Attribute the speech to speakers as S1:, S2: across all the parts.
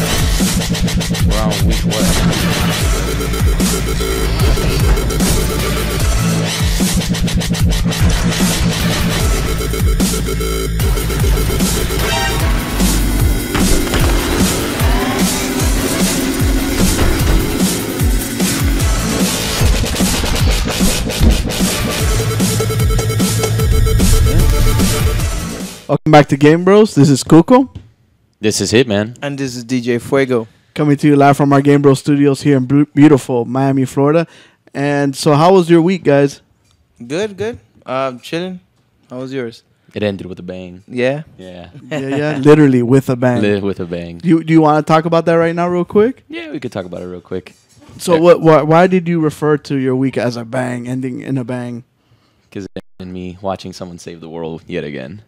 S1: We're on week what?
S2: Welcome back to Game Bros. This is Kuko
S1: This is Hitman.
S3: And this is DJ Fuego.
S2: coming to you live from our Game Bros studios here in bu- beautiful Miami, Florida. And so, how was your week, guys?
S3: Good, good. Uh, chilling. How was yours?
S1: It ended with a bang.
S3: Yeah.
S1: Yeah.
S2: Yeah, yeah, literally with a bang.
S1: Live with a bang.
S2: Do you, do you want to talk about that right now, real quick?
S1: Yeah, we could talk about it real quick.
S2: So,
S1: Yeah.
S2: what, why, why did you refer to your week as a bang, ending in a bang?
S1: Because and me watching someone save the world yet again.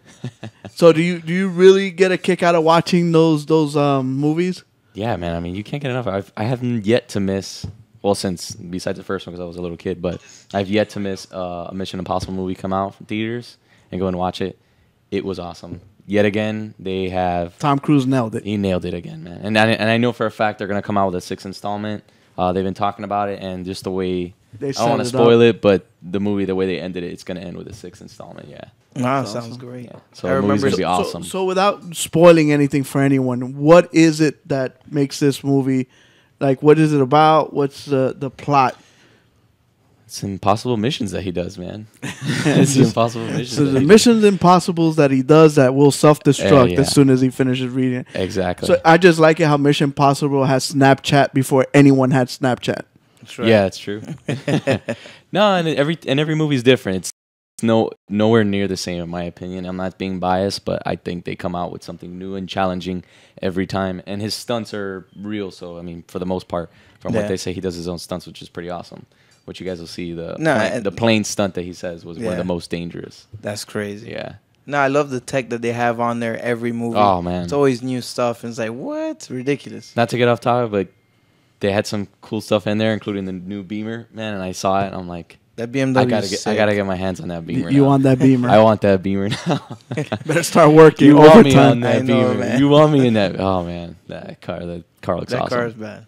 S2: So, do you do you really get a kick out of watching those those um, movies?
S1: Yeah, man. I mean, you can't get enough. I've, I haven't yet to miss. Well, since besides the first one, because I was a little kid, but I've yet to miss uh, a Mission Impossible movie come out from theaters and go and watch it. It was awesome. Yet again, they have
S2: Tom Cruise nailed it.
S1: he nailed it again, man. And I, and I know for a fact they're gonna come out with a sixth installment. Uh, they've been talking about it, and just the way
S2: They
S1: I don't want to
S2: set it up.
S1: spoil it, but the movie, the way they ended it, it's gonna end with a sixth installment. Yeah.
S3: Wow,
S2: That's
S3: sounds
S2: awesome.
S3: great.
S1: Yeah. So
S3: I
S1: the movie's
S3: remember
S1: gonna be
S3: so-
S1: awesome.
S2: So, so without spoiling anything for anyone, what is it that makes this movie? Like, what is it about? What's the the plot?
S1: it's impossible missions that he does, man. it's the impossible missions.
S2: So
S1: that
S2: the
S1: he does.
S2: missions impossibles that he does that will self destruct
S1: Yeah, yeah.
S2: as soon as he finishes reading. it.
S1: Exactly.
S2: So I just like it how Mission Possible has Snapchat before anyone had Snapchat.
S3: That's right.
S1: Yeah, it's true. no, and every and every movie's different. It's it's no nowhere near the same in my opinion. I'm not being biased, but I think they come out with something new and challenging every time. And his stunts are real, so I mean, for the most part, from
S3: Yeah.
S1: what they say, he does his own stunts, which is pretty awesome. Which you guys will see the
S3: No,
S1: pla-
S3: and-
S1: the plane stunt that he says was one of
S3: Yeah.
S1: the most dangerous.
S3: That's crazy.
S1: Yeah,
S3: No, I love the tech that they have on there every movie.
S1: Oh, man.
S3: It's always new stuff. And it's like, what? It's ridiculous.
S1: not to get off topic, but they had some cool stuff in there, including the new Beamer, man. And I saw it, and I'm like,
S3: That BMW.
S1: I gotta get I gotta get my hands on that Beamer.
S2: you
S1: now.
S2: want that Beamer?
S1: I want that Beamer now.
S2: Better start working
S1: You want me on
S2: overtime.
S1: that
S3: I know,
S1: Beamer.
S3: man.
S1: You want me in that? Oh man, that car. That car looks
S3: That
S1: awesome.
S3: car is bad.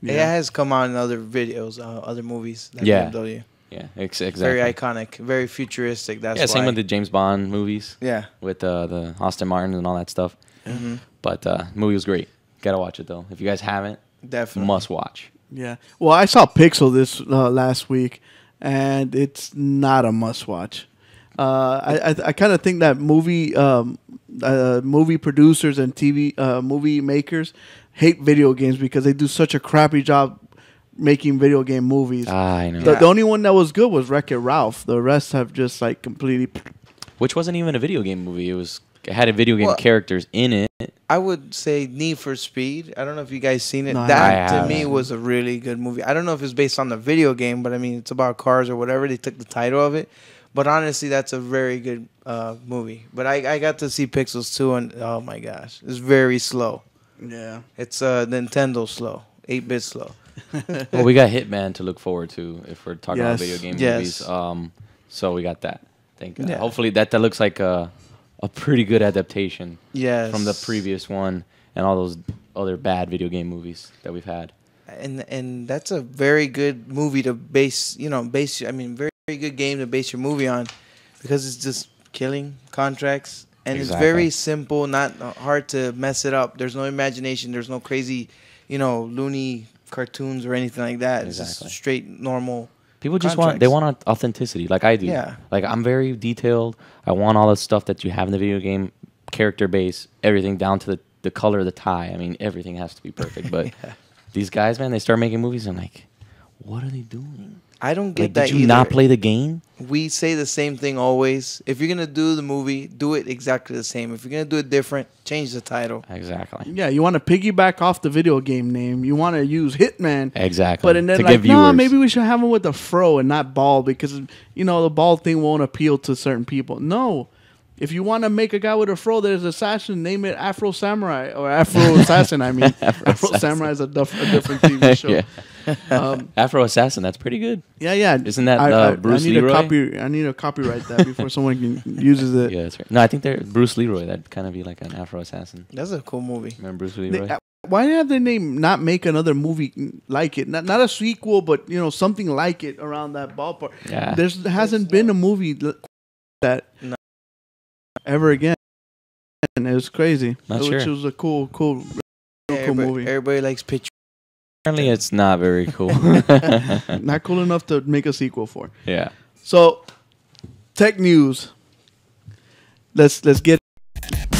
S2: Yeah.
S3: It has come out in other videos, uh, other movies. That
S1: Yeah.
S3: BMW.
S1: yeah, ex- exactly.
S3: Very iconic, very futuristic. That's
S1: yeah, same
S3: why.
S1: with the James Bond movies
S3: yeah. Mm-hmm.
S1: with uh, the Austin Martin and all that stuff. But uh, movie was great. Gotta watch it though. If you guys haven't,
S3: Definitely.
S1: must watch.
S2: Yeah. Well, I saw Pixel this uh, last week, and it's not a must-watch. Uh, I I, I kind of think that movie um, uh, movie producers and TV uh, movie makers hate video games because they do such a crappy job making video game movies.
S1: Ah, I know.
S2: the, the only one that was good was Wreck It Ralph. The rest have just like completely.
S1: Which wasn't even a video game movie. It was it had a video game
S3: Well-
S1: characters in it.
S3: I would say Need for Speed. I don't know if you guys seen it.
S2: No, I
S3: that
S1: haven't.
S3: to me was a really good movie. I don't know if it's based on the video game, but I mean it's about cars or whatever. They took the title of it, but honestly, that's a very good uh, movie. But I, I got to see Pixels too, and oh my gosh, it's very slow.
S2: Yeah.
S3: It's uh, Nintendo slow, eight bit slow.
S1: well, we got Hitman to look forward to if we're talking
S2: Yes.
S1: about video game
S3: Yes.
S1: movies. Um, so we got that. Thank God.
S3: Yeah.
S1: Hopefully that that looks like a a pretty good adaptation.
S3: Yes,
S1: from the previous one and all those other bad video game movies that we've had.
S3: and and that's a very good movie to base you know base I mean very, very good game to base your movie on because it's just killing contracts and
S1: Exactly.
S3: it's very simple not uh, hard to mess it up there's no imagination there's no crazy you know loony cartoons or anything like that it's
S1: Exactly.
S3: just straight normal
S1: People just want they
S3: Contracts.
S1: want authenticity, like I do.
S3: Yeah.
S1: Like I'm very detailed. I want all the stuff that you have in the video game, character base, everything down to the, the color of the tie. I mean, everything has to be perfect. But these guys, man, they start making movies. I'm like, what are they doing?
S3: I don't get
S1: Like,
S3: that
S1: did you
S3: either.
S1: not play the game?
S3: we say the same thing always if you're gonna do the movie do it exactly the same if you're gonna do it different change the title
S1: Exactly.
S2: Yeah. You want to piggyback off the video game name. You want to use Hitman.
S1: Exactly.
S2: But and then
S1: to
S2: like,
S1: give viewers.
S2: no, maybe we should have him with a fro and not bald because you know the bald thing won't appeal to certain people. No, if you want to make a guy with a fro that is assassin, name it Afro Samurai or Afro Assassin. I mean, Afro, Samurai is a, duff- a different TV show.
S1: Yeah.
S2: Um,
S1: Afro Assassin. That's pretty good.
S2: yeah, yeah.
S1: Isn't that,
S2: I,
S1: uh,
S2: I- I
S1: Bruce
S2: need
S1: Leroy?
S2: To copy, I need to copyright that before someone can, uses it.
S1: Yeah, that's right. No, I think they're Bruce Leroy. That'd kind of be like an Afro Assassin.
S3: That's a cool movie.
S1: Remember Bruce
S2: They-
S1: Leroy?
S2: uh, why have their name not make another movie like it? Not not a sequel, but you know something like it around that ballpark.
S1: yeah.
S2: There's There hasn't been a movie li- that
S3: No.
S2: ever again. And it was crazy.
S1: Not
S2: Which
S1: sure.
S2: was a cool, cool, real cool
S3: Everybody,
S2: movie.
S3: everybody likes pictures.
S1: Apparently, it's not very cool.
S2: Not cool enough to make a sequel for.
S1: yeah.
S2: So, tech news. Let's let's get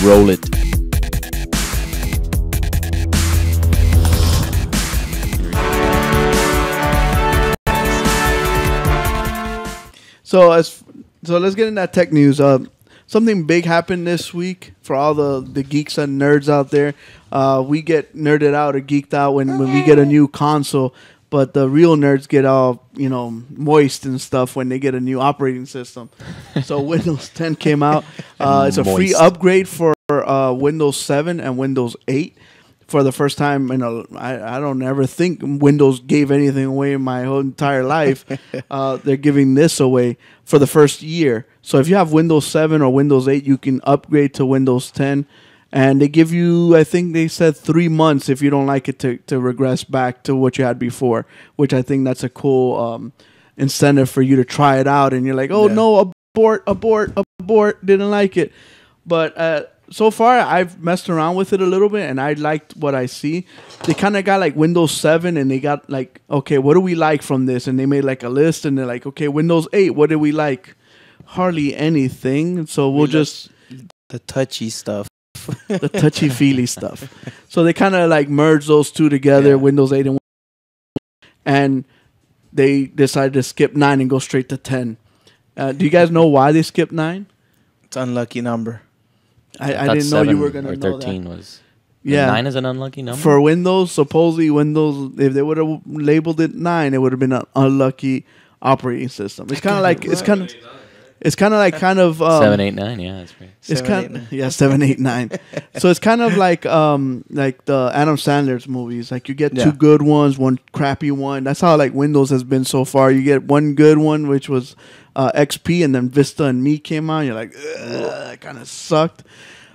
S1: Roll it.
S2: So as so, let's get into that tech news. Uh, something big happened this week for all the the geeks and nerds out there. Uh, we get nerded out or geeked out when when we get a new console, but the real nerds get all you know moist and stuff when they get a new operating system. so Windows 10 came out. Uh, it's a free
S1: Moist.
S2: upgrade for uh, Windows 7 and Windows 8. For the first time in a, I, I don't ever think Windows gave anything away in my whole entire life. uh, they're giving this away for the first year. So if you have Windows 7 or Windows 8, you can upgrade to Windows 10, and they give you, I think they said three months if you don't like it to to regress back to what you had before. Which I think that's a cool um, incentive for you to try it out. And you're like, oh
S3: Yeah.
S2: no, abort, abort, abort, didn't like it but uh, so far I've messed around with it a little bit and I liked what I see. They kind of got like Windows 7 and they got like, okay, what do we like from this? And they made like a list and they're like, okay, Windows 8, what do we like? Hardly anything. So we'll
S3: love-
S2: just
S3: The touchy stuff.
S2: the touchy feely stuff. So they kind of like merge those two together,
S3: Yeah.
S2: Windows 8 and Win- and they decided to skip 9 and go straight to 10. Uh, do you guys know why they skipped 9?
S3: It's unlucky number.
S2: I, I,
S1: thought
S2: didn't know you
S1: seven
S2: were going to
S1: Or
S2: know that.
S1: thirteen was.
S2: Yeah.
S1: Nine is an unlucky number.
S2: for Windows, supposedly Windows, if they would have labeled it nine, it would have been an unlucky operating system. It's kind of like it's kind of it's kind of like kind of um,
S1: seven, eight, nine. Yeah, that's right.
S2: It's
S3: Seven,
S2: kind
S3: eight, nine.
S2: yeah seven eight nine. so it's kind of like um like the Adam Sandler's movies. Like you get
S3: Yeah.
S2: two good ones, one crappy one. That's how like Windows has been so far. You get one good one, which was uh, XP, and then Vista and Me came out. You're like, "Ugh, that kind of sucked.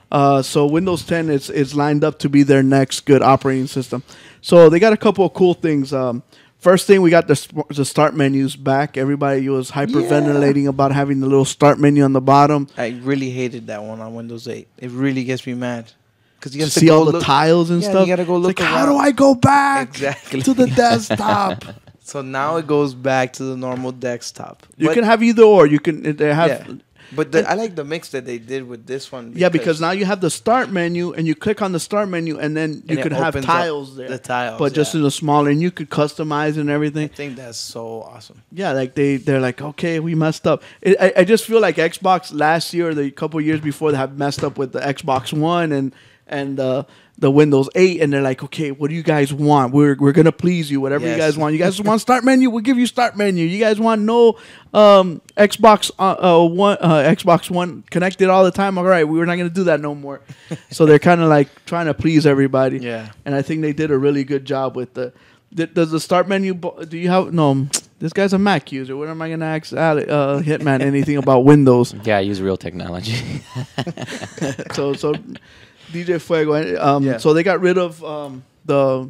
S2: Uh, so Windows 10 is is lined up to be their next good operating system. So they got a couple of cool things. Um, first thing we got the sp- the start menus back. Everybody was hyperventilating about having the little start menu on the bottom.
S3: I really hated that one on Windows 8. It really gets me mad. Because you
S2: to
S3: have to
S2: see
S3: go
S2: all the
S3: look-
S2: tiles and
S3: Yeah,
S2: stuff.
S3: You gotta go
S2: It's
S3: look
S2: like, how do
S3: around.
S2: I go back
S3: Exactly.
S2: to the desktop?
S3: So now it goes back to the normal desktop.
S2: you
S3: But-
S2: can have either or. You can it- they have yeah.
S3: yeah. But the, I like the mix that they did with this one.
S2: because now you have the start menu, and you click on the start menu, and then you
S3: And it
S2: could have
S3: opens up
S2: tiles there,
S3: the tiles,
S2: but just
S3: yeah.
S2: in a smaller, and you could customize and everything.
S3: I think that's so awesome.
S2: Yeah, like they they're like, okay, we messed up. It, I I just feel like Xbox last year, or the couple years before, they have messed up with the Xbox One and and uh, the Windows Eight, and they're like, okay, what do you guys want? We're we're gonna please you, whatever you
S3: Yes.
S2: guys want. You guys want start menu? We'll give you start menu. You guys want no um, Xbox uh, uh, One uh, Xbox One connected all the time? All right, we were not gonna do that no more. so they're kind of like trying to please everybody.
S3: Yeah.
S2: and I think they did a really good job with the. th- Does the start menu? bo- Do you have no? This guy's a Mac user. What am I gonna ask Ale- uh, Hitman anything about Windows?
S1: Yeah, I use real technology.
S2: So so, DJ Fuego. Um,
S3: Yeah.
S2: So they got rid of um, the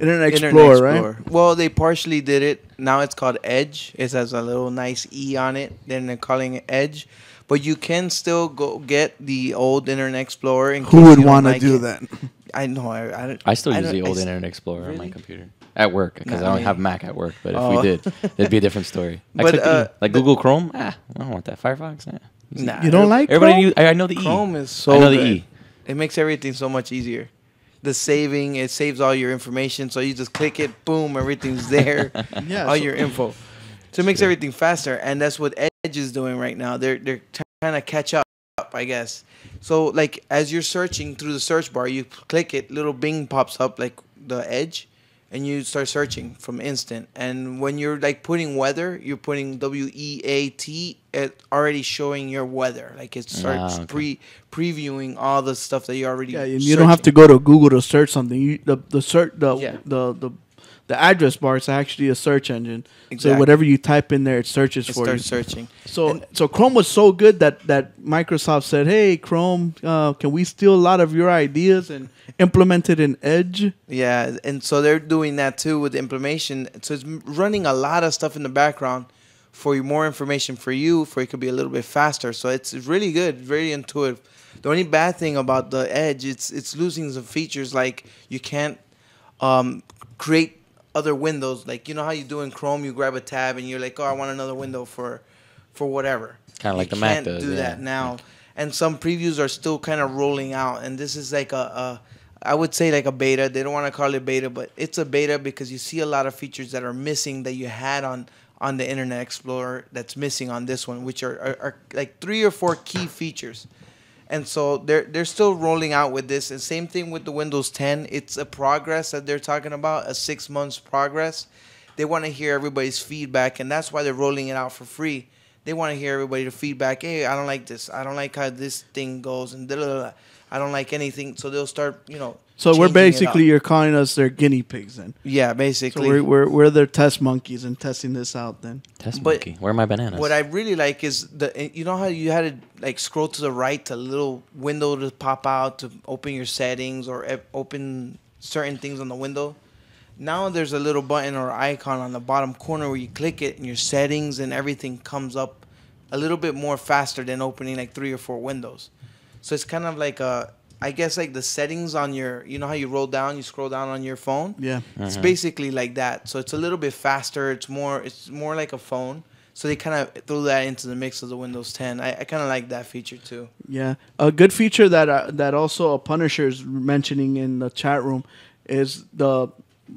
S2: Internet Explorer, right?
S3: Well, they partially did it. Now it's called Edge. It has a little nice E on it. Then they're calling it Edge. But you can still go get the old Internet Explorer. In
S2: Who would
S3: want to
S2: do that?
S3: I know. I, I, don't-
S1: I still use
S3: don't-
S1: the old
S3: I s-
S1: Internet Explorer on my
S3: Really?
S1: computer at work because
S3: Not
S1: I don't
S3: me.
S1: have Mac at work. But if
S3: Oh.
S1: we did, it'd be a different story. I
S3: But,
S1: click the E.
S3: uh,
S1: like
S3: the-
S1: Google Chrome, ah, I don't want that. Firefox, eh.
S3: Nah,
S2: You don't like
S1: Everybody,
S2: Chrome?
S1: use, I, I know the E.
S3: Chrome is so
S1: I know the
S3: good.
S1: E.
S3: It makes everything so much easier. The saving, it saves all your information. So you just click it, boom, everything's there.
S2: Yeah,
S3: all
S2: so-
S3: your info. So it makes everything faster, and that's what Edge is doing right now. They're they're trying to catch up, I guess. So like as you're searching through the search bar, you click it, little Bing pops up like the Edge, and you start searching from instant. And when you're like putting weather, you're putting W E A T, it already showing your weather. Like it starts
S1: Ah, okay.
S3: pre previewing all the stuff that you already.
S2: Yeah, and you don't have
S3: searching.
S2: to go to Google to search something. You the the search the
S3: Yeah.
S2: the the the address bar is actually a search engine. So
S3: Exactly.
S2: whatever you type in there, it searches
S3: It
S2: for you.
S3: starts searching.
S2: So so Chrome was so good that that Microsoft said, "Hey Chrome, uh, can we steal a lot of your ideas and implement it in Edge?"
S3: Yeah, and so they're doing that too with the implementation. So it's m- running a lot of stuff in the background for you- more information for you, for it could be a little bit faster. So it's really good, very intuitive. The only bad thing about the Edge, it's it's losing some features like you can't um, create other windows. Like you know how you do in Chrome, you grab a tab and you're like, oh, I want another window for for whatever.
S1: Kinda like
S3: You
S1: the Mac
S3: can't
S1: does,
S3: Do
S1: yeah.
S3: that now, and some previews are still kind of rolling out. And this is like a, a I would say like a beta. They don't want to call it beta, but it's a beta because you see a lot of features that are missing that you had on on the Internet Explorer that's missing on this one, which are, are, are like three or four key features. And so they're they're still rolling out with this. And same thing with the Windows 10. It's a progress that they're talking about, a six months progress. They want to hear everybody's feedback, and that's why they're rolling it out for free. They want to hear everybody to feedback. Hey, I don't like this. I don't like how this thing goes, and da da da. I don't like anything. So they'll start, you know.
S2: So we're
S3: changing it up.
S2: basically you're calling us their guinea pigs then.
S3: yeah,
S2: So
S3: basically.
S2: we're, we're we're their test monkeys and testing this out then.
S1: Test
S3: But-
S1: monkey. Where are my bananas?
S3: What I really like is the eh, you know how you had to like scroll to the right to a little window to pop out to open your settings or e- open certain things on the window. Now there's a little button or icon on the bottom corner where you click it and your settings and everything comes up a little bit more faster than opening like three or four windows. So it's kind of like a I guess like the settings on your you know how you roll down you scroll down on your phone.
S2: Yeah.
S1: Mm-hmm.
S3: It's basically like that. So it's a little bit faster. It's more. It's more like a phone. So they kind of threw that into the mix of the Windows 10. I, I kind of like that feature too.
S2: Yeah, a good feature that uh, that also a Punisher's mentioning in the chat room is the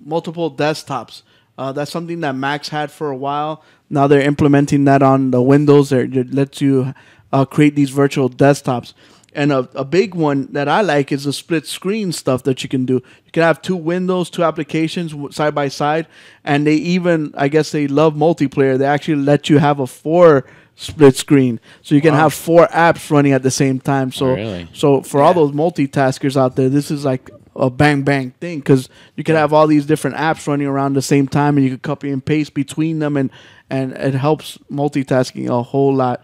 S2: multiple desktops. Uh, that's something that Max had for a while. Now they're implementing that on the Windows. They're- It lets you uh, create these virtual desktops. And a, a big one that I like is the split screen stuff that you can do. You can have two windows, two applications w- side by side, and they even, I guess, they love multiplayer. They actually let you have a four split screen, so you can have four apps running at the same time. So,
S1: Really?
S2: so for all those multitaskers out there, this is like a bang bang thing because you can have all these different apps running around the same time, and you can copy and paste between them, and and it helps multitasking a whole lot.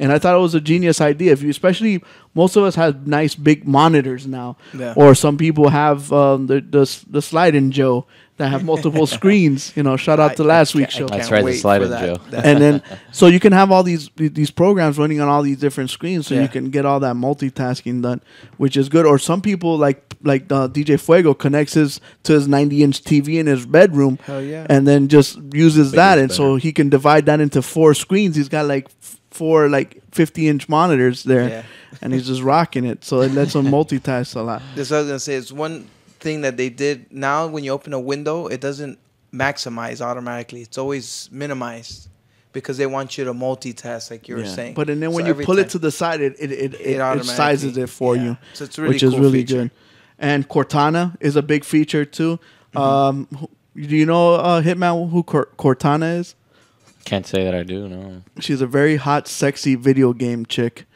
S2: And I thought it was a genius idea. If you, especially most of us have nice big monitors now,
S3: Yeah.
S2: or some people have um, the, the s- the sliding Joe that have multiple screens. You know, shout out to
S3: I-
S2: last
S3: I
S2: week's show
S3: can't- I
S1: That's
S3: can't
S1: right, the
S3: wait for
S1: slide-in
S3: that-
S1: Joe.
S3: that-
S2: and then so you can have all these these programs running on all these different screens so
S3: Yeah.
S2: you can get all that multitasking done which is good or some people like like uh, dj fuego connects his to his 90 inch tv in his bedroom
S3: Hell yeah.
S2: and then just uses that
S1: it's
S2: and so
S1: better.
S2: he can divide that into four screens he's got like f- four like 50 inch monitors there
S3: Yeah.
S2: and he's just rocking it so it lets him multitask a lot
S3: This I was gonna say. It's one thing that they did. Now when you open a window, it doesn't maximize automatically. It's always minimized because they want you to multitask, like you were
S2: Yeah.
S3: saying.
S2: But and then
S3: So
S2: when you
S3: every
S2: pull it
S3: time-
S2: to the side, it it it, it, it
S3: automatically-
S2: sizes it for
S3: yeah.
S2: you,
S3: So it's really
S2: which is
S3: cool
S2: really
S3: feature.
S2: good. And Cortana is a big feature too.
S3: Mm-hmm.
S2: Um, who- do you know uh, Hitman who Cor- Cortana is?
S1: Can't say that I do. No.
S2: She's a very hot, sexy video game chick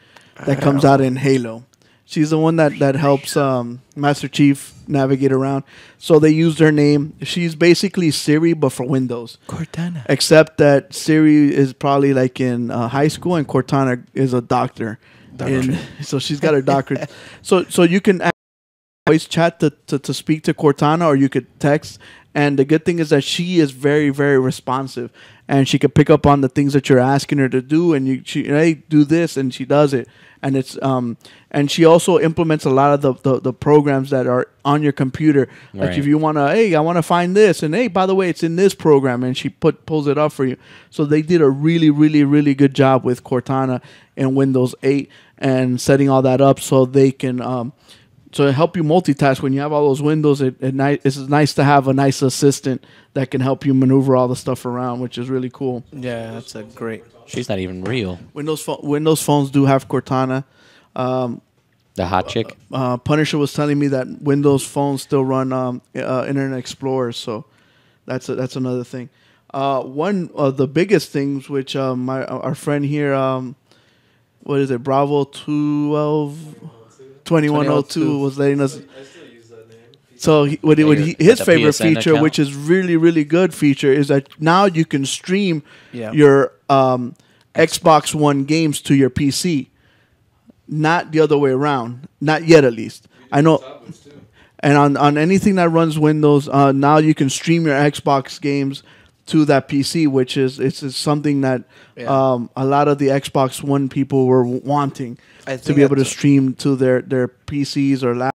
S2: that comes out in Halo. She's the one that that helps um, Master Chief navigate around. So they used her name. She's basically Siri but for Windows.
S3: Cortana.
S2: Except that Siri is probably like in uh, high school, and Cortana is a doctor. And so she's got her doctorate. so so you can act- voice chat to, to, to speak to Cortana, or you could text. And the good thing is that she is very very responsive, and she could pick up on the things that you're asking her to do. And you she hey do this, and she does it. And it's um and she also implements a lot of the the, the programs that are on your computer. Like if
S1: Right.
S2: you want to hey i want to find this and hey by the way it's in this program and she put pulls it up for you so they did a really really really good job with cortana and windows 8 and setting all that up so they can um to help you multitask when you have all those windows it, it ni- it's nice to have a nice assistant that can help you maneuver all the stuff around which is really cool
S3: Yeah, that's a great.
S1: She's not even real.
S2: windows pho- windows phones do have cortana Um,
S1: The hot chick.
S2: uh, Punisher was telling me that Windows phones still run um, uh, Internet Explorer, so that's a, that's another thing. Uh, one of the biggest things, which uh, my our friend here, um, what is it, oh Bravo 12, 2102 was letting us. So he, what, he-
S1: Yeah,
S2: what
S1: your-
S2: he,
S1: with
S2: his
S1: the
S2: favorite
S1: PSN
S2: feature,
S1: account.
S2: which is really really good feature, is that now you can stream
S3: Yeah.
S2: your um, Xbox One games to your PC, not the other way around. Not yet, at least. I know. And on, on anything that runs Windows, uh, now you can stream your Xbox games to that PC, which is it's, it's something that
S3: Yeah.
S2: um, a lot of the Xbox One people were wanting
S3: I
S2: to
S3: think
S2: be able to
S3: that's a-
S2: stream to their their PCs or laptops,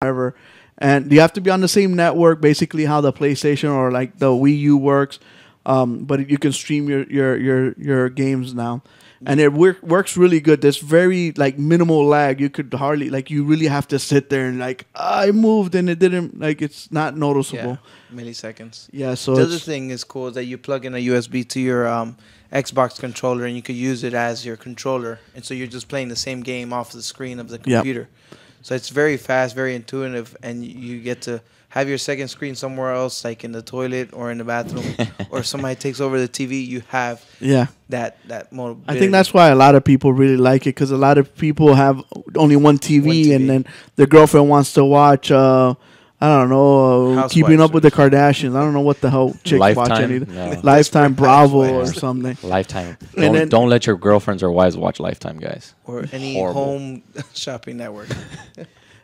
S2: whatever. And you have to be on the same network, basically how the PlayStation or like the Wii U works. Um, but you can stream your your your your games now, and it work, works really good. There's very like minimal lag. You could hardly like you really have to sit there and like I moved and it didn't like it's not
S3: Yeah,
S2: noticeable.
S3: milliseconds.
S2: Yeah, so
S3: the
S2: it's,
S3: other thing is cool is that you plug in a USB to your um, Xbox controller and you could use it as your controller, and so you're just playing the same game off the screen of the
S2: Yeah.
S3: computer. So it's very fast, very intuitive, and y- you get to have your second screen somewhere else, like in the toilet or in the bathroom, or somebody takes over the TV. You have
S2: yeah.
S3: that that mode.
S2: I think that's why a lot of people really like it because a lot of people have only one TV,
S3: One TV.
S2: and then their girlfriend wants to watch. Uh, I don't know, uh,
S3: Housewives
S2: keeping up with
S3: or
S2: the Kardashians. I don't know what the hell chicks watch
S1: Lifetime?
S2: anything.
S1: No.
S2: Lifetime Bravo or
S3: Housewives.
S2: something.
S1: Lifetime.
S2: And
S1: Don't,
S2: then-
S1: don't let your girlfriends or wives watch Lifetime, guys.
S3: or any
S1: Horrible.
S3: home shopping network.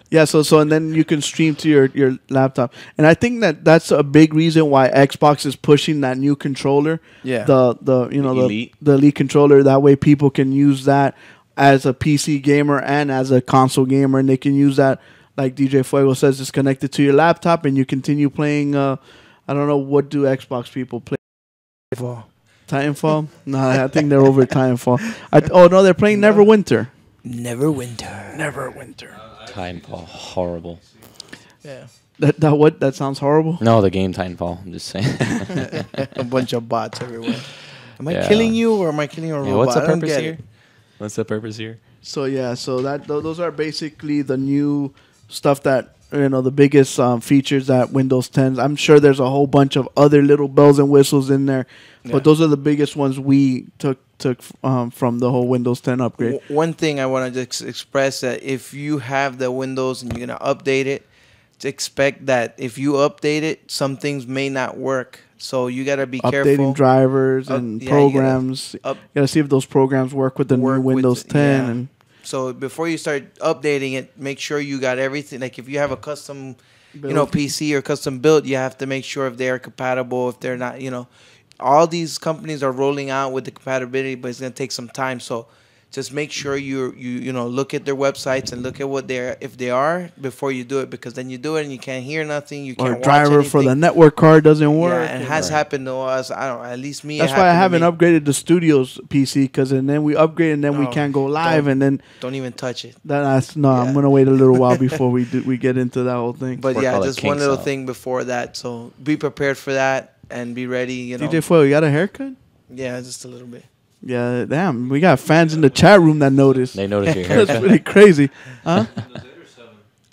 S2: Yeah, so so and then you can stream to your your laptop, and I think that that's a big reason why Xbox is pushing that new controller.
S3: Yeah.
S2: the the you know the
S1: Elite.
S2: the elite controller. That way, people can use that as a PC gamer and as a console gamer, and they can use that like DJ Fuego says, it's connected to your laptop, and you continue playing. Uh, I don't know what do Xbox people play. Titanfall? no, I think they're over Titanfall. I, oh no, they're playing Neverwinter.
S3: Never winter.
S2: Neverwinter.
S1: Titanfall, horrible.
S3: Yeah,
S2: That that what? That sounds horrible.
S1: No, the game Titanfall. I'm just saying.
S3: a bunch of bots everywhere. Am I
S1: Yeah.
S3: killing you or am I killing a robot?
S1: Yeah, what's the
S3: I don't
S1: purpose
S3: get
S1: here?
S3: it.
S1: What's the purpose here?
S2: So yeah, so that tho- those are basically the new stuff that you know the biggest um, features that Windows 10. I'm sure there's a whole bunch of other little bells and whistles in there,
S3: Yeah.
S2: but those are the biggest ones we took took um, from the whole Windows 10 upgrade.
S3: W- One thing I want to just express that if you have the Windows and you're gonna update it, to expect that if you update it, some things may not work. So you gotta be
S2: Updating
S3: careful.
S2: drivers
S3: Up-
S2: and
S3: yeah, you gotta
S2: programs. You gotta,
S3: up-
S2: see if those programs work with the new
S3: Work with
S2: Windows
S3: it,
S2: 10
S3: yeah.
S2: and
S3: so before you start updating it, make sure you got everything. Like if you have a custom, you know,
S2: Build.
S3: PC or custom built, you have to make sure if they are compatible. If they're not, you know, all these companies are rolling out with the compatibility, but it's gonna take some time. So just make sure you you you know look at their websites and look at what they're if they are before you do it because then you do it and you can't hear nothing. You
S2: or
S3: can't
S2: driver
S3: watch
S2: for the
S3: anything.
S2: network card doesn't work.
S3: Yeah, and it has
S1: Right.
S3: happened to us. I don't. At least me. it
S2: That's why I
S3: happened
S2: haven't
S3: to me.
S2: upgraded the studio's PC because and then we upgrade and then we
S3: No,
S2: can't go live
S3: don't.
S2: and then
S3: Don't even touch it.
S2: That, that's no. I'm
S3: Yeah.
S2: gonna wait a little while before we do, we get into that whole thing.
S3: But
S1: Work
S3: yeah,
S1: all the
S3: just one
S1: kinks
S3: little
S1: out.
S3: thing before that. So be prepared for that and be ready. You know,
S2: DJ Foyle, you got a haircut?
S3: yeah, just a little bit.
S2: Yeah, damn. We got fans in the chat room that noticed.
S1: They notice your
S2: That's
S1: haircut.
S2: pretty crazy, huh?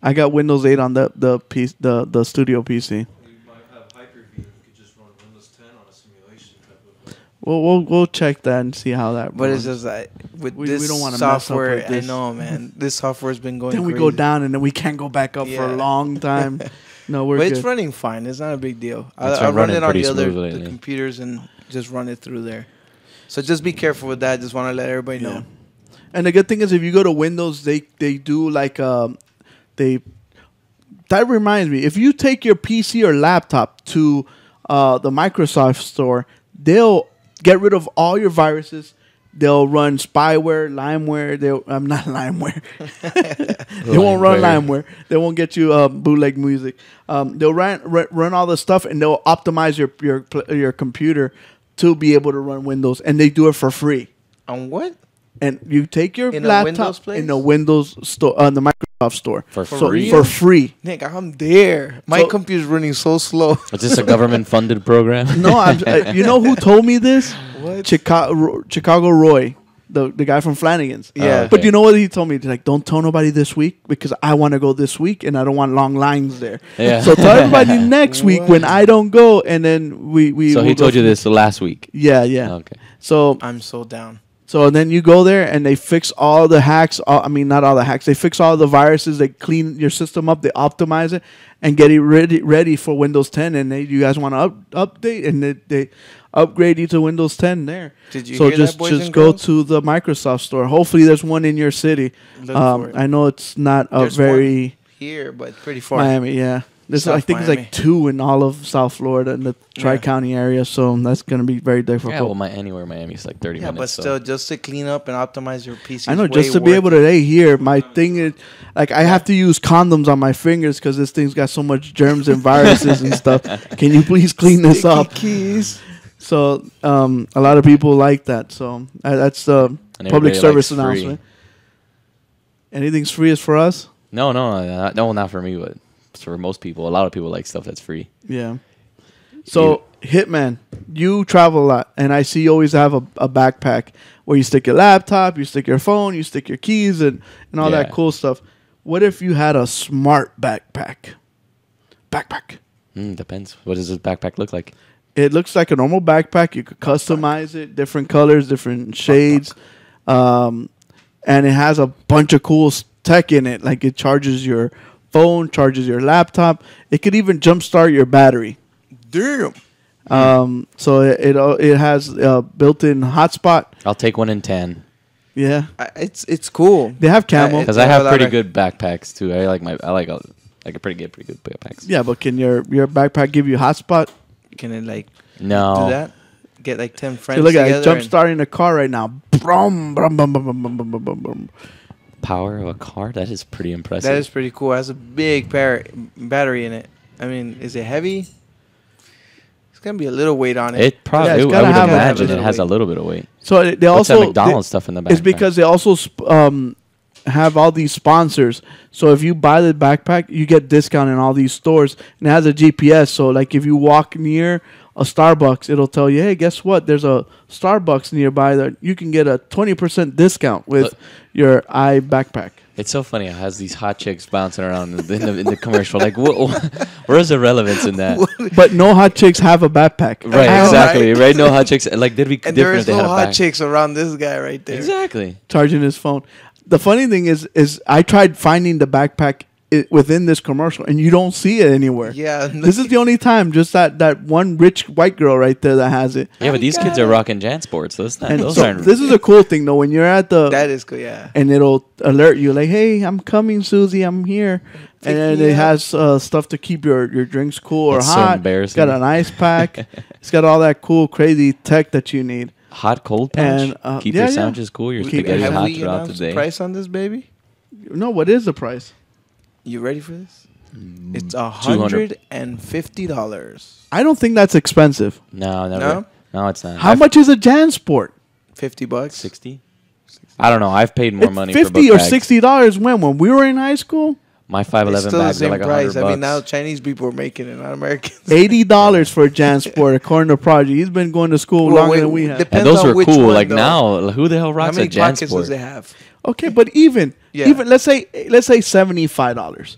S2: I got Windows 8 on the the piece the the studio PC.
S4: You might have Hyper-V if you could just run Windows 10 on a simulation type of.
S2: We'll we'll we'll check that and see how that.
S3: But it's
S2: runs.
S3: just like with
S2: We- we
S3: this
S2: don't wanna mess up
S3: software.
S2: with this.
S3: I know, man. This software's been going.
S2: then we go
S3: crazy.
S2: down and then we can't go back up for a
S3: Yeah.
S2: long time. No, we're
S3: but
S2: good.
S3: it's running fine. It's not a big deal. I,
S1: It's
S3: I
S1: been
S3: run
S1: running
S3: it on
S1: pretty
S3: the other
S1: smooth
S3: the
S1: lately.
S3: computers and just run it through there. So just be careful with that. Just want to let everybody know.
S2: And the good thing is, if you go to Windows, they they do like um, they. That reminds me, if you take your PC or laptop to uh, the Microsoft store, they'll get rid of all your viruses. They'll run spyware, limeware. They will I'm not limeware. they won't run
S1: Limeware.
S2: limeware. They won't get you uh, bootleg music. Um, they'll run, run run all the stuff, and they'll optimize your your pl- your computer to be able to run Windows, and they do it for free
S3: On what?
S2: and you take your
S3: In a Windows
S2: laptop
S3: place?
S2: in the Windows store on the Microsoft store
S1: For
S2: So-
S1: free?
S2: for free.
S3: Nick, I'm there. My
S2: So-
S3: computer's running so slow.
S1: Is this a government-funded program?
S2: No, I'm, I, you know who told me this?
S3: What?
S2: Chicago, Ro- Chicago Roy, the the guy from Flanagan's.
S3: Yeah.
S2: But
S1: Oh, Okay.
S2: you know what he told me? He's like, don't tell nobody this week because I want to go this week and I don't want long lines there.
S1: Yeah.
S2: So tell everybody next week when I don't go, and then we we.
S1: so he
S2: will go
S1: told you
S2: from-
S1: this last week.
S2: Yeah, yeah.
S1: Okay.
S2: So
S3: I'm so down.
S2: So and then you go there and they fix all the hacks. All, I mean, not all the hacks. They fix all the viruses. They clean your system up. They optimize it and get it ready ready for Windows 10. And they, you guys want to up, update and they, they upgrade you to Windows 10 there.
S3: Did you
S2: so
S3: hear that,
S2: just
S3: boys
S2: just
S3: and
S2: go
S3: girls?
S2: to the Microsoft store. Hopefully, there's one in your city.
S3: Look for
S2: Um,
S3: it.
S2: I know it's not a
S3: There's
S2: very
S3: one here, but pretty far.
S2: Miami, yeah. There's, I
S3: South
S2: think there's
S3: Miami.
S2: like two in all of South Florida in the Tri County area, so that's going to be very difficult.
S1: Yeah, well, my anywhere Miami's like 30
S3: Yeah,
S1: minutes.
S3: but
S1: so-
S3: still, just to clean up and optimize your PC.
S2: I know just to be able to lay here, my
S1: Mm-hmm.
S2: thing is like I have to use condoms on my fingers because this thing's got so much germs and viruses and stuff. Can you please clean this up?
S3: keys.
S2: So um, a lot of people like that. So uh, that's the
S1: And
S2: public
S1: everybody
S2: service
S1: likes free.
S2: announcement. Anything's free is for us.
S1: No, no, uh, no, not for me, but it's for most people. A lot of people like stuff that's free.
S2: Yeah. So Hitman, you travel a lot, and I see you always have a, a backpack where you stick your laptop, you stick your phone, you stick your keys, and and all that
S1: Yeah.
S2: cool stuff. What if you had a smart backpack? Backpack.
S1: Mm, depends. What does this backpack look like?
S2: It looks like a normal backpack. You could customize it, different colors, different shades, um, and it has a bunch of cool s- tech in it. Like it charges your phone, charges your laptop. It could even jumpstart your battery.
S3: Damn.
S2: Um, so it it, al- it has a built-in hotspot.
S1: I'll take one in tan
S2: Yeah,
S3: I, it's it's cool.
S2: they have camel.
S3: Uh,
S1: because I
S3: Yeah,
S1: have
S3: without
S1: pretty
S3: a-
S1: good backpacks too. I like my, I like a, like a pretty good, pretty good backpacks.
S2: yeah, but can your your backpack give you hotspot?
S3: Can it like
S1: No,
S3: do that? Get like ten friends
S2: So look at it,
S3: together.
S2: jump
S3: and-
S2: starting a car right now. Brum, brum, brum, brum, brum, brum, brum, brum, brum.
S1: power of a car. That is pretty impressive.
S3: That is pretty cool. It has a big par- battery in it. I mean, is it heavy? It's gonna be a little weight on it.
S1: It probably.
S2: Yeah, it's
S1: I would
S2: gotta have a
S1: imagine
S3: little
S1: it has
S3: weight.
S1: a little bit of weight.
S2: So it- they
S1: What's
S2: also
S1: that McDonald's stuff in the
S2: they-
S1: back?
S2: it's because they also sp- um have all these sponsors. So if you buy the backpack, you get discount in all these stores, and it has a GPS. So like if you walk near a Starbucks, it'll tell you, hey, guess what? There's a Starbucks nearby that you can get a twenty percent discount with
S1: Look.
S2: your i backpack.
S1: It's so funny. It has these hot chicks bouncing around in the, in the, in the commercial. Like, wha where's the relevance in that?
S2: But no hot chicks have a backpack.
S1: Right,
S3: know,
S1: exactly.
S3: right?
S1: Right, no hot chicks. Like, they'd be different.
S3: and there
S1: if
S3: is
S1: they
S3: no
S1: had a
S3: hot
S1: back-
S3: chicks around this guy right there.
S1: Exactly.
S2: charging his phone. The funny thing is, is I tried finding the backpack i within this commercial, and you don't see it anywhere.
S3: Yeah.
S2: this is the only time. Just that that one rich white girl right there that has it.
S1: Yeah, but these kids are rocking Jansports. Those, not,
S2: And
S1: those
S2: so
S1: aren't.
S2: this is a cool thing though. When you're at the
S3: That is cool. Yeah.
S2: and it'll alert you like, "Hey, I'm coming, Susie. I'm here." and then
S3: me
S2: it
S3: up.
S2: has uh, stuff to keep your, your drinks cool or
S1: That's so
S2: hot. It's
S1: embarrassing.
S2: got an ice pack. it's got all that cool, crazy tech that you need.
S1: hot cold punch.
S2: And, uh,
S1: keep
S2: yeah,
S1: your
S2: yeah.
S1: sandwiches cool. Your
S2: Keep
S3: We-
S1: spaghetti
S2: it
S3: have
S1: hot
S3: we
S1: throughout the
S3: announced
S1: day.
S3: uh, price on this baby?
S2: No, what is the price?
S3: You ready for this?
S1: Mm,
S3: It's a
S1: 200.
S3: hundred and fifty dollars.
S2: I don't think that's expensive.
S1: No, never.
S3: No?
S1: No, it's not.
S2: How
S1: I've-
S2: much is a JanSport?
S3: Fifty bucks.
S1: Sixty. I don't know. I've paid more
S2: It's
S1: money. for
S2: Fifty
S1: book
S2: or
S1: bags.
S2: sixty dollars when when we were in high school,
S1: My five
S3: It's
S1: eleven
S3: still the
S1: bags are
S3: same
S1: like a
S3: price.
S1: hundred
S3: I mean, now
S1: bucks.
S3: Chinese people are making it, not Americans.
S2: eighty dollars for a JanSport according to Prodigy. He's been going to school
S3: Well,
S2: longer
S3: wait,
S2: than we have.
S3: depends
S1: And those
S3: on
S1: were
S3: which
S1: cool.
S3: one,
S1: like
S3: though.
S1: now, who the hell
S3: How
S1: rocks a
S3: many pockets does it
S1: Jansport?
S3: have?
S2: okay, but even
S3: Yeah.
S2: even let's say let's say seventy five dollars.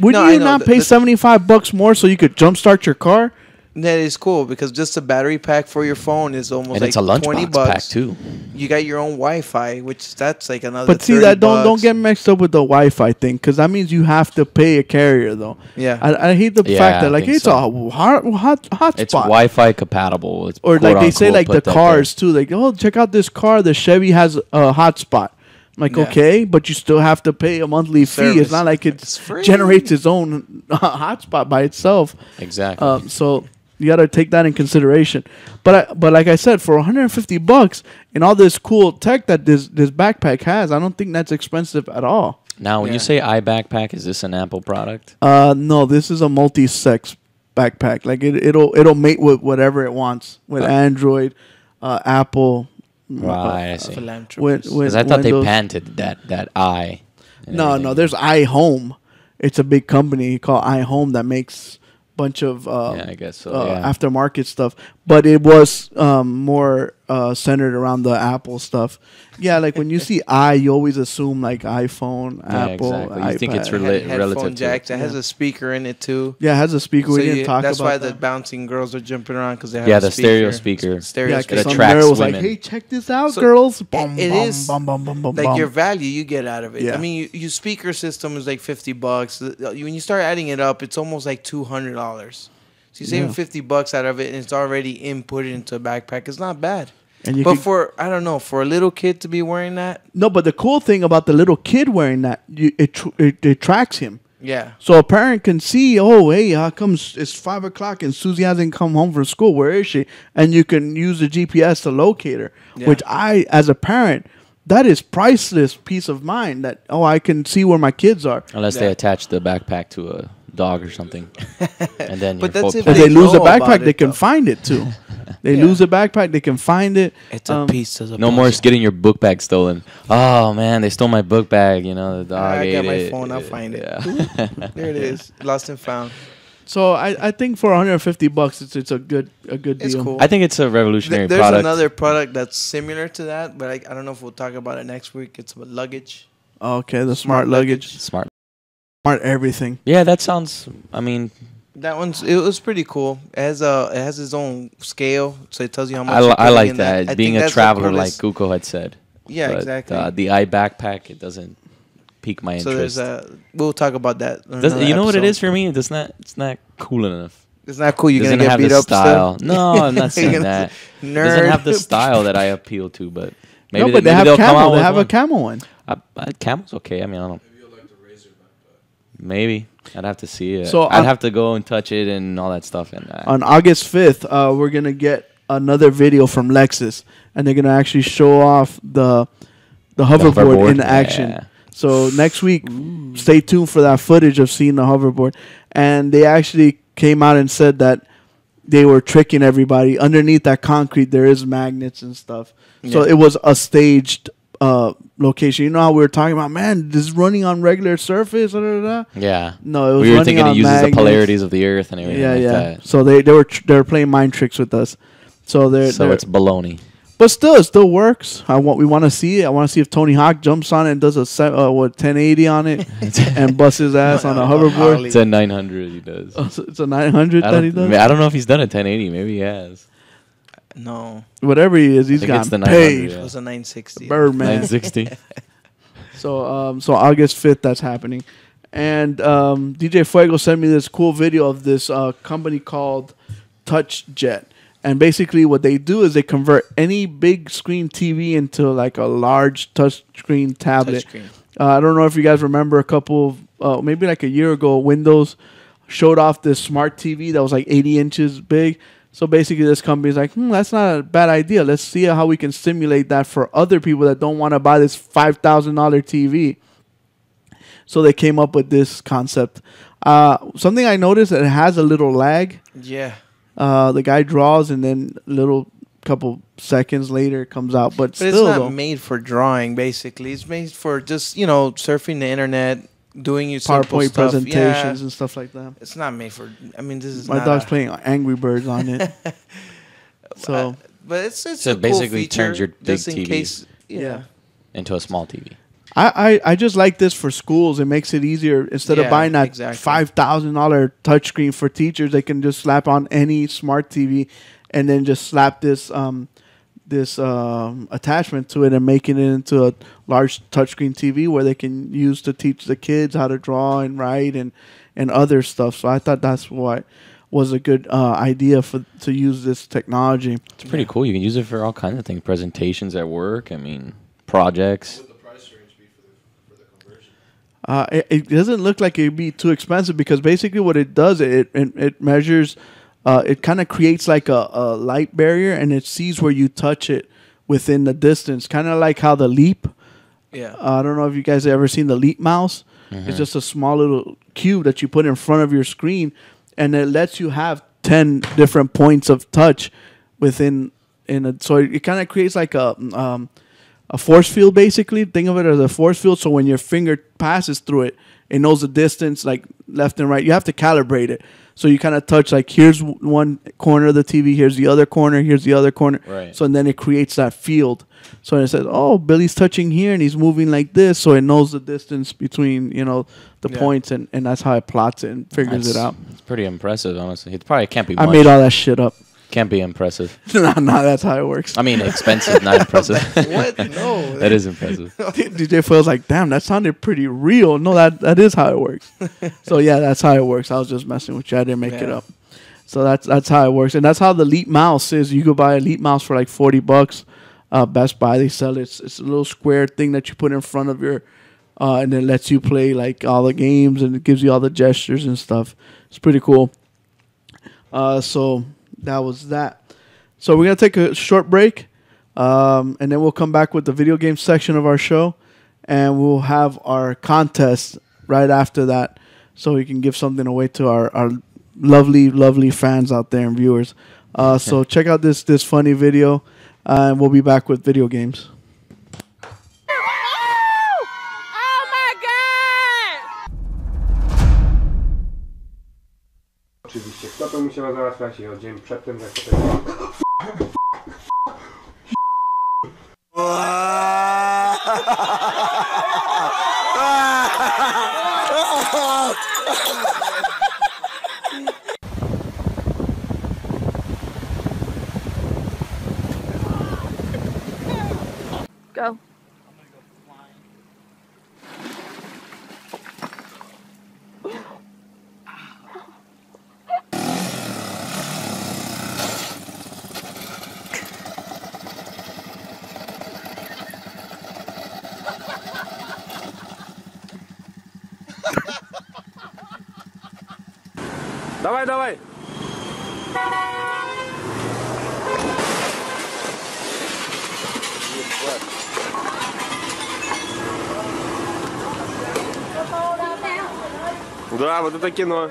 S2: Would
S3: No, I
S2: you
S3: know,
S2: not
S3: the-
S2: pay
S3: the-
S2: seventy five bucks more so you could jumpstart your car?
S3: That is cool because just a battery pack for your phone is almost
S1: And
S3: like
S1: it's a
S3: twenty
S1: lunchbox
S3: bucks.
S1: pack too.
S3: You got your own Wi-Fi, which that's like another.
S2: But see
S3: 30
S2: that don't don't
S3: bucks.
S2: get mixed up with the Wi Fi thing because that means you have to pay a carrier though.
S3: Yeah.
S2: I, I hate the
S1: Yeah,
S2: fact
S1: I
S2: that like
S1: think
S2: it's
S1: so.
S2: a hot hot hot
S1: It's
S2: spot.
S1: Wi-Fi compatible. It's
S2: or like they say
S1: quote-unquote
S2: like the
S1: put that
S2: cars too like oh check out this car the chevy has a hotspot I'm like
S3: Yeah.
S2: okay but you still have to pay a monthly fee it's
S3: Service.
S2: not like it
S3: It's free.
S2: generates its own hotspot by itself
S1: there. Exactly.
S2: um, so you got to take that in consideration but I, but like i said for 150 bucks and all this cool tech that this this backpack has i don't think that's expensive at all
S1: now, when
S3: yeah.
S1: you say iBackpack, is this an Apple product?
S2: uh no this is a multi-sex backpack like it, it'll it'll mate with whatever it wants with
S1: Uh,
S2: android uh, apple
S1: Right. I see.
S2: When-
S3: Philanthropist.
S2: when-
S1: Because I thought they
S2: Mm. Windows-
S1: panted that that i. and
S2: No,
S1: everything.
S2: no. There's iHome. It's a big company called iHome that makes bunch of uh,
S1: Yeah, I guess so.
S2: uh,
S1: yeah.
S2: aftermarket stuff. But it was um, more uh, centered around the Apple stuff. Yeah, like when you see i, you always assume like iPhone,
S1: Yeah,
S2: Apple,
S1: exactly. You think it's
S2: iPad.
S1: Rel-
S3: Head-
S1: relative
S3: headphone
S1: to-
S3: jack that has
S2: yeah.
S3: a speaker in it too.
S2: yeah, it has a speaker. we
S3: So
S2: didn't
S3: you-
S2: talk
S3: that's
S2: about
S3: why the
S2: that.
S3: bouncing girls are jumping around because they have
S1: Yeah,
S3: a
S1: the stereo speaker.
S3: S-
S2: yeah,
S3: Stereo
S2: 'cause
S1: It
S3: speaker.
S2: some
S1: attracts
S2: girl was like,
S1: women.
S2: "Hey, check this out,
S3: So
S2: girls!"
S3: it-
S2: Bum,
S3: it
S2: bum,
S3: is
S2: bum, bum, bum, bum,
S3: like
S2: bum.
S3: your value you get out of it.
S2: Yeah.
S3: I mean, you, you speaker system is like fifty bucks. Uh, you- When you start adding it up, it's almost like two hundred dollars. So you're saving
S2: Yeah.
S3: fifty bucks out of it, and it's already inputted into a backpack. It's not bad.
S2: and you
S3: but
S2: could-
S3: for I don't know, for a little kid to be wearing that,
S2: no, but the cool thing about the little kid wearing that, you, it, tr- it it tracks him.
S3: yeah,
S2: So a parent can see, oh, hey, how comes it's five o'clock and Susie hasn't come home from school? Where is she? And you can use the GPS to locate her,
S3: Yeah.
S2: which I, as a parent, that is priceless peace of mind that, oh, I can see where my kids are.
S1: Unless they
S3: Yeah.
S1: attach the backpack to a dog or something, and then
S3: But
S1: you're
S3: that's
S1: full
S3: if
S2: If
S1: play.
S2: they,
S3: They
S2: lose a
S3: know about
S2: backpack,
S3: it,
S2: they can
S3: though.
S2: find it too. They
S3: Yeah.
S2: lose a backpack, they can find it.
S3: it's
S2: Um,
S3: a piece of the
S1: No more
S3: puzzle.
S1: s- getting your book bag stolen. Oh man, they stole my book bag. You know, the dog.
S3: I got
S1: ate
S3: my
S1: it.
S3: phone, I'll find it.
S1: Yeah.
S3: There it is, lost and found.
S2: So I, I think for 150 bucks, it's it's a good a good
S3: It's
S2: deal.
S3: cool.
S1: I think it's a
S3: Th-
S1: revolutionary
S3: there's
S1: product.
S3: another product that's similar to that, but I, I don't know if we'll talk about it next week. It's about luggage.
S2: Okay, the smart, luggage,
S1: smart.
S2: smart everything.
S1: Yeah, that sounds. I mean,
S3: That one's it was pretty cool. It has a it has its own scale, so it tells you how much.
S1: I,
S3: you're
S1: li- I
S3: putting
S1: like
S3: in
S1: that.
S3: I
S1: Being
S3: think
S1: a
S3: that's the
S1: traveler, like
S3: coolest-
S1: Guko had said.
S3: yeah,
S1: But,
S3: exactly.
S1: Uh, the eye backpack it doesn't pique my
S3: so
S1: interest.
S3: there's a we'll talk about that. in
S1: Does-
S3: another
S1: you know what it
S3: episode.
S1: is for me? It's not. It's not cool enough.
S3: It's not cool. You're
S1: doesn't
S3: gonna get
S1: have
S3: beat
S1: the
S3: up.
S1: style.
S3: still.
S1: No, I'm not
S3: You're
S1: saying
S3: gonna-
S1: that.
S3: Nerd.
S1: Doesn't have the style that I appeal to, but maybe,
S2: no, but
S1: they, maybe
S2: they, have
S1: they'll come out
S2: camel. They
S1: with
S2: have
S1: one.
S2: a camel one.
S1: I, I, camel's okay. I mean, I don't.
S4: Maybe you'll like the razor backpack.
S1: Maybe I'd have to see it.
S2: So,
S1: So I'd
S2: um,
S1: have to go and touch it and all that stuff. And uh, I,
S2: on August 5th, uh, we're going to get another video from Lexus, and they're going to actually show off the the hoverboard,
S1: hoverboard,
S2: in action.
S1: yeah.
S2: So next week, stay tuned for that footage of seeing the hoverboard. And they actually came out and said that they were tricking everybody. Underneath that concrete, there is magnets and stuff. So
S3: Yeah.
S2: it was a staged uh, location. You know how we were talking about, man, this is running on regular surface. Da, da, da.
S1: yeah,
S2: No, it was
S1: we were
S2: running
S1: thinking
S2: on
S1: it uses
S2: magnets.
S1: the polarities of the Earth and everything
S2: Yeah,
S1: like
S2: yeah.
S1: that.
S2: So they, they were tr- they were playing mind tricks with us. So they're,
S1: so
S2: they're-
S1: it's baloney.
S2: but still it still works. I want we want to see it. I want to see if Tony Hawk jumps on it and does a se- uh, what 1080 on it and busts his ass on a hoverboard.
S1: It's a 900. He does.
S2: Oh, so It's a 900
S1: I
S2: that he
S1: don't, I
S2: does.
S1: mean, I don't know if he's done a 1080. Maybe he has.
S3: No,
S2: Whatever he is, he's
S1: think it's
S2: got
S1: the 900,
S2: paid.
S1: yeah.
S3: it was a 960.
S2: Birdman.
S1: 960.
S2: So um, so August 5th that's happening. And um, DJ Fuego sent me this cool video of this uh, company called TouchJet. And basically what they do is they convert any big screen TV into like a large touchscreen tablet.
S3: Touchscreen.
S2: Uh, I don't know if you guys remember a couple of, uh, maybe like a year ago Windows showed off this smart TV that was like 80 inches big. So basically this company's like, "Hmm, that's not a bad idea. Let's see how we can simulate that for other people that don't want to buy this $5,000 TV." So they came up with this concept. Uh, something I noticed that it has a little lag.
S3: Yeah,
S2: Uh, the guy draws and then little couple seconds later it comes out, but,
S3: but
S2: still
S3: it's not
S2: though,
S3: made for drawing. Basically, it's made for just you know surfing the internet, doing your simple
S2: PowerPoint
S3: stuff.
S2: presentations
S3: Yeah,
S2: and stuff like that.
S3: it's not made for. I mean, this is
S2: My
S3: not
S2: dog's
S3: a-
S2: playing Angry Birds on it. so
S3: But it's it's
S1: So
S3: a
S1: it basically
S3: cool feature,
S1: turns your
S3: just
S1: big
S3: in
S1: TV.
S3: case. Yeah.
S2: Yeah.
S1: into a small TV.
S2: I, I, I just like this for schools. It makes it easier instead of
S3: Yeah,
S2: buying that
S3: exactly.
S2: five thousand dollar touchscreen for teachers. They can just slap on any smart TV, and then just slap this um this um attachment to it and make it into a large touchscreen TV where they can use to teach the kids how to draw and write and and other stuff. So I thought that's what was a good uh, idea for to use this technology.
S1: It's pretty cool. You can use it for all kinds of things. Presentations at work. I mean,
S4: What
S1: projects.
S4: would the price range be for the for the conversion?
S2: Uh, it, it doesn't look like it'd be too expensive because basically what it does it it, it measures, uh, it kind of creates like a, a light barrier and it sees where you touch it within the distance, kind of like how the leap.
S3: Yeah.
S2: Uh, I don't know if you guys have ever seen the leap mouse. It's just a small little cube that you put in front of your screen, and it lets you have ten different points of touch within in a, so it, kind of creates like a um, a force field basically. Think of it as a force field. So when your finger passes through it, It knows the distance, like left and right. You have to calibrate it. So you kind of touch like here's w- one corner of the TV, here's the other corner, here's the other corner.
S1: Right.
S2: So and then it creates that field. So it says, oh, Billy's touching here and he's moving like this. So it knows the distance between you know the
S3: Yeah.
S2: points, and and that's how it plots it and figures it out.
S1: It's pretty impressive, honestly. It probably can't be.
S2: I
S1: much.
S2: made all that shit up.
S1: Can't be impressive.
S2: no, no, that's how it works.
S1: I mean, expensive, not impressive.
S3: What? No.
S1: that is impressive.
S2: DJ Foil's like, damn, that sounded pretty real. No, that that is how it works. so yeah, that's how it works. I was just messing with you. I didn't make it
S3: Yeah.
S2: up. So that's that's how it works, and that's how the Leap mouse is. You could buy a Leap mouse for like forty bucks. Uh, Best Buy they sell it. It's, it's a little square thing that you put in front of your, uh, and it lets you play like all the games and it gives you all the gestures and stuff. It's pretty cool. Uh, so that was that. So we're gonna take a short break, um, and then we'll come back with the video game section of our show, and we'll have our contest right after that, so we can give something away to our, our lovely, lovely fans out there and viewers. Uh, so check out this this funny video, uh, and we'll be back with video games.
S5: Oh my god!
S6: Oczywiście. No to musiała załatwiać ją dzień przedtem, jak potem.
S5: Go.
S6: Dawaj, dawaj! Да, вот это кино.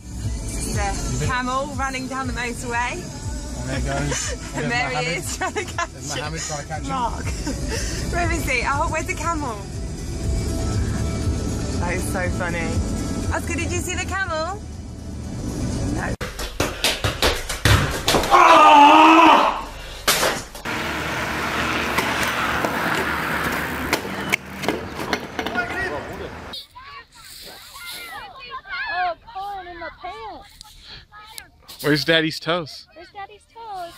S7: the camel running down the motorway. And there goes. and there he is trying to catch him. Mark. Where is he? Oh, where's the camel? That is so funny. Oscar, did you see the camel?
S5: Oh, corn in my pants.
S8: Where's Daddy's toast?
S5: Where's Daddy's toes?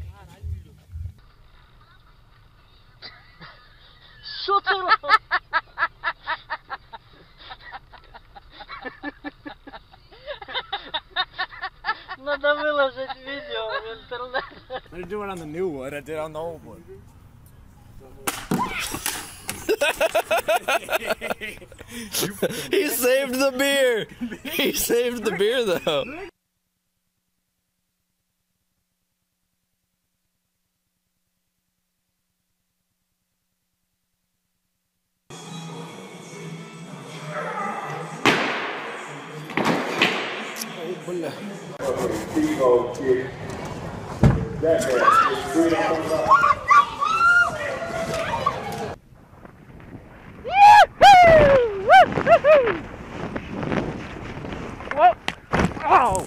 S9: Надо выложить видео в интернет.
S10: He saved the beer. He saved the beer though.
S6: Piwo, piwo.
S9: Whoa! Ow!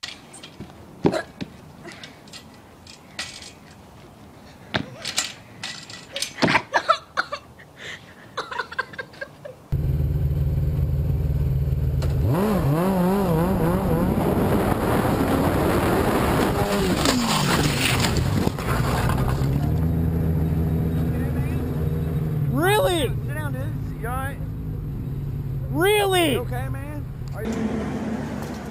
S10: Really?
S9: Sit down, dude. You alright?
S10: Really?
S9: okay, man? Are you-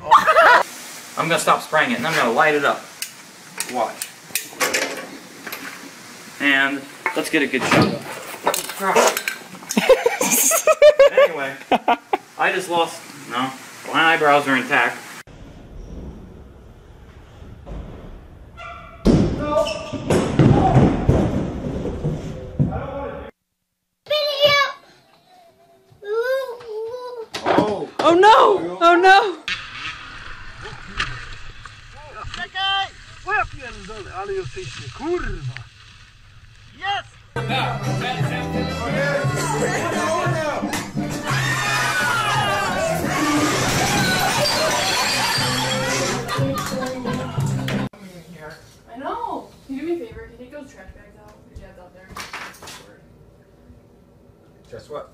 S11: I'm gonna stop spraying it and I'm gonna light it up. Watch. And let's get a good shot. anyway, I just lost. No, my eyebrows are intact.
S9: Oh no! Oh no!
S12: Czekaj! Łap pierdolę, ale jesteście kurwa!
S13: I know. Can you do me a favor? Can you take those trash bags out? Your dad's out there.
S11: Guess what?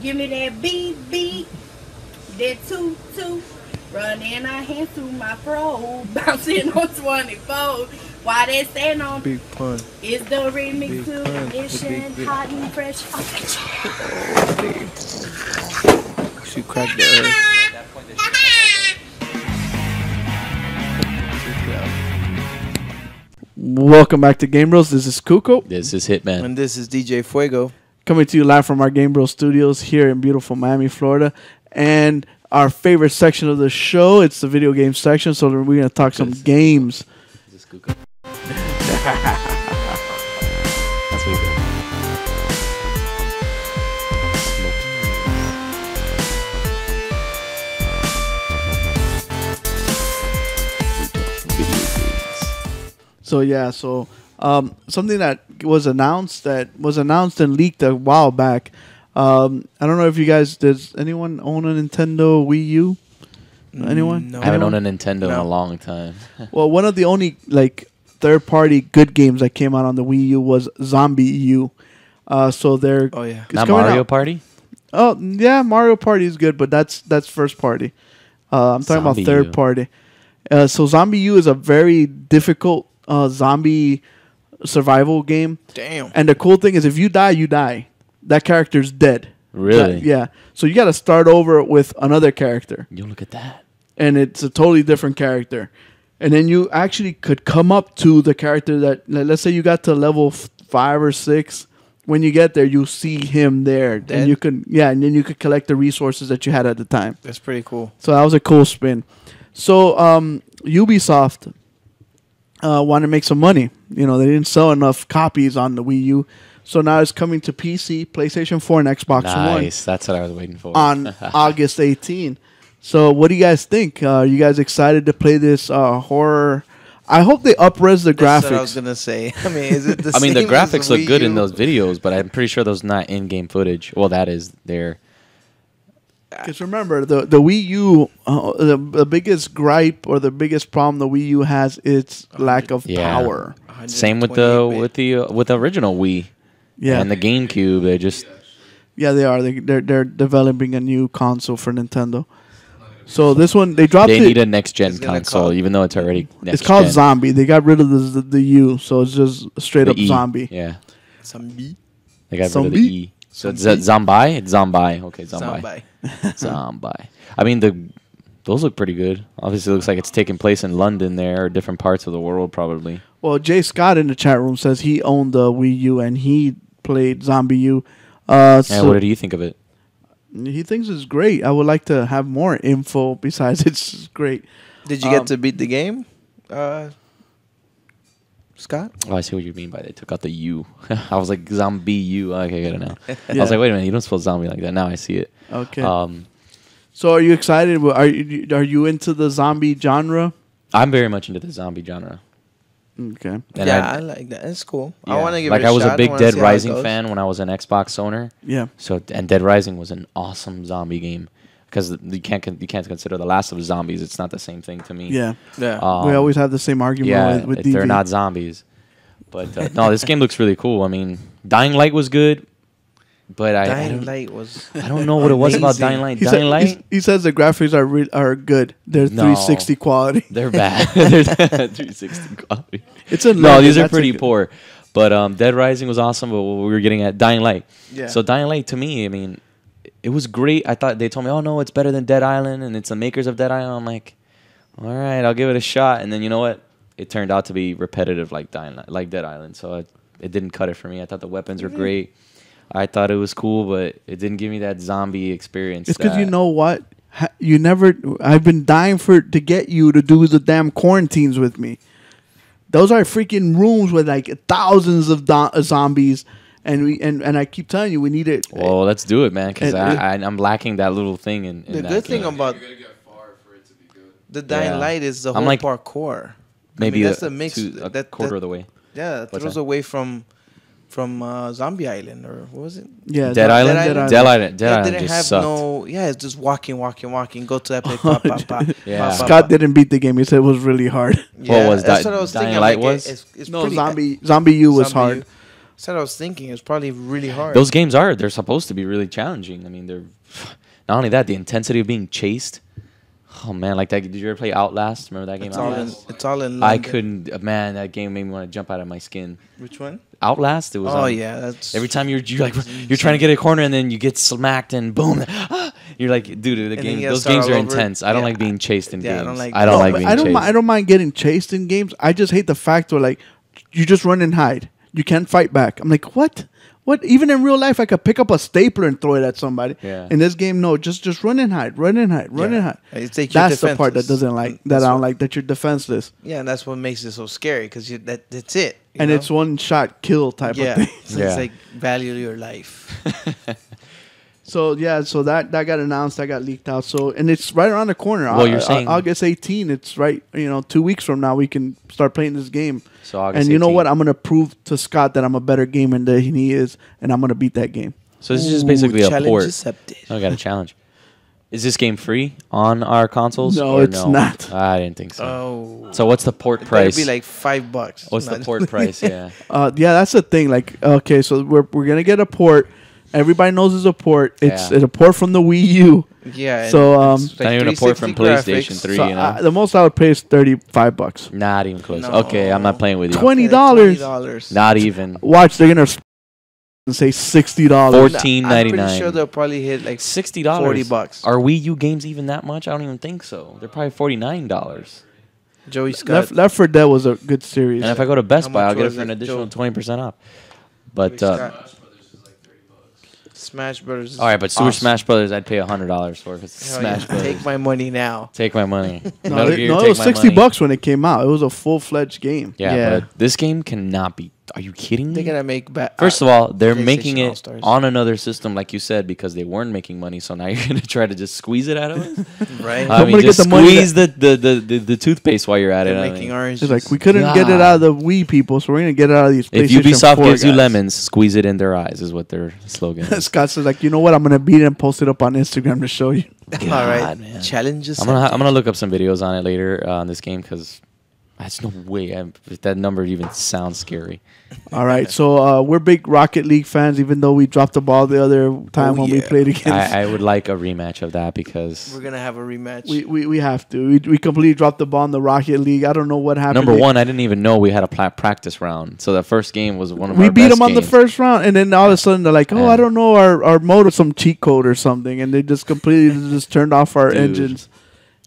S14: Give me that beep beep, that toot toot, running our hands through my fro, bouncing on 24. Why they stand on
S3: Big pun.
S14: is the remix
S3: Big
S14: to
S3: pun, the
S14: ignition,
S3: big bit.
S14: hot and fresh.
S3: She cracked the earth.
S2: Welcome back to Game Bros. This is Kuko.
S1: This is Hitman.
S3: And this is DJ Fuego.
S2: Coming to you live from our Game Bros studios here in beautiful Miami, Florida. And our favorite section of the show, it's the video game section. So we're going to talk some games.
S1: That's what
S2: So yeah, so um, something that was announced that was announced and leaked a while back. Um, I don't know if you guys does anyone own a Nintendo Wii U? Anyone?
S1: I haven't owned
S2: Anyone?
S1: a Nintendo in a long time.
S2: Well, one of the only like third party good games that came out on the Wii U was Zombie EU. Uh, so they're oh yeah,
S1: Not Mario Party.
S2: Oh yeah, Mario Party is good, but that's that's first party. Uh, I'm talking
S1: Zombie
S2: about third
S1: U.
S2: party. Uh, so Zombie U is a very difficult uh, zombie survival game.
S3: Damn.
S2: And the cool thing is, if you die, you die. That character's dead.
S1: Really?
S2: That- yeah. So you got to start over with another character.
S1: You look at that.
S2: And it's a totally different character. And then you actually could come up to the character that, let- let's say you got to level f- five or six. When you get there, you see him there,
S3: Dead?
S2: and you can yeah, and then you could collect the resources that you had at the time.
S3: That's pretty cool.
S2: So that was a cool spin. So um, Ubisoft uh, wanted to make some money. You know, they didn't sell enough copies on the Wii U, so now it's coming to PC, PlayStation 4, and Xbox One
S1: Nice. That's what I was waiting for.
S2: on August 18. So, what do you guys think? Uh, are you guys excited to play this uh, horror I hope they upres the
S3: That's
S2: graphics.
S3: what I was gonna say. I mean, is it the
S1: I mean, the
S3: same as
S1: graphics look
S3: Wii
S1: good in
S3: U?
S1: those videos, but I'm pretty sure those not in-game footage. Well, that is there.
S2: Because remember, the the Wii U, uh, the, the biggest gripe or the biggest problem the Wii U has its lack of
S1: Yeah.
S2: power.
S1: Same with the with the uh, with the original Wii.
S2: Yeah.
S1: And the GameCube, they just
S2: Yeah, they are. They, they're they're developing a new console for Nintendo. So this one they dropped
S1: they
S2: it.
S1: need a next gen console, even though it's already next
S2: it's called
S1: gen.
S2: Zombie. They got rid of the the, the U, so it's just straight
S1: The
S2: up
S1: E,
S2: Zombie.
S1: Yeah,
S3: Zombie.
S1: they got rid of the
S2: Zombie?
S1: E. So it's that Zombie? It's Zombie. Okay, Zombie. Zombie. I mean the those look pretty good. Obviously, it looks like it's taking place in London there or different parts of the world probably.
S2: Well, Jay Scott in the chat room says he owned the Wii U and he played Zombie U. Uh,
S1: Yeah,
S2: so-
S1: what did you think of it?
S2: He thinks it's great. I would like to have more info besides it's great.
S3: Did you get
S2: Um,
S3: to beat the game, uh, Scott?
S1: Oh, I see what you mean by they took out the U. I was like zombie U. Okay, I get it now. I
S2: Yeah.
S1: was like, wait a minute, you don't spell zombie like that. Now I see it.
S2: Okay.
S1: Um,
S2: So are you excited? Wh- Are you are you into the zombie genre?
S1: I'm very much into the zombie genre.
S2: Okay.
S1: And
S3: yeah,
S1: I-
S3: I, like that. It's cool. I
S1: Yeah.
S3: want to give
S1: like
S3: it a
S1: I was
S3: shot.
S1: a big
S3: wanna
S1: Dead
S3: see how it
S1: Rising
S3: goes.
S1: fan when I was an Xbox owner.
S2: Yeah.
S1: So and Dead Rising was an awesome zombie game because you can't con- you can't consider The Last of Us Zombies. It's not the same thing to me.
S2: Yeah.
S3: Yeah.
S1: Uh,
S2: We always have the same argument
S1: Um, Yeah,
S2: with- with
S1: if they're
S2: DV.
S1: not zombies. But uh, no, this game looks really cool. I mean, Dying Light was good, but I, I
S3: Dying
S1: don't-
S3: Light was.
S1: I don't know what it was about
S3: amazing.
S1: Dying Light.
S2: He,
S1: Dying
S2: said,
S1: Light.
S2: he's- he says the graphics are re- are good. They're
S1: No.
S2: 360 quality.
S1: They're bad. They're 360 copy.
S2: It's a
S1: no. These
S2: London,
S1: are
S2: that's a
S1: pretty
S2: good-
S1: poor. But um, Dead Rising was awesome. But what we were getting at Dying Light.
S2: Yeah.
S1: So Dying Light to me, I mean, it was great. I thought they told me, oh no, it's better than Dead Island, and it's the makers of Dead Island. I'm like, all right, I'll give it a shot. And then you know what? It turned out to be repetitive, like Dying Light, like Dead Island. So it, it didn't cut it for me. I thought the weapons were
S2: Mhm.
S3: Mm-hmm.
S1: great. I thought it was cool, but it didn't give me that zombie experience.
S2: It's because you
S1: that-
S2: know what? Ha- You never. I've been dying for to get you to do the damn quarantines with me. Those are freaking rooms with like thousands of do- uh, zombies, and we and, and I keep telling you we need it.
S1: Well, let's do it, man, because
S2: And
S1: I,
S2: it-
S1: I, I'm lacking that little thing in, in
S3: The
S1: that
S3: good
S1: game.
S3: thing about the Dying
S1: Yeah.
S3: Light is the
S1: I'm
S3: whole
S1: like
S3: parkour. I
S1: maybe
S3: mean, that's
S1: a-
S3: the mix.
S1: two- a
S3: that,
S1: quarter
S3: that-
S1: of the way.
S3: Yeah, that
S1: What's
S3: throws
S1: that?
S3: away from from uh, Zombie Island or what was it?
S2: Yeah,
S1: Dead Island? Dead Island- Dead
S3: That
S1: Island
S3: didn't
S1: just
S3: have
S1: sucked. Oh,
S3: no. Yeah, it's just walking, walking, walking. Go to that place. pop, pop, pop,
S1: Yeah.
S3: pop, pop,
S2: Scott
S3: pop.
S2: didn't beat the game. He said it was really hard.
S1: What was
S3: that's
S1: that?
S3: what I was
S1: Dying
S3: thinking. I'm
S1: Light
S3: like, it-
S1: was?
S3: It's, it's
S2: No,
S3: pretty-
S2: zombie zombie U was
S3: Zombie
S2: hard.
S3: U. That's what I was thinking. It's probably really hard.
S1: Those games are they're supposed to be really challenging. I mean, they're not only that the intensity of being chased. Oh man, like that. Did you ever play Outlast? Remember that game?
S3: It's all in-
S1: Outlast?
S3: it's all in
S1: I
S3: London.
S1: couldn't. uh, Man, that game made me want to jump out of my skin.
S3: Which one?
S1: Outlast. It was.
S3: Oh,
S1: on-
S3: yeah, that's-
S1: Every time you're you like you're trying to get a corner and then you get smacked and boom, you're like, dude, the
S3: then
S1: game.
S3: you gotta
S1: Those
S3: start
S1: games
S3: all
S1: are
S3: over.
S1: intense. I don't
S3: Yeah,
S1: like being chased in
S3: yeah, I
S1: games.
S3: don't like-
S1: I don't
S2: No,
S1: like
S2: but
S1: being
S2: I don't.
S1: chased.
S2: mi- I don't mind getting chased in games. I just hate the fact where like you just run and hide. You can't fight back. I'm like, what? What? Even in real life, I could pick up a stapler and throw it at somebody.
S3: Yeah.
S2: In this game, no. Just just run and hide. Run and hide. Run
S3: Yeah.
S2: and hide.
S3: You take your
S2: that's the part that
S3: defenses.
S2: doesn't like that
S3: That's
S2: I don't
S3: what-
S2: like that you're defenseless
S3: Yeah, and that's what makes it so scary because that that's it. you
S2: and
S3: know?
S2: it's one shot kill type
S3: yeah.
S2: of thing.
S3: So It's like value your life.
S2: So yeah, so that that got announced, that got leaked out. So and it's right around the corner.
S1: Well,
S2: Au-
S1: you're
S2: au-
S1: saying-
S2: August 18. It's right, you know, two weeks from now we can start playing this game.
S1: So August
S2: and you know
S1: 18.
S2: what? I'm gonna prove to Scott that I'm a better gamer than he is, and I'm gonna beat that game.
S1: So this is just basically a port. Oh, I got a challenge. Is this game free on our consoles?
S2: No,
S1: or
S2: it's not.
S1: I didn't think so.
S3: Oh.
S1: So what's the port
S3: It'd
S1: price?
S3: be like five bucks.
S1: What's the port price? Yeah.
S2: Uh, yeah, that's the thing. Like, okay, so we're we're gonna get a port. Everybody knows it's a port. It's,
S1: Yeah.
S2: it's a port from the Wii U.
S3: Yeah,
S2: So um,
S1: it's like Not even a port from 360 PlayStation graphics. 3,
S2: So,
S1: you know?
S2: uh, the most I would pay is thirty five bucks.
S1: Not even close. Okay, I'm not playing with you.
S2: Twenty dollars.
S1: Not even.
S2: Watch, they're gonna s- and say sixty dollars.
S1: Fourteen
S3: I'm
S1: ninety
S3: pretty sure
S1: nine.
S3: they'll probably hit like
S1: Sixty dollars.
S3: forty bucks.
S1: Are Wii U games even that much? I don't even think so. They're probably forty nine dollars.
S3: Joey Scott.
S2: Left, Left 4 Dead was a good series.
S1: And if I go to
S3: How
S1: Best Buy,
S3: much
S1: I'll get it
S3: was
S1: for an
S3: it,
S1: additional
S3: Joe?
S1: twenty percent off. But uh,
S3: Smash Brothers. is
S1: all right, but Super
S3: awesome.
S1: Smash Brothers, I'd pay hundred dollars for because
S3: Hell
S1: Smash
S3: yeah.
S1: Brothers.
S3: Take my money now.
S1: Take my money.
S2: no,
S1: Metal
S2: it,
S1: Gear,
S2: no, it
S1: take
S2: was
S1: my
S2: sixty
S1: money.
S2: bucks when it came out. It was a full fledged game.
S1: Yeah, but this game cannot be Are you kidding me?
S3: They're gonna make ba-
S1: First of
S3: uh,
S1: all, they're
S3: PlayStation
S1: making it
S3: All-Stars.
S1: on another system, like you said, because they weren't making money. So now you're gonna try to just squeeze it out of us.
S3: uh, Right.
S1: I mean,
S2: Somebody get
S1: just
S2: the money
S1: squeeze the, the, the, the, the toothpaste while you're at it. I mean.
S2: It's like we couldn't get it out of the Wii people, so we're gonna get it out of these.
S1: If
S2: PlayStation
S1: Ubisoft
S2: 4
S1: gives you
S2: guys.
S1: lemons, squeeze it in their eyes is what their slogan is.
S2: Scott says like, you know what? I'm gonna beat it and post it up on Instagram to show you.
S3: all right, challenges.
S1: I'm gonna I'm gonna look up some videos on it later uh, on this game because that's no way I'm, that number even sounds scary.
S2: All right, so uh, we're big Rocket League fans, even though we dropped the ball the other time
S3: Oh,
S2: when we played against.
S1: I, I would like a rematch of that because
S3: We're gonna have a rematch.
S2: we, we, we have to. We, we completely dropped the ball in the Rocket League. I don't know what happened.
S1: number
S2: They-
S1: one, I didn't even know we had a pla- practice round. So the first game was one of
S2: we
S1: our
S2: beat
S1: best
S2: them on the
S1: games.
S2: first round, and then all of a sudden they're like, "Oh, I don't know, our our motor some cheat code or something," and they just completely just turned off our
S1: Dude.
S2: engines,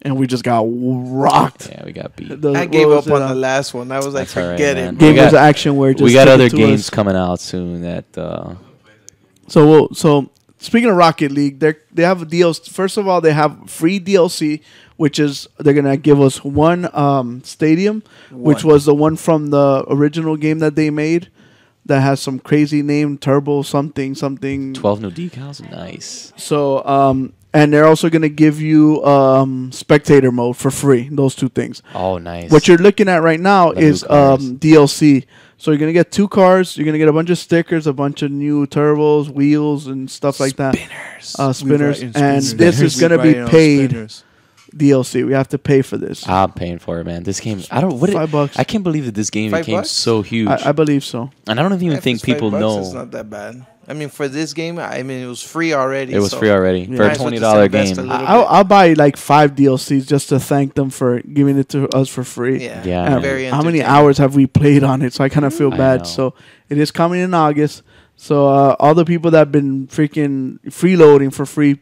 S2: and we just got rocked.
S1: Yeah, we got beat.
S2: The-
S3: I gave
S2: what was
S3: up
S2: it,
S3: on
S2: uh,
S3: the last one. I was like,
S1: All right,
S3: forget
S1: man.
S3: it.
S1: We
S2: Gamers Action where it
S1: we
S2: just
S1: got
S2: took it
S1: other
S2: to
S1: games
S2: us.
S1: coming out soon that uh,
S2: So well, so speaking of Rocket League, they they have a DLC. First of all, they have free DLC, which is they're gonna give us one um, stadium, which
S3: One.
S2: was the one from the original game that they made, that has some crazy name, Turbo something something.
S1: 12 new decals. Nice.
S2: So um, and they're also gonna give you um, spectator mode for free. Those two things.
S1: Oh, nice.
S2: What you're looking at right now
S1: The new
S2: is um, DLC. So you're gonna get two cars. You're gonna get a bunch of stickers, a bunch of new turbos, wheels, and stuff like that. Spinners, uh, spinners,
S3: riding
S2: and
S3: spinners.
S2: this is
S3: We
S2: gonna be
S3: riding on
S2: paid
S3: spinners.
S2: DLC. We have to pay for this.
S1: I'm paying for it, man. This game, I don't. What
S2: Five
S1: it,
S2: bucks.
S1: I can't believe that this game
S3: Five
S1: became
S3: bucks?
S1: so huge.
S2: I, I believe so.
S1: and I don't even
S3: If
S1: think
S3: it's five
S1: people
S3: bucks,
S1: know.
S3: It's not that bad. I mean, for this game, I mean, it was free already.
S1: It was
S3: so
S1: free already.
S3: you
S1: For a
S3: might as well just
S1: $20
S3: invest a
S1: game.
S3: little
S2: I'll, I'll buy like five DLCs just to thank them for giving it to us for free.
S3: Yeah.
S1: Yeah,
S2: And
S1: man.
S3: Very
S2: how many
S3: entertaining.
S2: hours have we played on it? So I kind of feel
S1: I know.
S2: bad. So it is coming in August. So uh, all the people that have been freaking freeloading for free,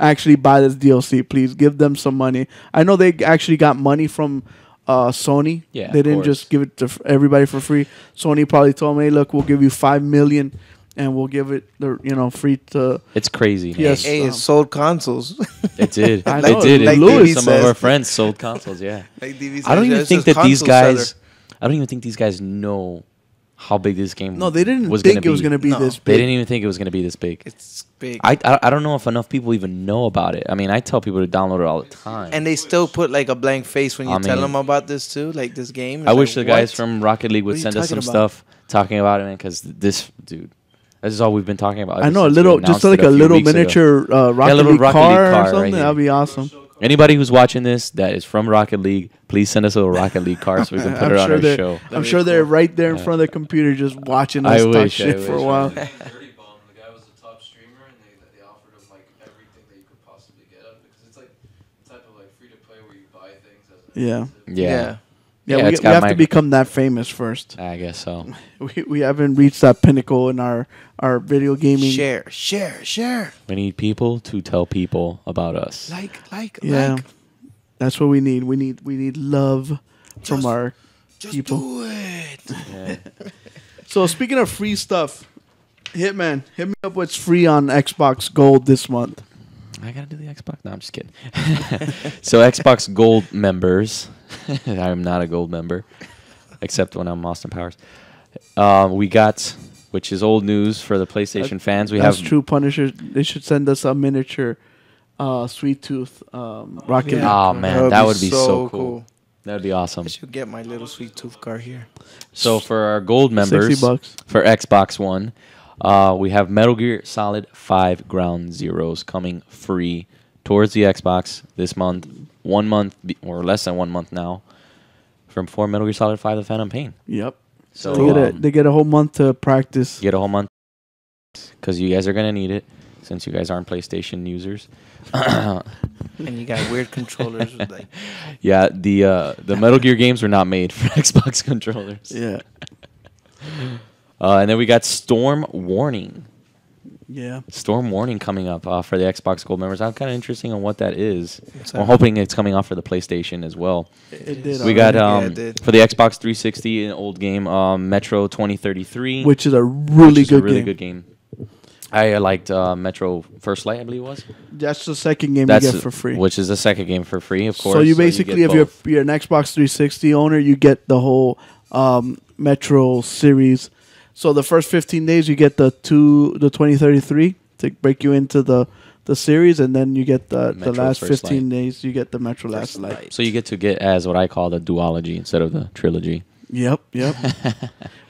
S2: actually buy this DLC. Please give them some money. I know they actually got money from uh, Sony.
S1: Yeah,
S2: they
S1: of
S2: didn't just give it to f- everybody for free. Sony probably told them, "Hey, look, we'll give you five million, and we'll give it the you know free to."
S1: It's crazy. Man.
S2: Yes.
S3: Hey, it sold consoles.
S1: It did.
S2: I
S1: it
S2: know,
S1: did.
S2: like
S1: it
S2: Louis
S1: did. Some
S2: says.
S1: of our friends sold consoles. Yeah.
S3: Like DV
S1: I don't
S3: says, yeah,
S1: even
S3: it's
S1: think
S3: just
S1: that these
S3: console seller.
S1: guys. I don't even think these guys know how big this game.
S2: No, they didn't
S1: was
S2: think
S1: gonna
S2: it was
S1: be.
S2: going to be
S3: No.
S2: this
S1: They
S2: big.
S1: didn't even think it was going to be this big.
S3: It's big.
S1: I, I I don't know if enough people even know about it. I mean, I tell people to download it all the time.
S3: and they still put like a blank face when you
S1: I
S3: tell
S1: mean-
S3: them about this too, like this game.
S1: I wish the guys
S3: from.
S1: from Rocket League
S3: What are
S1: would
S3: you
S1: send us some
S3: talking about?
S1: stuff talking about it, man. Because this dude, this is all we've been talking about.
S2: I
S1: ever
S2: know a
S1: since we
S2: little, just
S1: announced
S2: like
S1: it
S2: a
S1: few
S2: little
S1: weeks ago.
S2: miniature
S1: Yeah,
S2: uh,
S1: a
S2: Rocket,
S1: little
S2: League,
S1: Rocket
S2: car
S1: League
S2: or
S1: car right
S2: something.
S1: here.
S2: That'd be awesome.
S1: Anybody who's watching this that is from Rocket League, please send us a little Rocket League card so we can put
S2: I'm
S1: it on
S2: sure
S1: our
S2: they're,
S1: show.
S2: I'm sure they're right there in front of the computer, just watching
S1: I
S2: us talk
S1: wish, I
S2: shit for a
S1: wish.
S2: while.
S4: Dirty Bomb, the guy was a top streamer, and they they offered him like everything that you could possibly get out of it because it's like the type of like free to play where you buy things as an
S2: Yeah,
S1: Yeah.
S3: Yeah.
S2: yeah.
S1: Yeah,
S2: we,
S1: it's
S2: we
S1: got
S2: have
S1: my-
S2: to become that famous first.
S1: I guess so.
S2: We, we haven't reached that pinnacle in our our video gaming.
S3: Share, share, share.
S1: We need people to tell people about us.
S3: Like, like,
S2: Yeah,
S3: like.
S2: that's what we need. We need we need love from
S3: Just-
S2: our
S3: Just
S2: people.
S3: do it.
S2: So speaking of free stuff, Hitman, hit me up what's free on Xbox Gold this month.
S1: I gotta do the Xbox. No, I'm just kidding. so Xbox Gold members, I'm not a Gold member, except when I'm Austin Powers. Um, we got, which is old news for the PlayStation fans. We
S2: That's
S1: have
S2: true. Punisher. They should send us a miniature, uh, Sweet Tooth, um, Rocket. League.
S1: Oh man,
S3: That would
S1: that,
S3: be
S1: would be so,
S3: so
S1: cool.
S3: cool.
S1: That'd be awesome.
S3: I should get my little sweet tooth car here.
S1: So for our gold Ah,
S2: 60
S1: members,
S2: bucks.
S1: for Xbox One, uh, we have Metal Gear Solid Five Ground Zeroes coming free towards the Xbox this month. One month be- or less than one month now from four Metal Gear Solid Five: The Phantom Pain.
S2: Yep.
S1: So
S2: they, get a,
S1: um,
S2: they get a whole month to practice.
S1: get a whole month because you guys are gonna need it since you guys aren't PlayStation users.
S3: And you got weird controllers. With, like,
S1: yeah, the uh, the Metal Gear games were not made for Xbox controllers.
S2: Yeah.
S1: Uh, and then we got Storm Warning.
S2: Yeah.
S1: Storm Warning coming up uh, for the Xbox Gold members. I'm kind of interesting on what that is.
S3: What's
S1: I'm
S3: that?
S1: hoping it's coming off for the PlayStation as well.
S2: It did.
S1: we got
S3: Yeah, it
S1: um,
S3: did.
S1: for the Xbox 360 an old game, um, Metro 2033,
S2: which is a really
S1: which is
S2: good
S1: a really
S2: game.
S1: good game. I uh, liked uh, Metro First Light, I believe it was.
S2: That's the second game you get for free.
S1: which is the second game for free, of course.
S2: so you
S1: get
S2: basically, if
S1: both.
S2: you're you're an Xbox 360 owner, you get the whole um, Metro series. So the first 15 days you get the two the 2033 to break you into the the series, and then you get the, the
S1: Metro
S2: last
S1: First
S2: 15 days you get the Metro Last Light.
S1: So you get to get as what I call the duology instead of the trilogy.
S2: Yep, yep.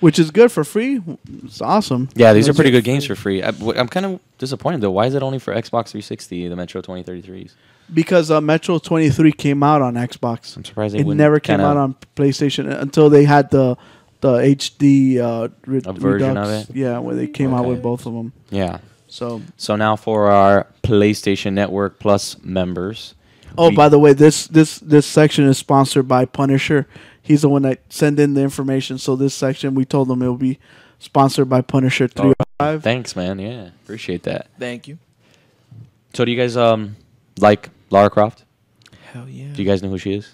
S2: Which is good for free. It's awesome.
S1: Yeah, these are
S2: That's
S1: pretty
S2: it.
S1: good games for free. I, am kind of disappointed though. Why is it only for Xbox 360, the Metro 2033s?
S2: Because uh, Metro 23 came out on Xbox. I'm
S1: surprised they
S2: it
S1: wouldn't
S2: never came
S1: kinda-
S2: out on PlayStation uh, until they had the the HD uh, re-
S1: A version of
S2: Redux.
S1: it?
S2: Yeah, where they came out
S1: Okay.
S2: with both of them.
S1: Yeah.
S2: So
S1: So now for our PlayStation Network Plus members.
S2: Oh,
S1: we-
S2: by the way, this this this section is sponsored by Punisher. He's the one that sent in the information. So this section, we told him it will be sponsored by Punisher
S1: Oh,
S2: Three. oh
S1: Thanks, man. Yeah, appreciate that.
S3: Thank you.
S1: So do you guys um like Lara Croft?
S3: Hell yeah.
S1: Do you guys know who she is?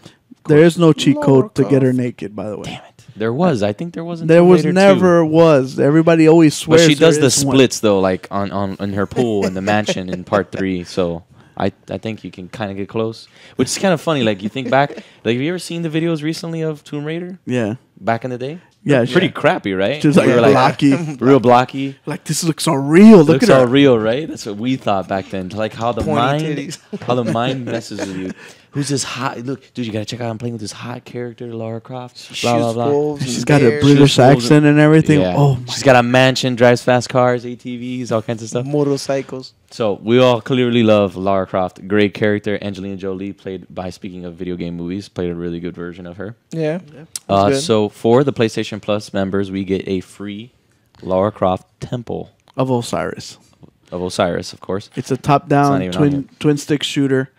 S2: There is no cheat
S1: Lara
S2: code to get her naked. By the way, damn it,
S1: There was. I think there was.
S2: there
S1: until
S2: was
S1: later, too.
S2: never was. Everybody always
S1: But
S2: swears.
S1: she does
S2: there
S1: the
S2: is one.
S1: splits though, like on, on in her pool in the mansion in part three. So I I think you can kind of get close, which is kind of funny. Like you think back, like have you ever seen the videos recently of Tomb Raider?
S2: Yeah.
S1: Back in the day.
S2: Yeah,
S1: Pretty
S2: yeah.
S1: crappy, right?
S2: Just, like,
S1: were,
S2: blocky.
S1: real blocky.
S2: Like this looks unreal. Look
S1: looks
S2: at her.
S1: all real, right? That's what we thought back then. Like how the
S2: Pointy
S1: mind,
S2: titties.
S1: how the mind messes with you. Who's this hot? Look, dude, you gotta check out. I'm playing with this hot character, Lara Croft. Blah, blah,
S2: shoots
S1: blah.
S2: wolves She's and got a bears. British
S1: Shoots wolves
S2: accent and everything. Oh my
S1: she's got a mansion, drives fast cars, ATVs, all kinds of stuff.
S3: Motorcycles.
S1: So we all clearly love Lara Croft. Great character. Angelina Jolie played by speaking of video game movies, played a really good version of her.
S3: Yeah. Yeah.
S1: Uh,
S3: That's good.
S1: so for the PlayStation Plus members, we get a free Lara Croft temple
S2: of Osiris.
S1: Of Osiris, of course.
S2: It's a top-down twin twin stick shooter,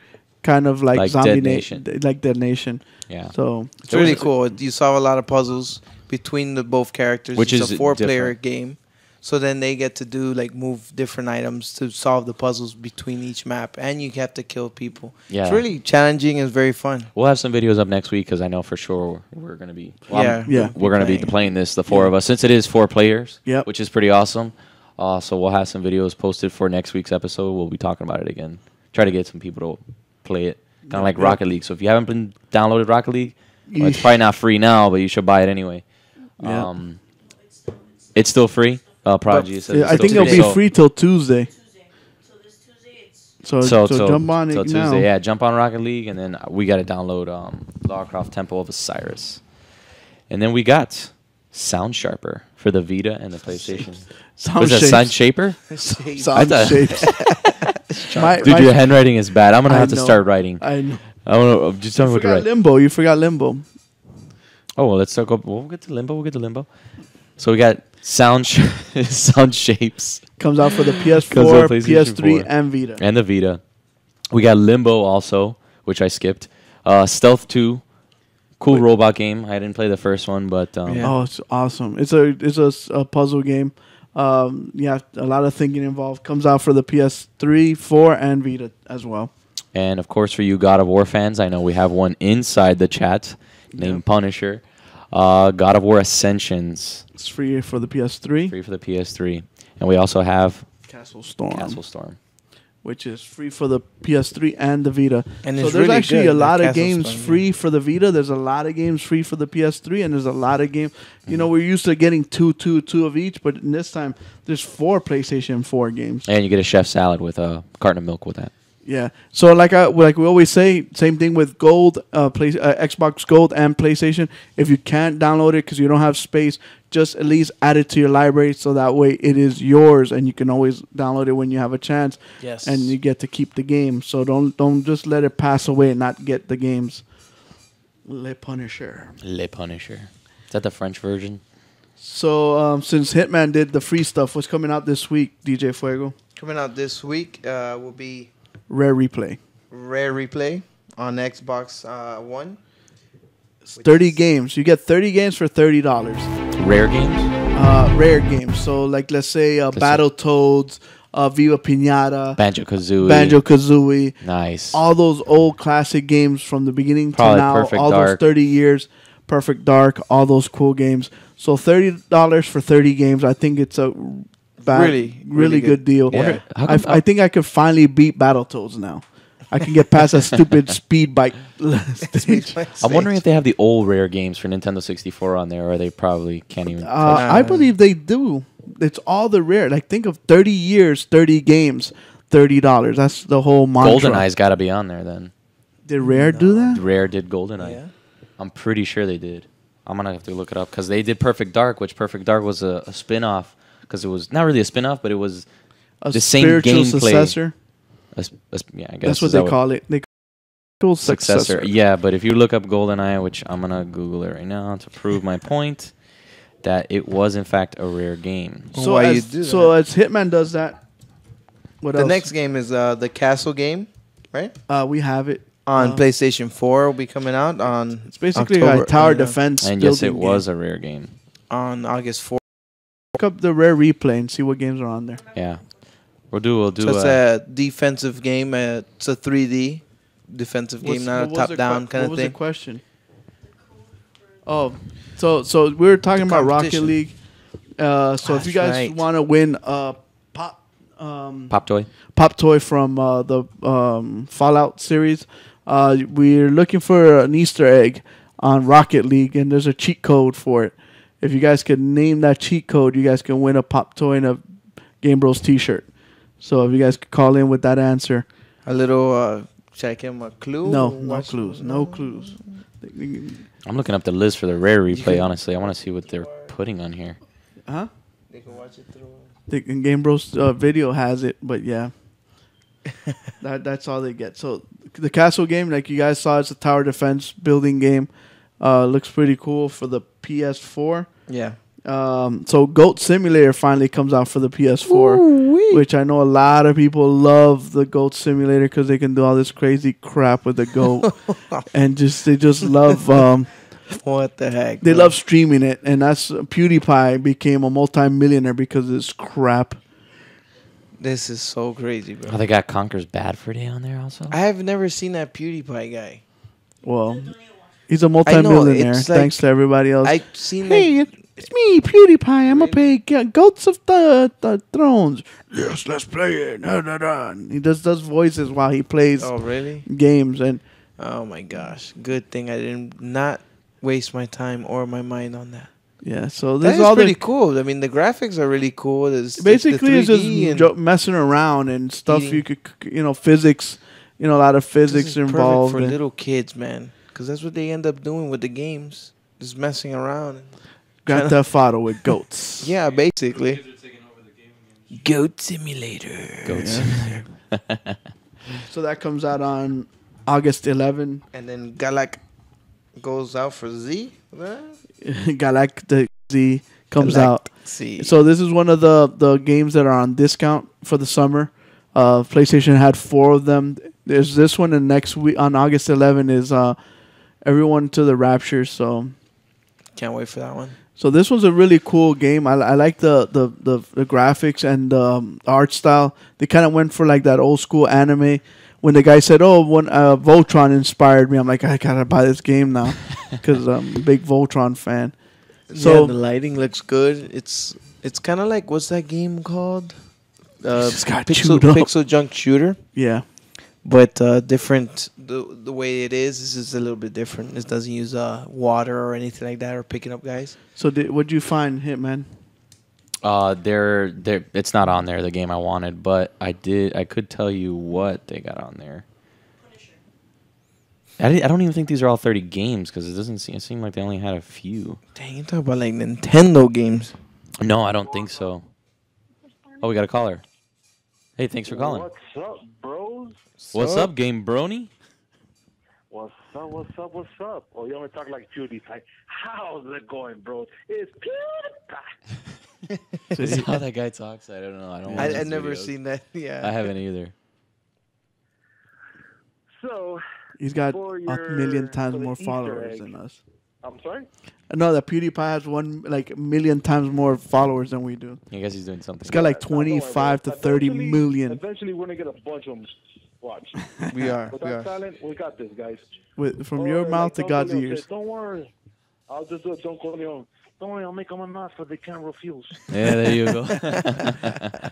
S2: kind of like,
S1: Like
S2: zombie
S1: Dead
S2: nation,
S1: Nation.
S2: like Dead Nation.
S1: Yeah.
S2: So
S3: It's really cool. You solve a lot of puzzles between the both characters.
S1: Which
S3: it's
S1: is
S3: a four-player
S1: different.
S3: game. So then they get to do like move different items to solve the puzzles between each map, and you have to kill people.
S1: Yeah.
S3: It's really challenging and very fun.
S1: We'll have some videos up next week because I know for sure we're going to be.
S3: Yeah.
S1: I'm-
S3: Yeah.
S1: We're going to be playing this, the four of us, since it is four players,
S2: Yep.
S1: which is pretty awesome. Uh, so we'll have some videos posted for next week's episode. We'll be talking about it again. Try to get some people to play it, kind of like
S2: Yeah.
S1: Rocket League. So if you haven't been downloaded Rocket League, well, it's
S2: Yeesh.
S1: probably not free now, but you should buy it anyway.
S2: Yeah.
S1: Um, it's still free. Uh, Prodigy says
S2: Yeah,
S1: it's
S2: I
S1: still
S2: think it'll
S1: free.
S2: be
S1: So-
S2: free till Tuesday. So, so, jump on
S1: so
S2: it now.
S1: Tuesday, yeah, jump on Rocket League, and then we got to download um, Lara Croft Temple of Osiris, and then we got Sound Sharper for the Vita and the PlayStation.
S2: Sound
S1: Was it
S2: Shapes.
S1: Sound Shaper?
S2: Shapes.
S1: I
S2: Sound
S1: thought-
S2: Shapes. My-
S1: Dude,
S2: my-
S1: your handwriting is bad. I'm gonna
S2: I
S1: have to
S2: know.
S1: start writing.
S2: I know.
S1: I wanna, just tell me
S2: You
S1: what to
S2: forgot
S1: write.
S2: Limbo. You forgot Limbo.
S1: Oh well, let's talk. Up. We'll get to limbo. We'll get to limbo. So we got sound sh- sound shapes.
S2: Comes out for the PS4,
S1: Comes out PlayStation
S2: PS3,
S1: 4.
S2: and Vita.
S1: And the Vita. We got limbo also, which I skipped. Uh, Stealth two, cool robot game. I didn't play the first one, but um,
S2: Oh, it's awesome. It's a it's a, s- a puzzle game. Um, you have a lot of thinking involved. Comes out for the PS3, 4, and Vita as well.
S1: And of course, for you God of War fans, I know we have one inside the chat named Punisher. Uh, God of War Ascensions.
S2: It's free for the PS3.
S1: Free for the PS3. And we also have
S2: Castle Storm.
S1: Castle Storm.
S2: Which is free for the PS3 and the Vita.
S3: And
S2: so
S3: it's
S2: there's
S3: really
S2: actually
S3: good,
S2: a
S3: the
S2: lot of
S3: Castle
S2: games
S3: Storm, yeah.
S2: free for the Vita. There's a lot of games free for the PS3, and there's a lot of games. You
S3: Mm-hmm.
S2: know, we're used to getting two, two, two of each, but in this time there's four PlayStation 4 games.
S1: And you get a chef salad with a carton of milk with that.
S2: Yeah. So like I like we always say, same thing with Gold, uh, play, uh, Xbox Gold, and PlayStation. If you can't download it because you don't have space, just at least add it to your library so that way it is yours and you can always download it when you have a chance.
S3: Yes.
S2: And you get to keep the game. So don't don't just let it pass away and not get the games. Le Punisher.
S1: Le Punisher. Is that the French version?
S2: So um, since Hitman did the free stuff, what's coming out this week, DJ Fuego?
S3: Coming out this week uh, will be
S2: Rare replay.
S3: Rare Replay on Xbox uh, One.
S2: Thirty games. You get thirty games for thirty dollars.
S1: Rare games?
S2: uh, rare games. So like let's say uh,
S1: Let's see.
S2: Battletoads, uh, Viva Pinata,
S1: Banjo Kazooie.
S2: Banjo Kazooie,
S1: Nice.
S2: all those old classic games from the beginning to
S1: Probably
S2: now,
S1: Perfect
S2: all
S1: Dark.
S2: those thirty years, Perfect Dark, all those cool games. So thirty dollars for thirty games, I think it's a bad,
S3: Really,
S2: really,
S3: really
S2: good,
S3: good.
S2: deal.
S3: Yeah. Wonder-
S1: how
S2: I,
S1: come-
S2: I think I could finally beat Battletoads now. I can get past a stupid speed bike stage.
S1: I'm wondering if they have the old rare games for Nintendo 64 on there, or they probably can't even.
S2: Uh, I believe they do. It's all the rare. Like think of thirty years, thirty games, thirty dollars. That's the whole mantra.
S1: GoldenEye's got to be on there then.
S2: Did Rare do that?
S1: Rare did GoldenEye. I'm pretty sure they did. I'm gonna have to look it up because they did Perfect Dark, which Perfect Dark was a, a spin off because it was not really a spin off, but it was
S2: A
S1: the same
S2: spiritual
S1: gameplay.
S2: successor?
S1: A s- a s- yeah, I guess
S2: That's what
S1: is that
S2: they call it. They call it
S1: successor.
S2: successor.
S1: Yeah, but if you look up GoldenEye, which I'm gonna Google it right now to prove my point, that it was in fact a rare game.
S2: So as, so as Hitman does that. What
S3: the
S2: else?
S3: next game is uh, the Castle game, right?
S2: Uh, we have it
S3: on
S2: uh,
S3: PlayStation 4. Will be coming out on. It's
S2: basically a tower defense
S1: and yes, it
S2: building
S1: was a rare game.
S3: on August 4th.
S2: Look up the Rare replay and see what games are on there.
S1: Yeah, we'll do. We'll do.
S3: So it's
S1: uh,
S3: a defensive game. Uh, it's a 3D defensive game, not a top down kind of
S2: What was the
S3: thing.
S2: question? Oh, so so we were talking
S3: The
S2: about Rocket
S3: competition.
S2: League. Uh, so if
S3: That's
S2: you guys
S3: right.
S2: want to win a pop um,
S1: Pop toy.
S2: pop toy from uh, the um, Fallout series, uh, we're looking for an Easter egg on Rocket League, and there's a cheat code for it. If you guys could name that cheat code, you guys can win a pop toy and a Game Bros T-shirt. So if you guys could call in with that answer,
S3: a little uh, check him a clue.
S2: No,
S3: or
S2: no
S3: watch-
S2: clues, no clues.
S1: I'm looking up the list for the rare replay. Honestly, I want to see what they're putting on here.
S2: Huh?
S3: They can watch it through.
S2: The Game Bros uh, video has it, but yeah, that that's all they get. So the castle game, like you guys saw, it's a tower defense building game. Uh, looks pretty cool for the PS4.
S3: Yeah.
S2: Um, so Goat Simulator finally comes out for the PS4, which I know a lot of people love the Goat Simulator because they can do all this crazy crap with the goat, and just they just love. Um,
S3: What the heck?
S2: they
S3: bro?
S2: love streaming it, and that's PewDiePie became a multimillionaire because of this crap.
S3: This is so crazy, bro.
S1: Oh, they got Conker's Bad for Day on there also.
S3: I have never seen that PewDiePie guy.
S2: Well, he's a
S3: I know,
S2: multimillionaire
S3: it's
S2: thanks to everybody else.
S3: I've seen
S2: hey,
S3: like-
S2: it's me, PewDiePie. I'm a big uh, goats of the, the thrones. Yes, let's play it. Da, da, da. And He just does voices while he plays
S3: Oh, really?
S2: games, and
S3: Oh my gosh! Good thing I didn't not waste my time or my mind on that.
S2: yeah, so
S3: That
S2: this
S3: is
S2: all
S3: pretty
S2: the
S3: cool. I mean, the graphics are really cool. There's the- the
S2: basically it's
S3: 3D
S2: just
S3: and
S2: jo- messing around and stuff.
S3: eating.
S2: You could, c- c- you know, physics. You know, a lot of
S3: this is
S2: physics
S3: perfect
S2: involved.
S3: for
S2: and-
S3: little kids, man, because that's what they end up doing with the games, just messing around. and
S2: Grand
S3: tryna-
S2: Theft Auto with goats.
S3: Yeah, basically. Goat Simulator.
S1: Goat
S2: Simulator. so that comes out on August 11.
S3: and then Galak goes out for Z. What?
S2: Galactic Z comes out.
S3: Galactic Z.
S2: So this is one of the the games that are on discount for the summer. Uh, PlayStation had four of them. There's this one, and next week on August 11 is uh, Everyone to the Rapture. So
S3: Can't wait for that one.
S2: So this one's a really cool game. I, I like the, the, the, the graphics and um, art style. They kind of went for like that old school anime. When the guy said, "Oh, when uh, Voltron inspired me," I'm like, "I gotta buy this game now," because I'm a big Voltron fan.
S3: So
S2: So
S3: the lighting looks good. It's it's kind of like what's that game called? Uh,
S2: Just got
S3: Pixel
S2: chewed up.
S3: Pixel Junk Shooter.
S2: yeah,
S3: but uh, different the the way it is is just a little bit different. It doesn't use uh, water or anything like that or picking up guys.
S2: so did, what'd you find, Hitman?
S1: Uh, they're, they're it's not on there the game I wanted, but I did I could tell you what they got on there. I, di- I don't even think these are all 30 games because it doesn't seem, it seemed like they only had a few.
S3: Dang, you talk about like Nintendo games.
S1: No, I don't think so. Oh, we got a caller. Hey, thanks for calling.
S15: What's up, bros?
S1: What's up, game brony?
S15: What's up? What's up? What's up? Oh, you want to talk like PewDiePie? How's it going, bros? It's PewDiePie.
S1: Is that how that guy talks? I don't know. I don't. watch
S3: I, I
S1: his
S3: never
S1: videos.
S3: seen that. Yeah,
S1: I haven't either.
S15: So
S2: He's got
S15: for
S2: a
S15: your-
S2: million times
S15: for the
S2: more
S15: Easter
S2: followers
S15: egg-
S2: than us.
S15: I'm sorry.
S2: No, that PewDiePie has one like million times more followers than we do.
S1: I guess he's doing something.
S2: It's got like 25 to 30 million
S15: Eventually, we're gonna get a bunch of them. Watch.
S2: We are,
S15: With
S2: we
S15: our
S2: are.
S15: talent, we got this, guys.
S2: with, from
S15: Oh,
S2: your
S15: like
S2: mouth to
S15: Don
S2: God's
S15: Corleone
S2: ears.
S15: said, Don't worry. I'll just do it. Don't call me on. Don't worry. I'll make them a mouth, but they can't refuse.
S1: Yeah, there you go.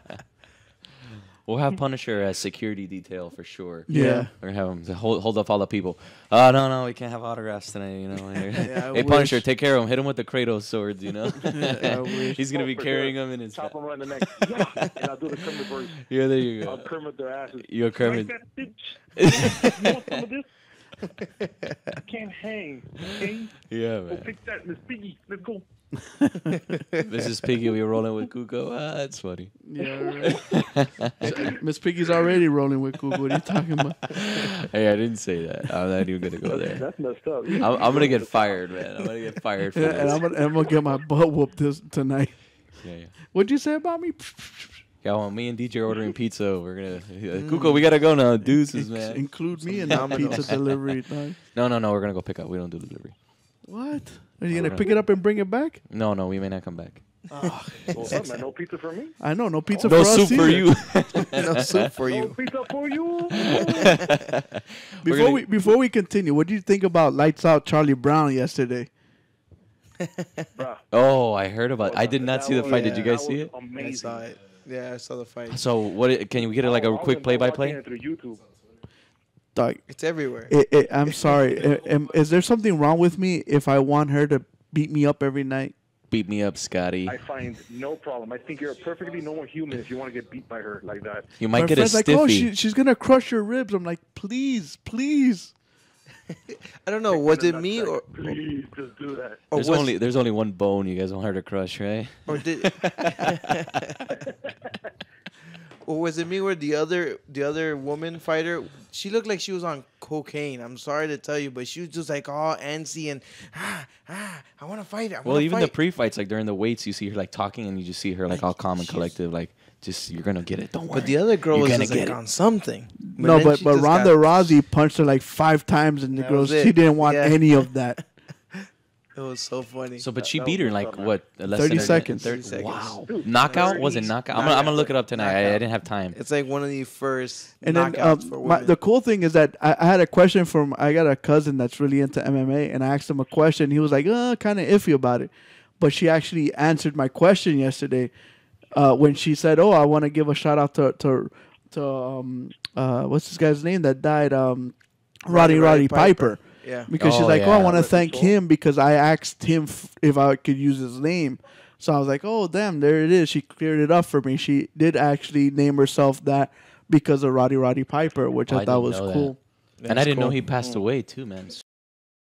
S1: We'll have Punisher as security detail for sure.
S2: Yeah.
S1: Or have him to hold, hold up all the people. Oh, no, no, we can't have autographs tonight, you know.
S2: Yeah, I
S1: hey, Punisher,
S2: wish.
S1: take care of him. Hit him with the Kratos swords, you know.
S2: Yeah, I wish.
S1: He's going to be carrying him in his.
S15: Chop him around the neck. Yeah, and I'll do the Kermit version.
S1: Yeah, there you go.
S15: I'll Kermit their asses.
S1: You're Kermit.
S15: Like that bitch. you want some of this? I can't hang. Okay?
S1: Yeah,
S15: Go
S1: man.
S15: pick that, Miss Piggy. Let's go.
S1: this is Piggy. We were rolling with Kuko. Ah, that's funny.
S2: Yeah, right. Miss Piggy's already rolling with Google. What are you talking about?
S1: hey, I didn't say that. I'm not even gonna go there.
S15: That's messed up.
S1: I'm, I'm gonna get fired, man. I'm gonna get fired for
S2: Yeah,
S1: this.
S2: and I'm gonna, I'm gonna get my butt whooped this, tonight.
S1: Yeah, yeah.
S2: What'd you say about me?
S1: Yeah, well, me and DJ are ordering pizza. We're gonna
S3: Mm.
S1: Kuko. We gotta go now. Deuces, man.
S2: Include me in that pizza delivery. dog.
S1: No, no, no. We're gonna go pick up. We don't do delivery.
S2: What? Are you
S1: I
S2: gonna
S1: don't
S2: pick
S1: know.
S2: it up and bring it back?
S1: No, no. We may not come back.
S15: What's up, man? No pizza for me?
S2: I know no pizza
S1: No
S2: for
S1: soup
S2: us
S1: for
S2: either.
S1: you. No soup for
S15: No pizza for you.
S2: Before
S1: gonna-
S2: we before we continue, what do you think about Lights Out Charlie Brown yesterday?
S1: Oh, I heard about. I did not see the fight. Did you
S3: Yeah,
S1: guys
S3: that
S1: see
S3: was
S1: it?
S3: I saw it. Yeah, I saw the fight.
S1: So what? i- Can we get like a quick play-by-play?
S15: Through YouTube.
S2: Dog,
S3: It's everywhere.
S2: it, it, I'm sorry. I- am- is there something wrong with me if I want her to beat me up every night?
S1: Beat me up, Scotty.
S15: I find no problem. I think you're a perfectly normal human if you want to get beat by her like that.
S1: You might
S2: My
S1: get a
S2: friend's like, oh,
S1: stiffy.
S2: she, she's gonna crush your ribs. I'm like, please, please.
S3: I don't know. Was it me or
S15: Please just do that.
S3: or
S1: There's
S3: was-
S1: only there's only one bone you guys want her to crush, right?
S3: or did or was it me where the other the other woman fighter she looked like she was on cocaine i'm sorry to tell you but she was just like all antsy and ah ah i want to fight I
S1: Well,
S3: wanna
S1: even the
S3: fight.
S1: pre-fights, like during the weights, you see her like talking, and you just see her like all calm and collective, like just you're gonna get it. Don't worry.
S3: but the other girl
S1: You're
S3: was
S1: gonna
S3: just like
S1: get it.
S3: on something but
S2: no,
S3: then
S2: but
S3: she
S2: but
S3: just
S2: Ronda
S3: got-
S2: Rousey punched her like five times, and the
S3: That
S2: girl
S3: was
S2: she
S3: it.
S2: didn't want
S3: Yeah.
S2: any of that.
S3: it was so funny
S1: So, but she beat her in like what? Less
S2: 30
S1: than a minute?
S2: seconds.
S1: Thir-
S3: 30 seconds.
S1: Wow. Knockout was it knockout? I'm gonna, I'm gonna look it up tonight. I, I didn't have time.
S3: it's like one of the first
S2: And
S3: knockouts
S2: then um,
S3: for
S2: my,
S3: women
S2: the cool thing is that I, I had a question from I got a cousin that's really into MMA, and I asked him a question. He was like, uh, kind of iffy about it, but she actually answered my question yesterday uh, when she said, "Oh, I want to give a shout out to to to um, uh, what's this guy's name that died, um, Roddy Roddy, Piper."
S3: Yeah.
S2: because she's
S1: Oh,
S2: like, "Oh, I
S1: yeah.
S2: want to
S1: Rest
S2: thank him because I asked him f- if I could use his name." So I was like, "Oh, damn, there it is. She cleared it up for me. She did actually name herself that because of Roddy Roddy Piper, which
S1: Oh,
S2: I
S1: I
S2: thought
S1: didn't
S2: was
S1: know that.
S2: cool."
S1: and I
S3: That's
S1: didn't know
S3: cool.
S1: he passed away too, man.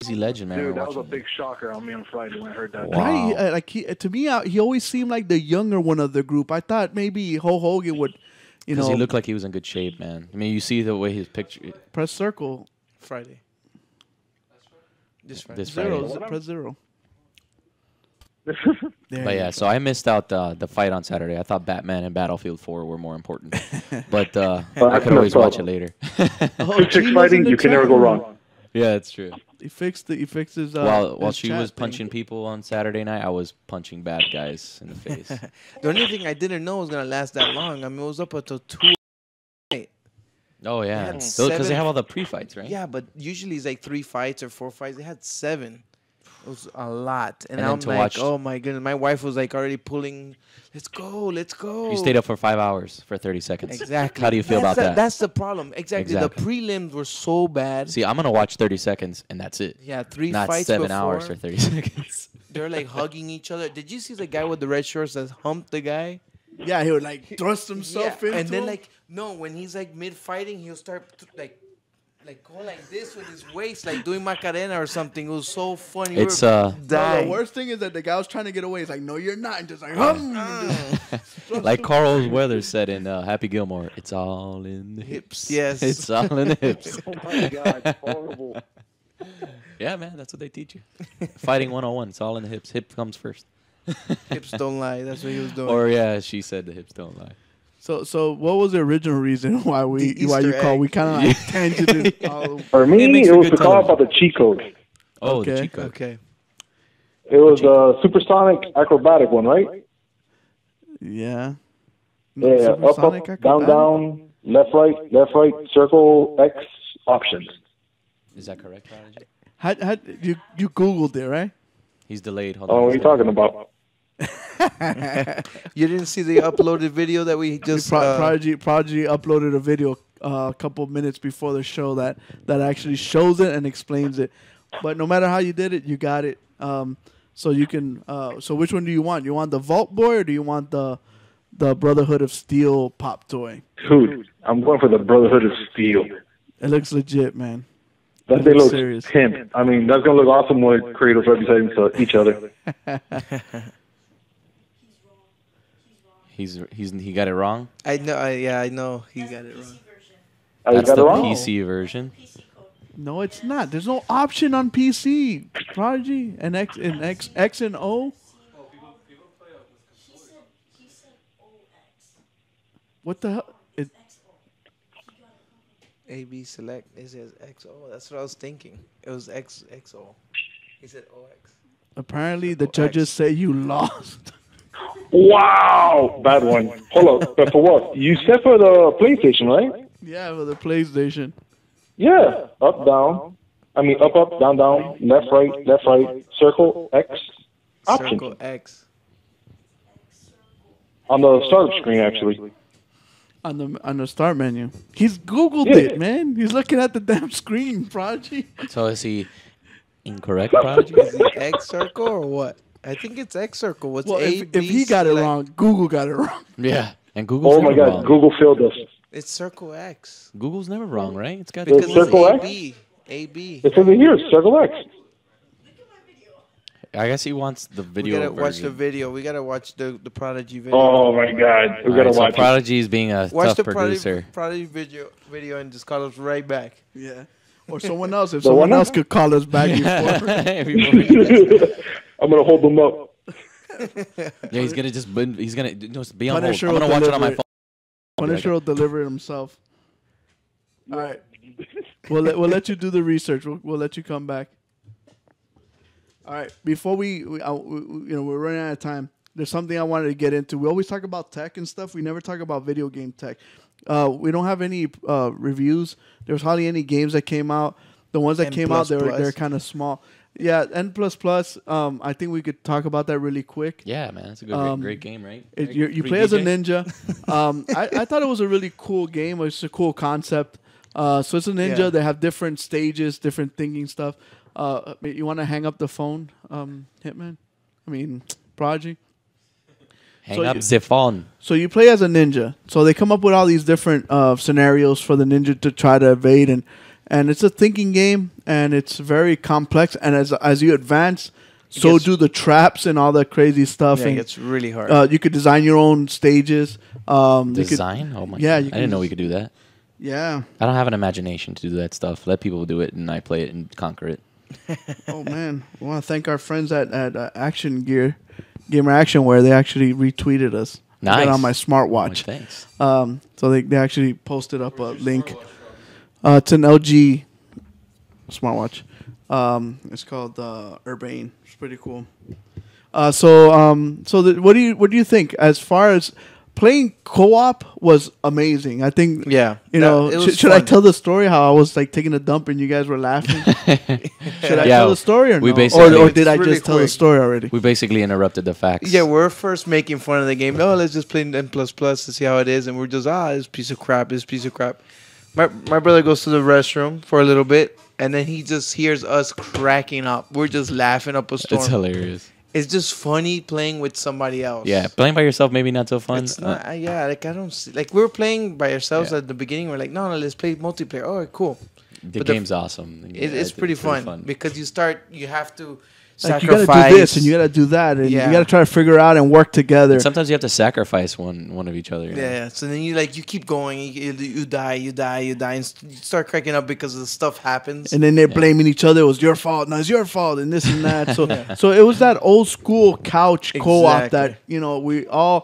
S1: Crazy legend, man.
S15: Mm. Dude,
S1: We're
S15: that was a
S1: watching-
S15: big shocker on me on Friday when I heard that.
S1: Wow.
S2: Right? Uh, like he, to me, I, he always seemed like the younger one of the group. I thought maybe Ho Hogan would, you
S1: Because
S2: know,
S1: he looked like he was in good shape, man. I mean, you see the way his picture
S2: press circle
S3: friday this friday
S1: this
S2: zero,
S1: Friday.
S2: z- press zero. There
S1: But
S2: you
S1: yeah, so I missed out the the fight on Saturday. I thought Batman and Battlefield Four were more important, but uh,
S15: Well,
S1: I
S15: that's
S1: could
S15: no
S1: always watch it
S15: problem.
S1: later.
S2: Oh,
S15: Quick
S2: G was
S15: six
S2: in
S15: fighting,
S2: the
S15: you can never
S2: chat
S15: go
S2: room.
S15: wrong.
S1: yeah, it's true.
S2: He fixed the he fixed his uh,
S1: while while
S2: his
S1: she
S2: chat
S1: was
S2: thing.
S1: punching people on Saturday night, I was punching bad guys in the face.
S3: the only thing i didn't know was gonna last that long i mean it was up until two
S1: oh yeah,
S3: had
S1: because they
S3: seven-
S1: have all the pre-fights, right?
S3: Yeah, but usually it's like three fights or four fights. They had seven. It was a lot, and,
S1: And then
S3: I'm
S1: to
S3: like,
S1: watch-
S3: oh my goodness, my wife was like already pulling. Let's go, let's go.
S1: You stayed up for five hours for thirty seconds.
S3: Exactly.
S1: How do you feel
S3: That's
S1: about
S3: the-
S1: that?
S3: That's the problem. Exactly.
S1: Exactly.
S3: The prelims were so bad.
S1: See, I'm gonna watch thirty seconds, and that's it.
S3: yeah, three
S1: Not
S3: fights
S1: seven
S3: before,
S1: hours for thirty seconds.
S3: They're like hugging each other. Did you see the guy with the red shorts that humped the guy?
S2: Yeah, he would like thrust
S3: Yeah,
S2: himself in. into
S3: and then
S2: him.
S3: like no, when he's like mid fighting, he'll start t- like. Like go like this with his waist, like doing Macarena or something. It was so funny. We
S1: It's,
S3: were
S1: uh, No, the
S2: No,
S3: dying.
S2: the worst thing is that the guy was trying to get away. He's like, "No, you're not." And just like, hum. and just-
S1: like Carl Weathers said in uh, Happy Gilmore, it's all in the hips.
S3: Hips, yes.
S1: it's all in the hips.
S15: Oh my god, it's horrible.
S1: yeah, man, that's what they teach you. Fighting 101. It's all in the hips. Hip comes first.
S3: hips don't lie. That's what he was doing.
S1: Or yeah, she said the hips don't lie.
S2: So, so what was the original reason why we
S3: The
S2: why you
S3: Easter
S2: call? We
S3: egg. Oh,
S2: kind of like tangented all
S15: For
S1: It
S15: me,
S1: makes
S15: it,
S1: for
S15: was
S1: good
S15: to call
S1: television.
S15: about the cheat code.
S1: Oh, the
S2: Okay.
S1: cheat code.
S3: okay.
S15: It was a supersonic acrobatic one, right?
S2: Yeah.
S15: Yeah, up,
S2: Supersonic
S15: up, down,
S2: acrobatic?
S15: down, left, right, left, right, circle, X options.
S1: Is that correct, Prodigy?
S2: Had, had, you you googled it, right?
S1: He's delayed. Hold
S15: Oh,
S1: on.
S15: what are you talking about?
S3: you didn't see the uploaded video that we just
S2: Pro-
S3: uh,
S2: Prodigy Prodigy uploaded a video uh, a couple minutes before the show that that actually shows it and explains it. But no matter how you did it, you got it. Um, so you can. Uh, so which one do you want? You want the Vault Boy or do you want the the Brotherhood of Steel pop toy?
S15: Dude, I'm going for the Brotherhood of Steel.
S2: It looks legit, man.
S15: That
S2: It
S15: thing
S2: looks
S15: looks pimp. I mean, that's gonna look awesome when Kratos represents uh, each other.
S1: He's he's he got it wrong.
S15: Oh,
S3: I know. I, yeah, I know. He got it wrong.
S15: I
S1: That's
S15: got
S1: the
S15: it wrong.
S1: PC version.
S2: No, it's not. There's no option on PC. Prodigy and X and X X and O. What the hell? It,
S3: AB select. It says XO. That's what I was thinking. It was X XO. He said OX.
S2: apparently, the judges say you lost.
S15: Wow, bad one. Hold up, but for what? You said for the PlayStation, right?
S2: Yeah, for the PlayStation.
S15: Yeah, up down. I mean, up up down down, left right left right, circle X option
S3: Circle X.
S15: on the start screen actually.
S2: On the on the start menu. He's Googled
S15: Yeah.
S2: it, man. He's looking at the damn screen, Prodigy.
S1: So is he incorrect, Prodigy?
S3: Is it X circle or what? I think it's X circle. What's
S2: Well,
S3: A,
S2: if, if he got it wrong, Google got it wrong.
S1: Yeah, and Google's
S15: Oh my
S1: never
S15: God,
S1: wrong.
S15: Google failed us.
S3: It's circle X.
S1: Google's never wrong, right? It's got
S15: Because Circle X?
S3: AB. AB.
S15: It's over here, circle X.
S1: I guess he wants the
S3: We
S1: video
S3: gotta
S1: version.
S3: watch the video. We gotta watch the the Prodigy video.
S15: Oh my God,
S1: All
S15: we gotta
S1: right, so
S15: watch. it.
S1: Prodigy's being a
S3: Watch
S1: tough
S3: the
S1: producer.
S3: Prodigy, Prodigy video video and just call us right back.
S2: Yeah. Or someone else. If
S15: The
S2: someone
S15: one-
S2: else could call us back before.
S15: I'm gonna hold them up.
S1: yeah, he's gonna just bin- he's gonna no, just be on
S2: Punisher
S1: hold.
S2: will
S1: I'm gonna watch it on my
S2: deliver
S1: phone.
S2: it. Punisher will deliver it himself. All right. We'll let, we'll let you do the research. We'll, we'll let you come back. All right. Before we, we, I, we, we- you know, we're running out of time. There's something I wanted to get into. We always talk about tech and stuff. We never talk about video game tech. Uh, we don't have any uh, reviews. There's hardly any games that came out. The ones that
S3: N
S2: came out,
S3: plus
S2: they're
S3: plus.
S2: they're kind of small. Yeah, N plus plus. Um, I think we could talk about that really quick.
S1: Yeah, man, that's a good,
S2: Um,
S1: great game, right?
S2: It, you you play as a ninja. Um, I, I thought it was a really cool game. It's a cool concept. Uh, so it's a ninja.
S3: Yeah.
S2: They have different stages, different thinking stuff. Uh, you want to hang up the phone, um, Hitman? I mean, Prodigy.
S1: Hang
S2: So
S1: up
S2: you-
S1: the phone.
S2: So you play as a ninja. So they come up with all these different uh, scenarios for the ninja to try to evade, and and it's a thinking game, and it's very complex. And as as you advance, so
S3: gets-
S2: do the traps and all that crazy stuff.
S3: Yeah, it
S2: and,
S3: gets really hard.
S2: Uh, you could design your own stages. Um, you could-
S1: Design? oh my god,
S2: yeah, you
S1: I didn't
S2: can-
S1: know we could do that.
S2: Yeah.
S1: I don't have an imagination to do that stuff. Let people do it, and I play it and conquer it.
S2: oh man, we want to thank our friends at at uh, Action Gear, Gamer Action, where they actually retweeted us. I got it
S1: Nice.
S2: on my smartwatch.
S1: Well, thanks.
S2: Um, so they they actually posted up a link. Uh, it's an LG smartwatch. Um, it's called uh, Urbane. It's pretty cool. Uh, so um, so the, what do you what do you think as far as playing co-op was amazing. I think
S3: Yeah.
S2: you
S3: That-
S2: know
S3: it
S2: sh-
S3: was
S2: should I
S3: fun.
S2: tell the story how I was like taking a dump and you guys were laughing? should I
S1: Yeah,
S2: tell the story or
S1: we
S2: no?
S1: basically-
S2: or, or did I
S3: It's
S2: just
S3: really
S2: tell the
S3: quick.
S2: story already?
S1: We basically interrupted the facts.
S3: Yeah, we're first making fun of the game. Oh, let's just play N plus plus to see how it is, and we're just ah, this piece of crap, this piece of crap. My my brother goes to the restroom for a little bit, and then he just hears us cracking up. We're just laughing up a storm.
S1: it's hilarious.
S3: It's just funny playing with somebody else.
S1: Yeah, playing by yourself maybe not so fun.
S3: It's
S1: Uh,
S3: not, uh, yeah, like I don't see. Like we were playing by ourselves at the beginning. We're like, no, no, let's play multiplayer. Oh, cool.
S1: the
S3: but the-
S1: game's awesome. Yeah,
S3: It, it's pretty fun, because you start. You have to
S2: Like you
S3: sacrifice.
S2: gotta do this and you gotta do that and
S3: Yeah.
S2: you gotta try to figure out and work together.
S1: And sometimes you have to sacrifice one one of each other.
S3: Yeah, yeah. So then you like you keep going. You, you, you die. You die. You die, and st- you start cracking up because the stuff happens.
S2: and then they're blaming each other. It was your fault. No, it's your fault, and this and that. So, so it was that old school couch co-op that
S3: Exactly.
S2: you know we all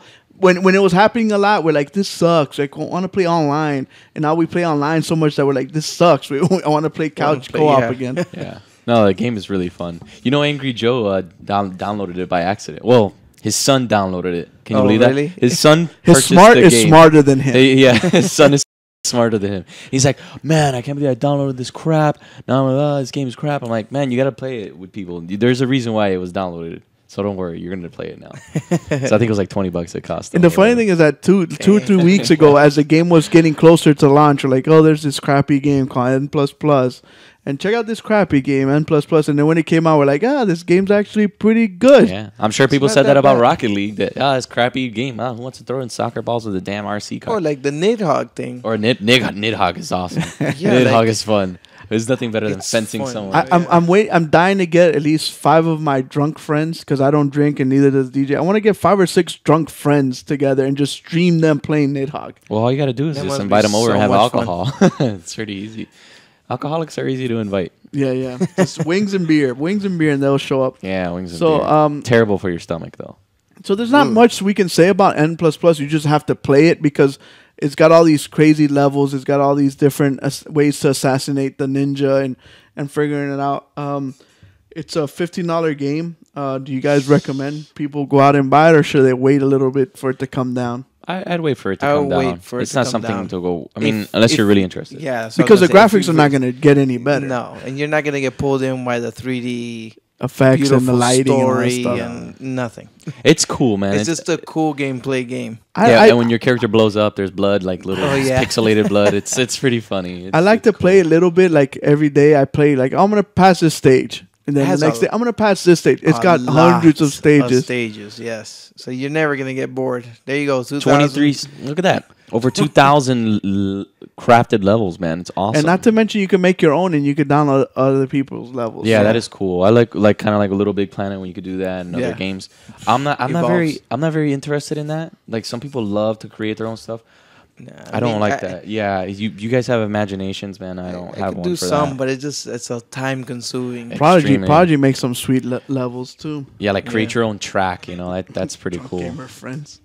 S2: when when it was happening a lot. We're like, this sucks. Like, I want to play online, and now we play online so much that we're like, this sucks. We, I want to play couch
S3: play-
S2: co-op
S3: yeah.
S2: again.
S1: Yeah. No, the game is really fun. You know, Angry Joe uh, down- downloaded it by accident. Well, his son downloaded it. Can you
S3: Oh,
S1: believe
S3: really?
S1: that? His son.
S2: His
S1: purchased
S2: smart
S1: the
S2: is
S1: game.
S2: smarter than him.
S1: Eh, yeah, his son is smarter than him. He's like, man, I can't believe I downloaded this "Ah, crap. Now I'm like, oh, this game is crap. I'm like, man, you gotta play it with people. There's a reason why it was downloaded. So don't worry, you're gonna play it now. so I think it was like twenty bucks it cost.
S2: And the funny thing is that two, two or three weeks ago, as the game was getting closer to launch, we're like, oh, there's this crappy game called N plus plus, and check out this crappy game N plus plus. And then when it came out, we're like, ah, this game's actually pretty good.
S1: Yeah, I'm sure
S2: It's
S1: people
S2: not
S1: said that, about
S2: bad.
S1: Rocket League. That ah, it's a crappy game. Ah, who wants to throw in soccer balls with a damn RC
S2: Oh,
S1: car?
S3: Or like the Nidhogg thing.
S1: Or Nid Nidhogg, Nidhogg is awesome.
S3: Yeah,
S1: Nidhogg
S3: like-
S1: is fun. There's nothing better than fencing
S3: fun.
S1: someone.
S2: I, I'm I'm wait I'm dying to get at least five of my drunk friends because I don't drink and neither does DJ. I want to get five or six drunk friends together and just stream them playing Nidhogg.
S1: well, all you got to do is
S2: That
S1: just
S2: must
S1: invite
S2: be
S1: them over
S2: so
S1: and have
S2: much fun.
S1: alcohol. it's pretty easy. Alcoholics are easy to invite.
S2: Yeah, yeah. Just wings and beer, wings and beer, and they'll show up.
S1: Yeah, wings and
S2: So,
S1: beer.
S2: um,
S1: terrible for your stomach though.
S2: So there's not much we can say about N plus plus. You just have to play it because it's got all these crazy levels. It's got all these different as- ways to assassinate the ninja and and figuring it out. Um, it's a fifteen dollar game. Uh, do you guys recommend people go out and buy it, or should they wait a little bit for it to come down?
S1: I, I'd wait for it to
S3: I
S1: come
S3: would wait
S1: down.
S3: for it
S1: it's
S3: to
S1: not
S3: come
S1: something
S3: down.
S1: to go. I
S3: If-
S1: mean, unless
S3: if-
S1: you're really interested.
S3: Yeah, so I was
S2: because the
S3: gonna say, if
S2: graphics
S3: you
S2: are not
S3: would-
S2: going to get any better.
S3: No, and you're not gonna get pulled in by the 3D
S2: Effects and the
S3: beautiful
S2: lighting and all that
S3: story
S2: stuff.
S3: and nothing.
S1: It's cool, man.
S3: It's
S1: It's-
S3: just a cool gameplay game.
S1: yeah, and when your character blows up, there's blood, like little
S3: Oh, yeah.
S1: pixelated blood. It's it's pretty funny.
S2: I
S1: It's-
S2: like to play a little bit like every day. I play like I'm gonna pass this stage, and
S3: It
S2: then
S3: has
S2: the next
S3: a-
S2: day I'm gonna pass this stage. It's
S3: a
S2: got hundreds of
S3: lots
S2: stages.
S3: stages, yes. So you're never gonna get bored. There you go. 2000.
S1: 23. Look at that. Over 2,000 l- crafted levels, man. It's awesome.
S2: And not to mention, you can make your own, and you can download other people's levels.
S1: yeah, that is cool. I like like kind of like a Little Big Planet when you could do that and
S2: Yeah.
S1: other games. I'm not I'm not
S2: Evolves.
S1: very I'm not very interested in that. Like some people love to create their own stuff. I don't
S3: mean,
S1: like
S3: I-
S1: that. Yeah, you you guys have imaginations, man. I don't
S3: I
S1: have
S3: could
S1: one
S3: do
S1: for
S3: some,
S1: that.
S3: but it just it's a time consuming.
S2: Prodigy.
S1: Extremely.
S2: Prodigy makes some sweet le- levels too.
S1: Yeah, like create your own track. You know, that, that's pretty cool.
S2: gamer friends.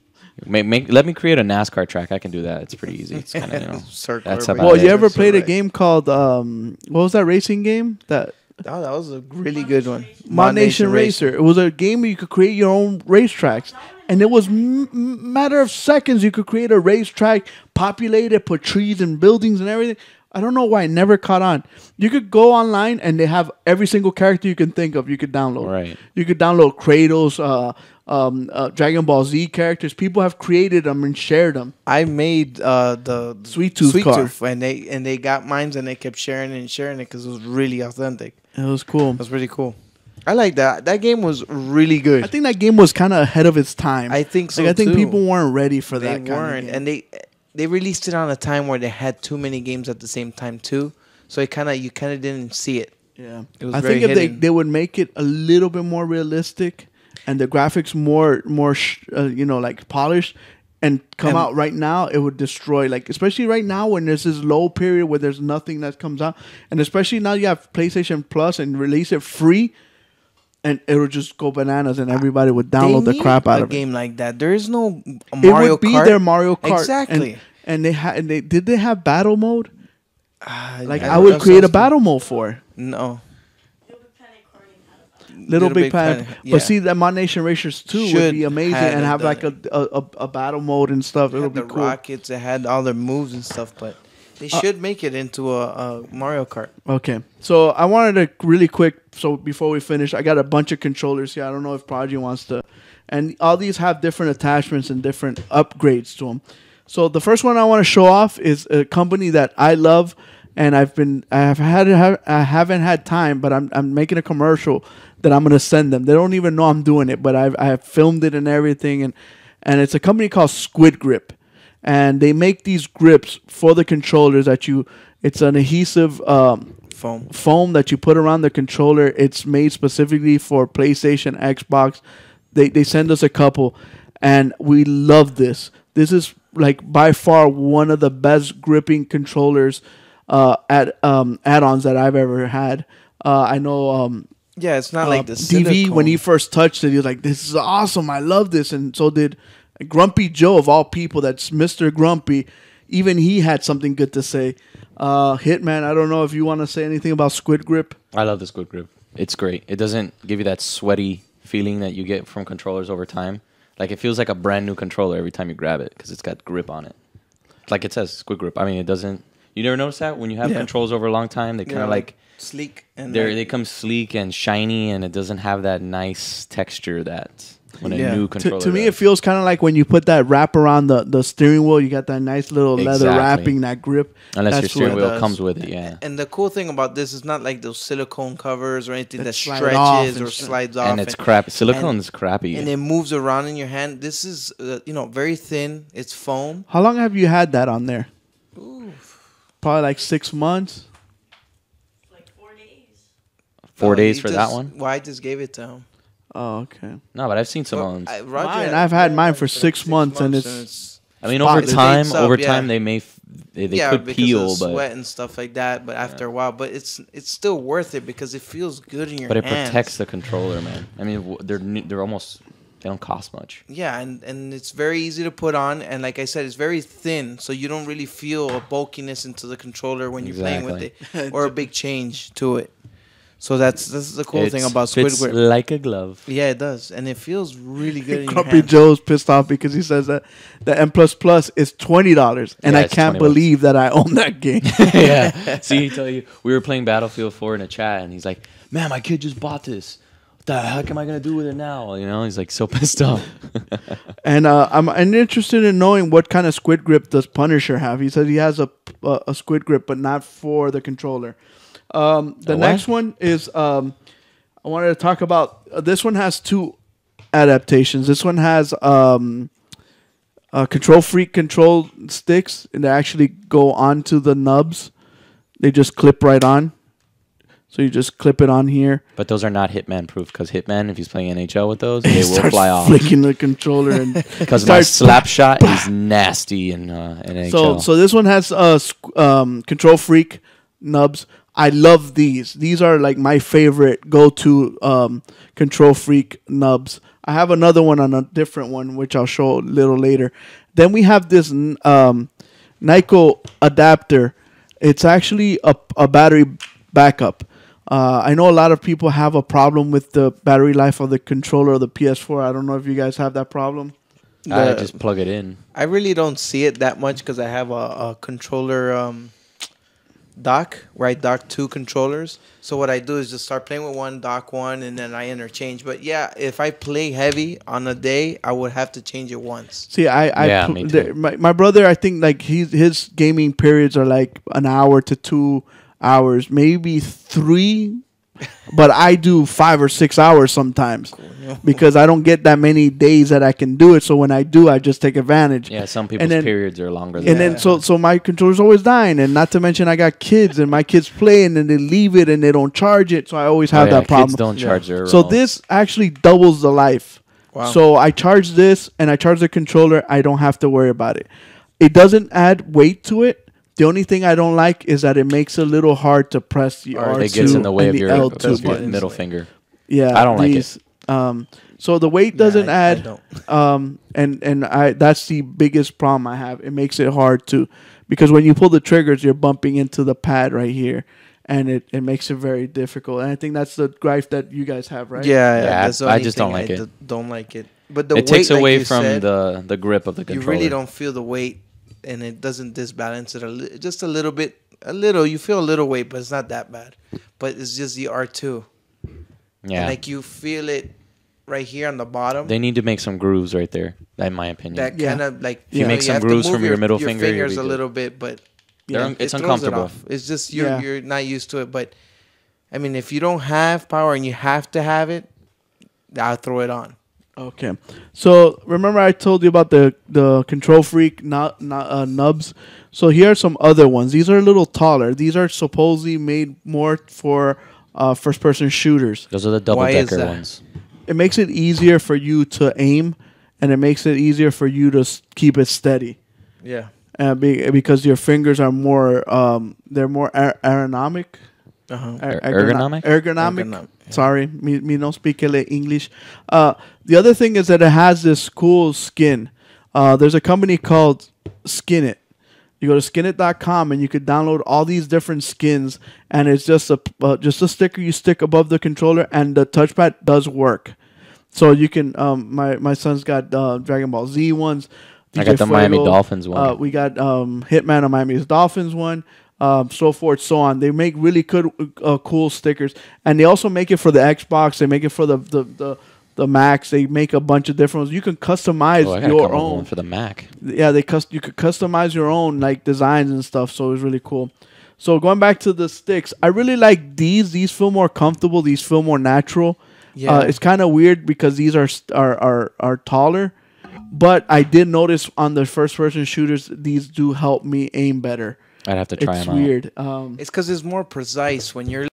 S1: Make, make, let me create a NASCAR track. I can do that. It's pretty easy. It's kind of you know.
S3: Circular
S1: that's
S3: back.
S1: about
S2: Well,
S1: it.
S2: you ever played a game called um, what was that racing game? That
S3: Oh, that was a really good one.
S2: My, Nation, Racer. It was a game where you could create your own racetracks, and it was m- m- matter of seconds you could create a racetrack, populate it, put trees and buildings and everything. I don't know why it never caught on. You could go online and they have every single character you can think of. You could download.
S1: Right.
S2: You could download Kratos, uh, um, uh, Dragon Ball Z characters. People have created them and shared them.
S3: I made uh, the
S2: Sweet Tooth
S3: Sweet
S2: car.
S3: Tooth, and they and they got mines, and they kept sharing it and sharing it because it was really authentic.
S2: It was cool.
S3: It was really cool. I like that. That game was really good.
S2: I think that game was kind of ahead of its time.
S3: I think so.
S2: Like, I think
S3: too.
S2: people weren't ready for
S3: they
S2: that. kinda
S3: weren't,
S2: game.
S3: and they they released it on a time where they had too many games at the same time too. So it kind of you kind of didn't see it.
S2: Yeah,
S3: it was
S2: I
S3: very
S2: think if they,
S3: hidden.
S2: they would make it a little bit more realistic and the graphics more more sh- uh, you know like polished and come
S3: And-
S2: out right now it would destroy like especially right now when there's this low period where there's nothing that comes out and especially now you have PlayStation Plus and release it free and it would just go bananas and everybody would download
S3: They
S2: the crap
S3: need
S2: out
S3: a
S2: of it.
S3: game like that. There is no m-
S2: It
S3: Mario
S2: would be
S3: Kart.
S2: their Mario Kart and-
S3: Exactly.
S2: And, they had and they did they have battle mode? Like
S3: I
S2: I would
S3: don't
S2: create a
S3: think so.
S2: battle mode for. it.
S3: no.
S2: Little, Big, Planet.
S3: yeah.
S2: But see, the My Nation Racers 2 would
S3: Should
S2: be amazing
S3: have
S2: and have
S3: done
S2: like a, a, a, a battle mode and stuff. It'll
S3: had
S2: be
S3: the
S2: cool.
S3: rockets. It had all their moves and stuff, but they
S2: Uh,
S3: should make it into a, a Mario Kart.
S2: Okay. So I wanted to really quick. So before we finish, I got a bunch of controllers here. I don't know if Prodigy wants to. And all these have different attachments and different upgrades to them. So the first one I want to show off is a company that I love, and I've been I have had I haven't had time, but I'm I'm making a commercial that I'm gonna send them. They don't even know I'm doing it, but I've I have filmed it and everything, and and it's a company called Squid Grip and they make these grips for the controllers that you it's an adhesive um,
S3: foam
S2: foam that you put around the controller it's made specifically for playstation xbox they, they send us a couple and we love this this is like by far one of the best gripping controllers uh, at um, add-ons that i've ever had uh, i know um,
S3: Yeah, it's not
S2: uh,
S3: like the
S2: DV when he
S3: silicone.
S2: first touched it, he was like, "This is awesome! I love this!" And so did Grumpy Joe of all people. That's Mister Grumpy. Even he had something good to say. Uh, Hitman, I don't know if you want to say anything about Squid Grip.
S1: I love this good grip. It's great. It doesn't give you that sweaty feeling that you get from controllers over time. Like it feels like a brand new controller every time you grab it because it's got grip on it. Like it says, squid grip. I mean, it doesn't. You never notice that when you have
S3: Yeah.
S1: controls over a long time, they
S3: Yeah,
S1: kind of
S3: like
S1: like
S3: sleek and
S1: They're,
S3: like-
S1: they come sleek and shiny, and it doesn't have that nice texture that when a
S2: Yeah.
S1: new
S2: To-
S1: controller.
S2: To, me, it feels kind of like when you put that wrap around the, the steering wheel. You got that nice little leather
S1: Exactly.
S2: wrapping, that grip.
S1: Unless your
S2: That's
S1: steering
S2: what uh,
S1: wheel
S2: does.
S1: comes with it, yeah.
S3: And the cool thing about this is not like those silicone covers or anything that,
S2: slide off
S3: stretches
S2: and
S3: or
S2: shit.
S3: slides off.
S1: And it's crap- silicone's crappy.
S3: And it moves around in your hand. This is, uh, you know, very thin. It's foam.
S2: How long have you had that on there? Probably like six months.
S1: Four
S3: Uh,
S1: days
S3: he
S1: for that
S3: just-
S1: one.
S3: Well, I just gave it to him.
S2: Oh, okay.
S1: No, but I've seen some ones.
S3: I-
S1: I,
S3: Roger
S2: Mine,
S3: had
S2: I've had mine for six, months, and
S3: months
S2: it's.
S3: and
S1: mean, over
S3: spots.
S1: time,
S3: It's up,
S1: over
S3: yeah.
S1: time, they may f- they, they
S3: yeah,
S1: could
S3: because
S1: peel,
S3: of the
S1: but
S3: sweat and stuff like that. But after a while, but it's it's still worth it because it feels good in your.
S1: but it
S3: hands.
S1: protects the controller, man. I mean, w- they're new, they're almost they don't cost much.
S3: Yeah, and, and it's very easy to put on, and like I said, it's very thin, so you don't really feel a bulkiness into the controller when you're playing with
S2: Exactly.
S3: it, or a big change to it. So that's this is the cool thing
S1: It's-
S3: about
S1: fits
S3: Squidward.
S1: like a glove.
S3: Yeah, it does, and it feels really good. in your
S2: Grumpy
S3: hand.
S2: Joe's pissed off because he says that the M plus plus is twenty dollars, and
S1: Yeah,
S2: I
S1: it's 20
S2: can't
S1: bucks.
S2: believe that I own that game.
S1: yeah. See, he tell you we were playing Battlefield 4 in a chat, and he's like, "Man, my kid just bought this. What the heck am I gonna do with it now?" You know, he's like so pissed off.
S2: And uh, I'm, I'm interested in knowing what kind of squid grip does Punisher have. He said he has a a, a squid grip, but not for the controller. Um, the
S1: A what?
S2: next one is um, I wanted to talk about. Uh, this one has two adaptations. This one has um, uh, control freak control sticks, and they actually go onto the nubs. They just clip right on. So you just clip it on here.
S1: but those are not Hitman proof because Hitman, if he's playing NHL with those, they will
S2: starts
S1: fly off.
S2: flicking the controller and
S1: Because my
S2: starts-
S1: slap shot is nasty in uh, in NHL.
S2: So, so this one has uh, squ- um, Control Freak nubs. I love these. These are like my favorite go-to um, Control Freak nubs. I have another one on a different one, which I'll show a little later. Then we have this n- um, Nyko adapter. It's actually a, a battery backup. Uh, I know a lot of people have a problem with the battery life of the controller of the PS4. I don't know if you guys have that problem.
S1: I
S3: The-
S1: just plug it in.
S3: I really don't see it that much because I have a, a controller um, dock where I dock two controllers. So what I do is just start playing with one, dock one, and then I interchange. But yeah, if I play heavy on a day, I would have to change it once.
S2: See, I, I
S1: Yeah,
S2: pl-
S1: me
S2: the- my, my brother, I think like he's, his gaming periods are like an hour to two hours, maybe three, but I do five or six hours sometimes because I don't get that many days that I can do it. So when I do, I just take advantage.
S1: Yeah, some
S2: And
S1: people's
S2: then-
S1: periods are longer than
S2: And then so so my controller's always dying, and not to mention I got kids, and my kids play, and then they leave it, and they don't charge it, so I always
S1: Oh,
S2: have
S1: yeah,
S2: that
S1: kids
S2: problem.
S1: don't Yeah. charge their
S2: So
S1: remotes.
S2: this actually doubles the life.
S1: Wow.
S2: So I charge this, and I charge the controller. I don't have to worry about it. It doesn't add weight to it. The only thing I don't like is that it makes it a little hard to press the R2
S1: it gets in the way
S2: and
S1: of
S2: the
S1: your,
S2: L2
S1: of your
S2: buttons.
S1: middle finger.
S2: Yeah,
S1: I don't like it.
S2: like it. Um, so the weight doesn't
S3: I- I
S2: add.
S3: don't.
S2: Um, and and I that's the biggest problem I have. It makes it hard to because when you pull the triggers, you're bumping into the pad right here, and it, it makes it very difficult. And I think that's the gripe that you guys have, right?
S3: Yeah, yeah.
S1: Yeah,
S3: that's the
S1: I
S3: only
S1: just don't
S3: thing
S1: like it.
S3: d- don't like it. But the
S1: it takes
S3: weight, like
S1: away
S3: you
S1: from
S3: said,
S1: the the grip of the
S3: you
S1: controller.
S3: really don't feel the weight, and it doesn't disbalance it a li- just a little bit. A little, you feel a little weight, but it's not that bad. But it's just the R two.
S1: Yeah.
S3: like you feel it right here on the bottom.
S1: They need to make some grooves right there, in my opinion.
S3: that kind of like
S1: If you make some
S3: have to
S1: grooves
S3: move
S1: from your, middle finger, you'll
S3: fingers
S1: be
S3: a
S1: good.
S3: little bit, but
S1: They're
S3: yeah,
S1: un- it's
S3: it throws it
S1: uncomfortable.
S3: off. It's just you're
S2: Yeah.
S3: you're not used to it, but I mean, if you don't have power and you have to have it, I'll throw it on.
S2: Okay. So remember, I told you about the the control freak not, not uh, nubs. So here are some other ones. These are a little taller. These are supposedly made more for uh, first person shooters.
S1: Those are the double decker ones.
S2: It makes it easier for you to aim, and it makes it easier for you to s- keep it steady.
S3: Yeah.
S2: Uh, be, because your fingers are more um, they're more aer- aerodynamic.
S3: Uh-huh.
S2: Aer-
S1: Er- ergonomic?
S2: ergonom- Ergonomic.
S1: Ergonom-
S2: Sorry, me, me no speak el- English. Uh, the other thing is that it has this cool skin. Uh, there's a company called Skin It. You go to skinit.com and you could download all these different skins, and it's just a uh, just a sticker you stick above the controller, and the touchpad does work. So you can. Um, my my son's got uh, Dragon Ball Z ones.
S1: I got the Miami Dolphins one.
S2: Uh, we got um, Hitman on Miami's Dolphins one. um, so forth, so on. They make really good, uh, cool stickers, and they also make it for the Xbox. They make it for the the the, the Macs. They make a bunch of different ones. You can customize
S1: Oh, I got a
S2: your
S1: couple
S2: own
S1: one for the Mac.
S2: yeah they cus- you could customize your own like designs and stuff so it was really cool so going back to the sticks i really like these these feel more comfortable these feel more natural
S3: Yeah.
S2: uh, it's kind of weird because these are, st- are are are taller but i did notice on the first person shooters these do help me aim better
S1: I'd have to try
S2: it's
S1: 'em out.
S2: weird um
S3: it's because it's more precise when you're.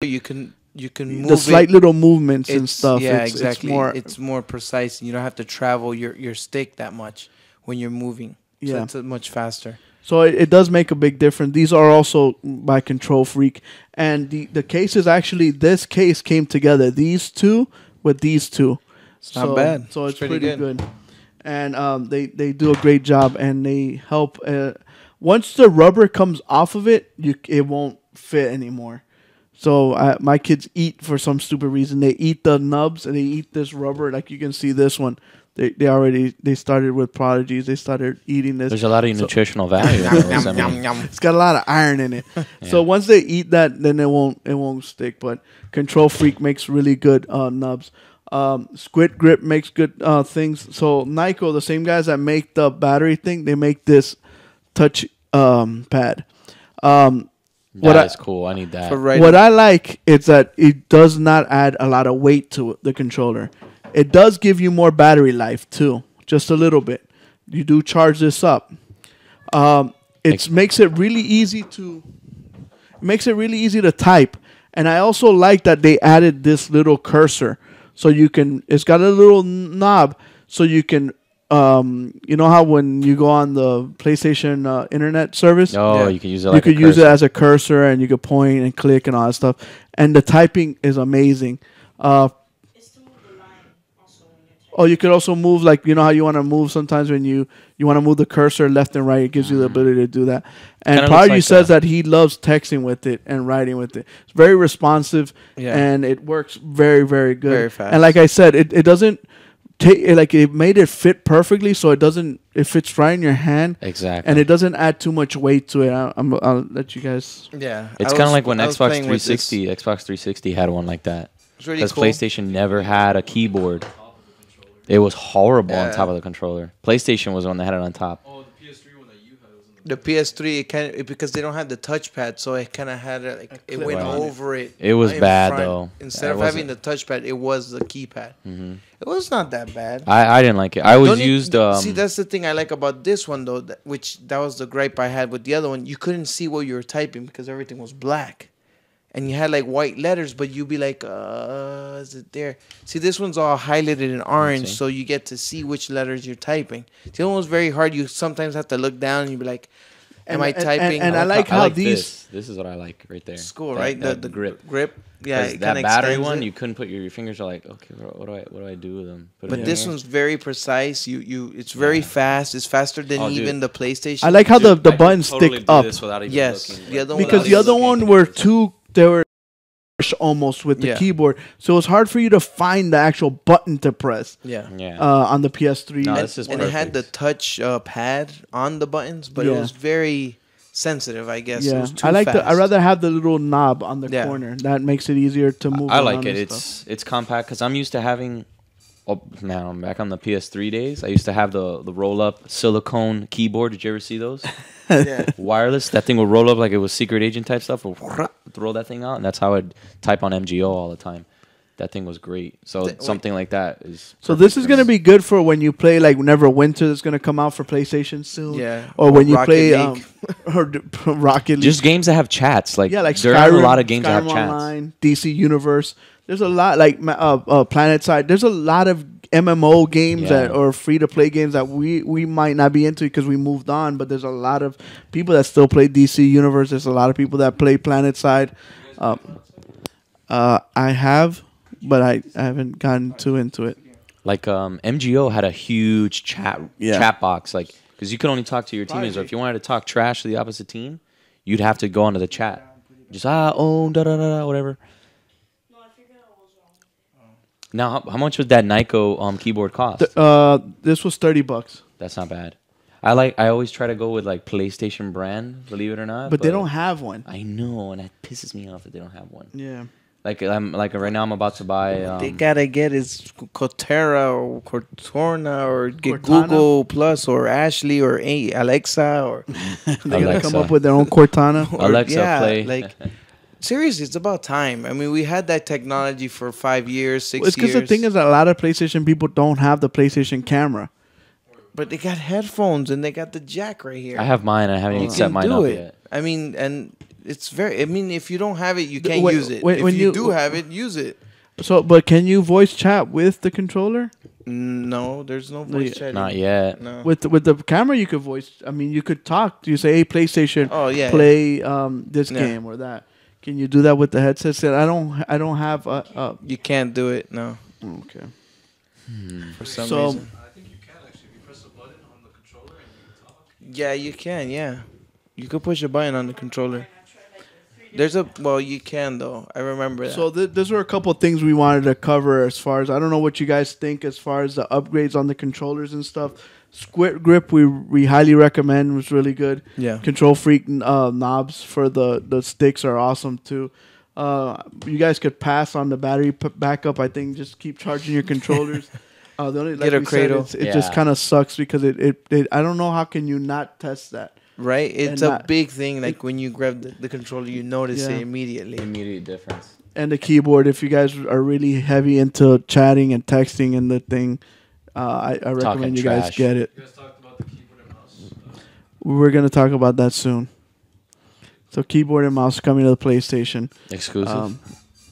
S3: You can you can move
S2: the slight
S3: it.
S2: little movements and
S3: It's-
S2: stuff
S3: Yeah,
S2: it's,
S3: exactly.
S2: it's more
S3: it's more precise, and you don't have to travel your your stick that much when you're moving. So
S2: Yeah.
S3: it's uh, much faster.
S2: So it, it does make a big difference. These are also by Control Freak, and the the cases actually this case came together. These two with these two. It's
S3: not bad.
S2: So it's,
S3: It's
S2: pretty,
S3: pretty
S2: good. and um, they they do a great job, and they help. Uh, once the rubber comes off of it, you c- it won't fit anymore. So I, my kids eat for some stupid reason. They eat the nubs and they eat this rubber. Like you can see this one. They, they already they started with prodigies. They started eating this.
S1: There's a lot of
S2: So-
S1: nutritional value. in those, I mean.
S2: it's got a lot of iron in it. So once they eat that, then it won't it won't stick. But Control Freak makes really good uh, nubs. Um, Squid Grip makes good uh, things. So Nyko, the same guys that make the battery thing, they make this touch um, pad. Um, what
S1: That
S2: I-
S1: is cool. I need that.
S3: For writing.
S2: What I like is that it does not add a lot of weight to it, the controller. It does give you more battery life too, just a little bit. You do charge this up. Um, it makes it really easy to it makes it really easy to type. And I also like that they added this little cursor, so you can. It's got a little n- knob, so you can. Um, you know how when you go on the PlayStation uh, internet service,
S1: Oh, Yeah. you can use it
S2: You
S1: like a
S2: could use it
S1: cursor.
S2: as a cursor, and you could point and click and all that stuff. And the typing is amazing. Uh, Oh, you could also move like you know how you want to move sometimes when you you want to move the cursor left and right. It gives you the ability to do that. And
S1: Mm-hmm. Kinda looks
S2: Prodigy
S1: like
S2: says that he loves texting with it and writing with it. It's very responsive
S3: Yeah.
S2: and it works very very good.
S3: Very fast.
S2: And like I said, it, it doesn't take it, like it made it fit perfectly, so it doesn't it fits right in your hand.
S1: Exactly.
S2: And it doesn't add too much weight to it. I, I'm I'll let you guys.
S3: Yeah,
S1: It's kind
S3: I
S1: of
S3: was-
S1: like when
S3: I was
S1: Xbox
S3: playing with this.
S1: 360, Xbox 360 had one like that.
S3: It's really
S1: Because
S3: cool.
S1: PlayStation never had a keyboard. It was horrible on
S3: Yeah.
S1: top of the controller. PlayStation was the one that had it on top.
S3: The PS3, it kind of because they don't have the touchpad, so it kind of had a, like it
S2: clip
S3: went
S1: on it.
S3: over it.
S1: It was
S3: in
S1: bad, though.
S3: Instead
S1: It
S3: of having the touchpad, it was the keypad.
S1: hmm
S3: It was not that bad.
S1: I, I didn't like it. I always
S3: Don't you-
S1: used um,
S3: see, that's the thing I like about this one though, that, which that was the gripe I had with the other one. You couldn't see what you were typing because everything was black, and you had like white letters, but you'd be like, "Uh, is it there?" See, this one's all highlighted in orange,
S1: see.
S3: so you get to see which letters you're typing. The other one was very hard. You sometimes have to look down and you'd be like,
S2: And-
S3: "Am I
S2: and- and-
S3: typing?"
S2: and I like how these-
S1: this. This is what I like right there.
S3: School,
S1: That-
S3: right? The-
S1: that
S3: the grip. Yeah,
S1: 'Cause
S3: it
S1: that
S3: kinda
S1: battery
S3: extends
S1: one,
S3: it.
S1: you couldn't put your, your fingers are like, okay, what, what do I what do I do with them? Put 'em
S3: But
S1: in
S3: this
S1: here?
S3: one's very precise. You you, it's very fast. It's faster than
S1: Oh, dude.
S3: even the PlayStation.
S2: I like how the,
S1: Dude,
S2: the
S1: I could
S2: buttons
S1: totally
S2: stick
S1: do
S2: up.
S1: this without even
S3: Yes, looking. the other one
S2: because
S3: without
S2: the
S3: even
S2: other
S3: looking
S2: one were two. They were almost with the
S3: Yeah.
S2: keyboard, so it was hard for you to find the actual button to press.
S3: Yeah.
S1: Yeah.
S2: Uh, on the PS3.
S1: Ah,
S3: and, and it had the touch uh, pad on the buttons, but
S2: Yeah.
S3: it was very sensitive. I guess. It
S2: yeah,
S3: was too
S2: I like the.
S3: fast.
S2: I rather have the little knob on the
S3: Yeah.
S2: corner. That makes it easier to move.
S1: I like
S2: around
S1: it.
S2: and
S1: It's
S2: stuff.
S1: it's compact because I'm used to having. Oh, now I'm back on the PS3 days. I used to have the the roll up silicone keyboard. Did you ever see those?
S3: Yeah.
S1: Wireless. That thing would roll up like it was secret agent type stuff. would Throw that thing out, and that's how I'd type on MGO all the time. That thing was great. So something like that is.
S2: So this is gonna be good for when you play like whenever Winter that's gonna come out for PlayStation soon.
S3: Yeah.
S2: Or when you
S1: Rocket
S2: play um,
S1: League.
S2: or d- Rocket League.
S1: Just games that have chats. Like,
S2: yeah, like
S1: there
S2: Skyrim,
S1: are a lot of games that have
S2: Skyrim
S1: chats.
S2: Online, DC Universe. There's a lot like ma- uh, uh, Planet Side. There's a lot of MMO games
S1: Yeah.
S2: that or free to play games that we we might not be into because we moved on. But there's a lot of people that still play DC Universe. There's a lot of people that play Planet Side. Uh, uh, I have, but I, I haven't gotten too into it.
S1: Like um, MGO had a huge chat
S2: Yeah.
S1: chat box, like because you could only talk to your teammates, or if you wanted to talk trash to the opposite team, you'd have to go onto the chat. Just ah oh da da da da whatever. Now how, how much would that Nyko um, keyboard cost?
S2: Th- uh, this was thirty bucks.
S1: That's not bad. I like. I always try to go with like PlayStation brand, believe it or not.
S2: But, they don't have one.
S1: I know, and that pisses me off that they don't have one.
S2: Yeah.
S1: Like I'm like right now I'm about to buy.
S3: they
S1: Um,
S3: gotta get is Cotera or Cortana or get
S2: Cortana?
S3: Google Plus or Ashley or A- Alexa or
S2: They gotta come
S3: Alexa.
S2: up with their own Cortana.
S3: Or- yeah, Like seriously, it's about time. I mean, we had that technology for five years, six
S2: it's because
S3: years.
S2: the thing is that a lot of PlayStation people don't have the PlayStation camera.
S3: but they got headphones and they got the jack right here.
S1: I have mine. I haven't
S3: You
S1: even set
S3: can
S1: mine
S3: do
S1: up
S3: it.
S1: yet.
S3: I mean, and it's very. I mean, if you don't have it, you can't
S2: wait,
S3: use it.
S2: wait,
S3: if
S2: when
S3: you,
S2: you-
S3: do have it, use it.
S2: So, but can you voice chat with the controller?
S3: No, there's no voice chat.
S1: Not yet.
S3: No.
S2: With with the camera, you could voice. I mean, you could talk. You say, "Hey, PlayStation,
S3: Oh, yeah,
S2: play um this
S3: Yeah.
S2: game or that." Can you do that with the headset? Said, I don't. I don't have a. a
S3: You can't do it. No.
S2: Okay.
S3: For some
S2: So-
S3: reason. Yeah, you can. Yeah, you could push a button on the controller. There's a well, you can though. I remember that.
S2: So th- those were a couple of things we wanted to cover as far as I don't know what you guys think as far as the upgrades on the controllers and stuff. Squid grip we we highly recommend was really good.
S3: Yeah.
S2: Control freak uh, knobs for the the sticks are awesome too. Uh, you guys could pass on the battery p- backup. I think just keep charging your controllers. Uh, the only, like
S3: Get a
S2: we said,
S3: cradle.
S2: it's- it just
S3: Yeah.
S2: kind of sucks because it, it, it I don't know how can you not test that.
S3: right, it's
S2: And
S3: a
S2: not-
S3: big thing. Like when you grab the, the controller, you notice
S2: Yeah.
S3: it immediately.
S1: Immediate difference.
S2: and the keyboard if you guys are really heavy into chatting and texting and the thing uh, I, I recommend you guys
S1: trash.
S2: get it we're going to talk about that soon so keyboard and mouse coming to the playstation Um,
S1: Exclusive?
S3: Um,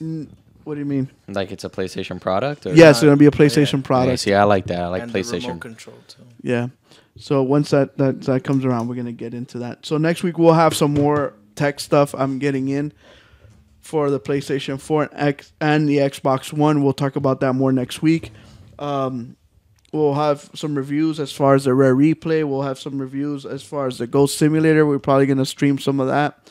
S2: n- what do you mean
S1: Like it's a PlayStation product. Or
S2: Yeah, it's gonna be a PlayStation Yeah. product.
S1: Okay, see, I like that. I like
S3: And the remote
S1: PlayStation.
S3: control too.
S2: yeah so once that, that that comes around we're going to get into that so next week we'll have some more tech stuff i'm getting in for the PlayStation 4 and, X- and the Xbox One. We'll talk about that more next week. Um, we'll have some reviews as far as the Rare Replay. We'll have some reviews as far as the Ghost Simulator. We're probably going to stream some of that.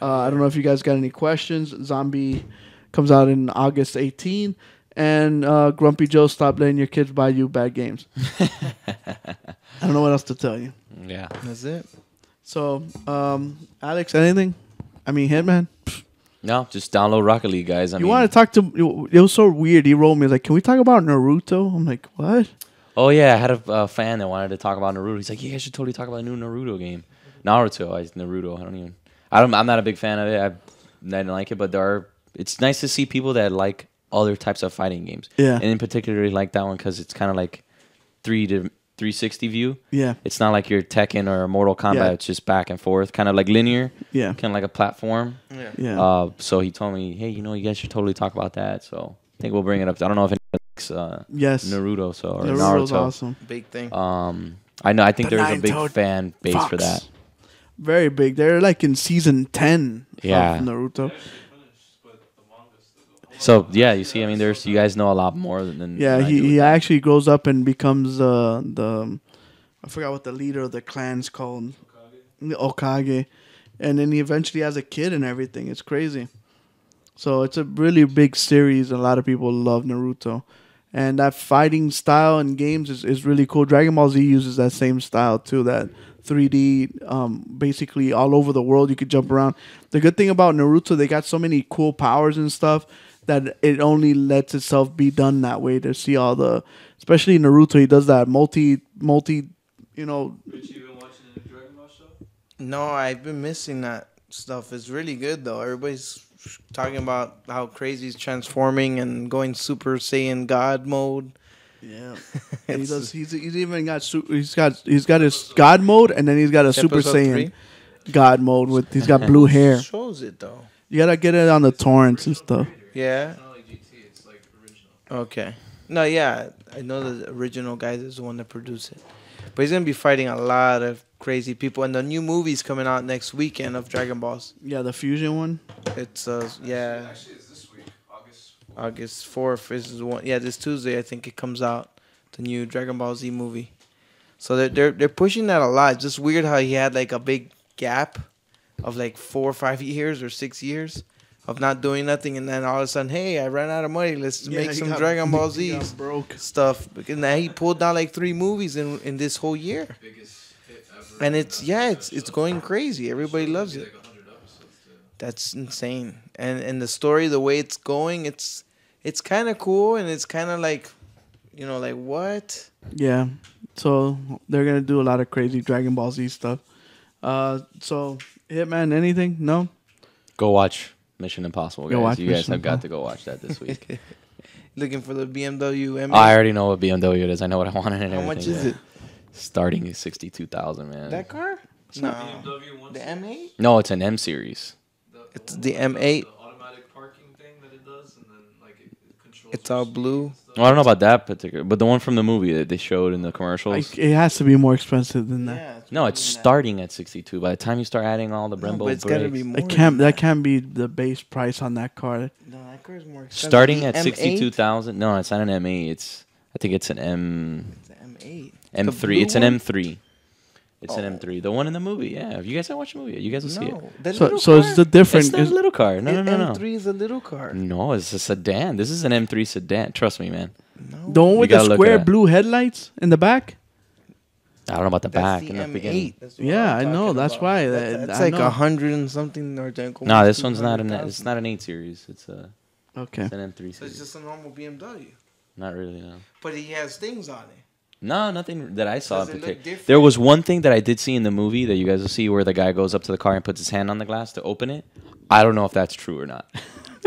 S2: Uh, I don't know if you guys got any questions. Zombie comes out in August 18. And uh, Grumpy Joe, stop letting your kids buy you bad games. I don't know what else to tell you.
S1: Yeah.
S3: That's it.
S2: So, um, Alex, anything? I mean, Hitman?
S1: No, just download Rocket League, guys. I
S2: you
S1: mean,
S2: want to talk to? It was so weird. He wrote me like, "Can we talk about Naruto?" I'm like, "What?"
S1: oh yeah, I had a uh, fan that wanted to talk about Naruto. He's like, "Yeah, I should totally talk about a new Naruto game, Naruto." I Naruto. I don't even. I don't. I'm not a big fan of it. I, I didn't like it, but there are. It's nice to see people that like other types of fighting games.
S2: Yeah.
S1: And in particular, like that one because it's kind of like three to 360 view.
S2: Yeah.
S1: It's not like your Tekken or Mortal Kombat.
S2: Yeah.
S1: It's just back and forth, kind of like linear.
S2: Yeah.
S1: Kind of like a platform.
S2: Yeah. Yeah.
S1: Uh, so he told me, hey, you know, you guys should totally talk about that. So I think we'll bring it up. I don't know if anybody likes uh,
S2: Yes.
S1: Naruto. So or
S2: Naruto's
S1: Naruto.
S2: awesome.
S3: Big thing.
S1: Um, I know. I think
S2: The
S1: there's a big
S2: nine-toed
S1: fan base for
S2: fox.
S1: that.
S2: Very big. They're like in season ten
S1: Yeah.
S2: of Naruto.
S1: So yeah, you see, I mean, there's you guys know a lot more than. than
S2: Yeah,
S1: I
S2: he,
S1: do.
S2: he actually grows up and becomes uh, the I forgot what the leader of the clan's called, Okage. Okage, and then he eventually has a kid and everything. It's crazy. So it's a really big series. A lot of people love Naruto, and that fighting style in games is, is really cool. Dragon Ball Z uses that same style too. That 3D, um, basically all over the world, you could jump around. The good thing about Naruto, they got so many cool powers and stuff that it only lets itself be done that way to see all the, especially Naruto. He does that multi multi, you know.
S3: No, I've been missing that stuff. It's really good though. Everybody's talking about how crazy he's transforming and going Super Saiyan God mode.
S2: Yeah, And he does. He's, he's even got su- he's got he's got his God mode, and then he's got a
S3: It's
S2: Super
S3: episode
S2: Saiyan God mode with he's got blue hair.
S3: Shows it though.
S2: You gotta get it on the torrents and stuff.
S3: Yeah. Okay. No, yeah, I know the original guy is the one that produced it, but he's gonna be fighting a lot of crazy people, and the new movie's coming out next weekend of Dragon Balls.
S2: Yeah, the fusion one.
S3: It's uh, yeah. August fourth is the one. Yeah, this Tuesday I think it comes out the new Dragon Ball Z movie. So they're they're they're pushing that a lot. It's just weird how he had like a big gap of like four or five years or six years of not doing nothing, and then all of a sudden, hey, I ran out of money. Let's
S2: Yeah,
S3: make
S2: he
S3: some
S2: got-
S3: Dragon Ball
S2: he
S3: Z
S2: got broke.
S3: stuff. And now he pulled down like three movies in in this whole year.
S4: Biggest hit
S3: And it's yeah, it's it's going crazy. Everybody loves it. That's insane. And and the story, the way it's going, it's it's kind of cool, and it's kind of like, you know, like what?
S2: Yeah. So they're gonna do a lot of crazy Dragon Ball Z stuff. Uh, so Hitman, anything? No.
S1: Go watch Mission Impossible,
S2: Go
S1: guys.
S2: watch
S1: you guys
S2: Mission
S1: have got
S2: Impossible.
S1: to go watch that this week.
S3: Looking for the BMW M.
S1: I already know what BMW it is. I know what I wanted and
S3: How
S1: everything.
S3: much is
S1: yeah.
S3: it?
S1: Starting at sixty-two thousand, man.
S3: That car? No. The M8.
S1: no, it's an M series.
S3: It's the M8. It's all blue.
S1: Well, I don't know about that particular, but the one from the movie that they showed in the commercials.
S2: Like, it has to be more expensive than that.
S1: no, it's starting at sixty-two. By the time you start adding all the Brembo
S3: but it's gotta
S1: brakes-
S3: be
S2: It can't. That can't be the base price on that car.
S3: No, that car is more expensive.
S1: starting
S3: The
S1: at
S3: M8?
S1: sixty-two thousand. No, it's not an M8. It's I think it's an M.
S3: M8.
S1: M
S3: The
S1: three.
S3: blue
S1: It's an
S3: one? Oh.
S1: M three. It's an M three. The one in the movie. Yeah. If you guys haven't watched the movie, yet, you guys will see
S3: No,
S1: it.
S3: that So- little so it's car. the different-
S1: It's not a
S3: it's-
S1: little car. No,
S3: it-
S1: no, no, no.
S3: M3 is a little car.
S1: No, it's a sedan. This is an M three sedan. Trust me, man. No.
S2: The one with the square blue headlights in the back.
S1: I don't know about the back
S3: the
S1: in the
S3: M8.
S1: beginning.
S2: Yeah, I know. That's why. that-
S3: That's
S2: I
S3: like
S2: know.
S3: a hundred and something or like
S1: No,
S3: almost
S1: this one's not an.
S3: 200,000.
S1: It's not an eight series. It's a.
S2: Okay.
S1: It's an M three
S3: So it's
S1: series.
S3: just a normal BMW,
S1: Not really. No.
S3: but he has things on it.
S1: No, nothing that I saw.
S3: Does
S1: in
S3: it look
S1: partic-
S3: different?
S1: There was one thing that I did see in the movie that you guys will see where the guy goes up to the car and puts his hand on the glass to open it. I don't know if that's true or not.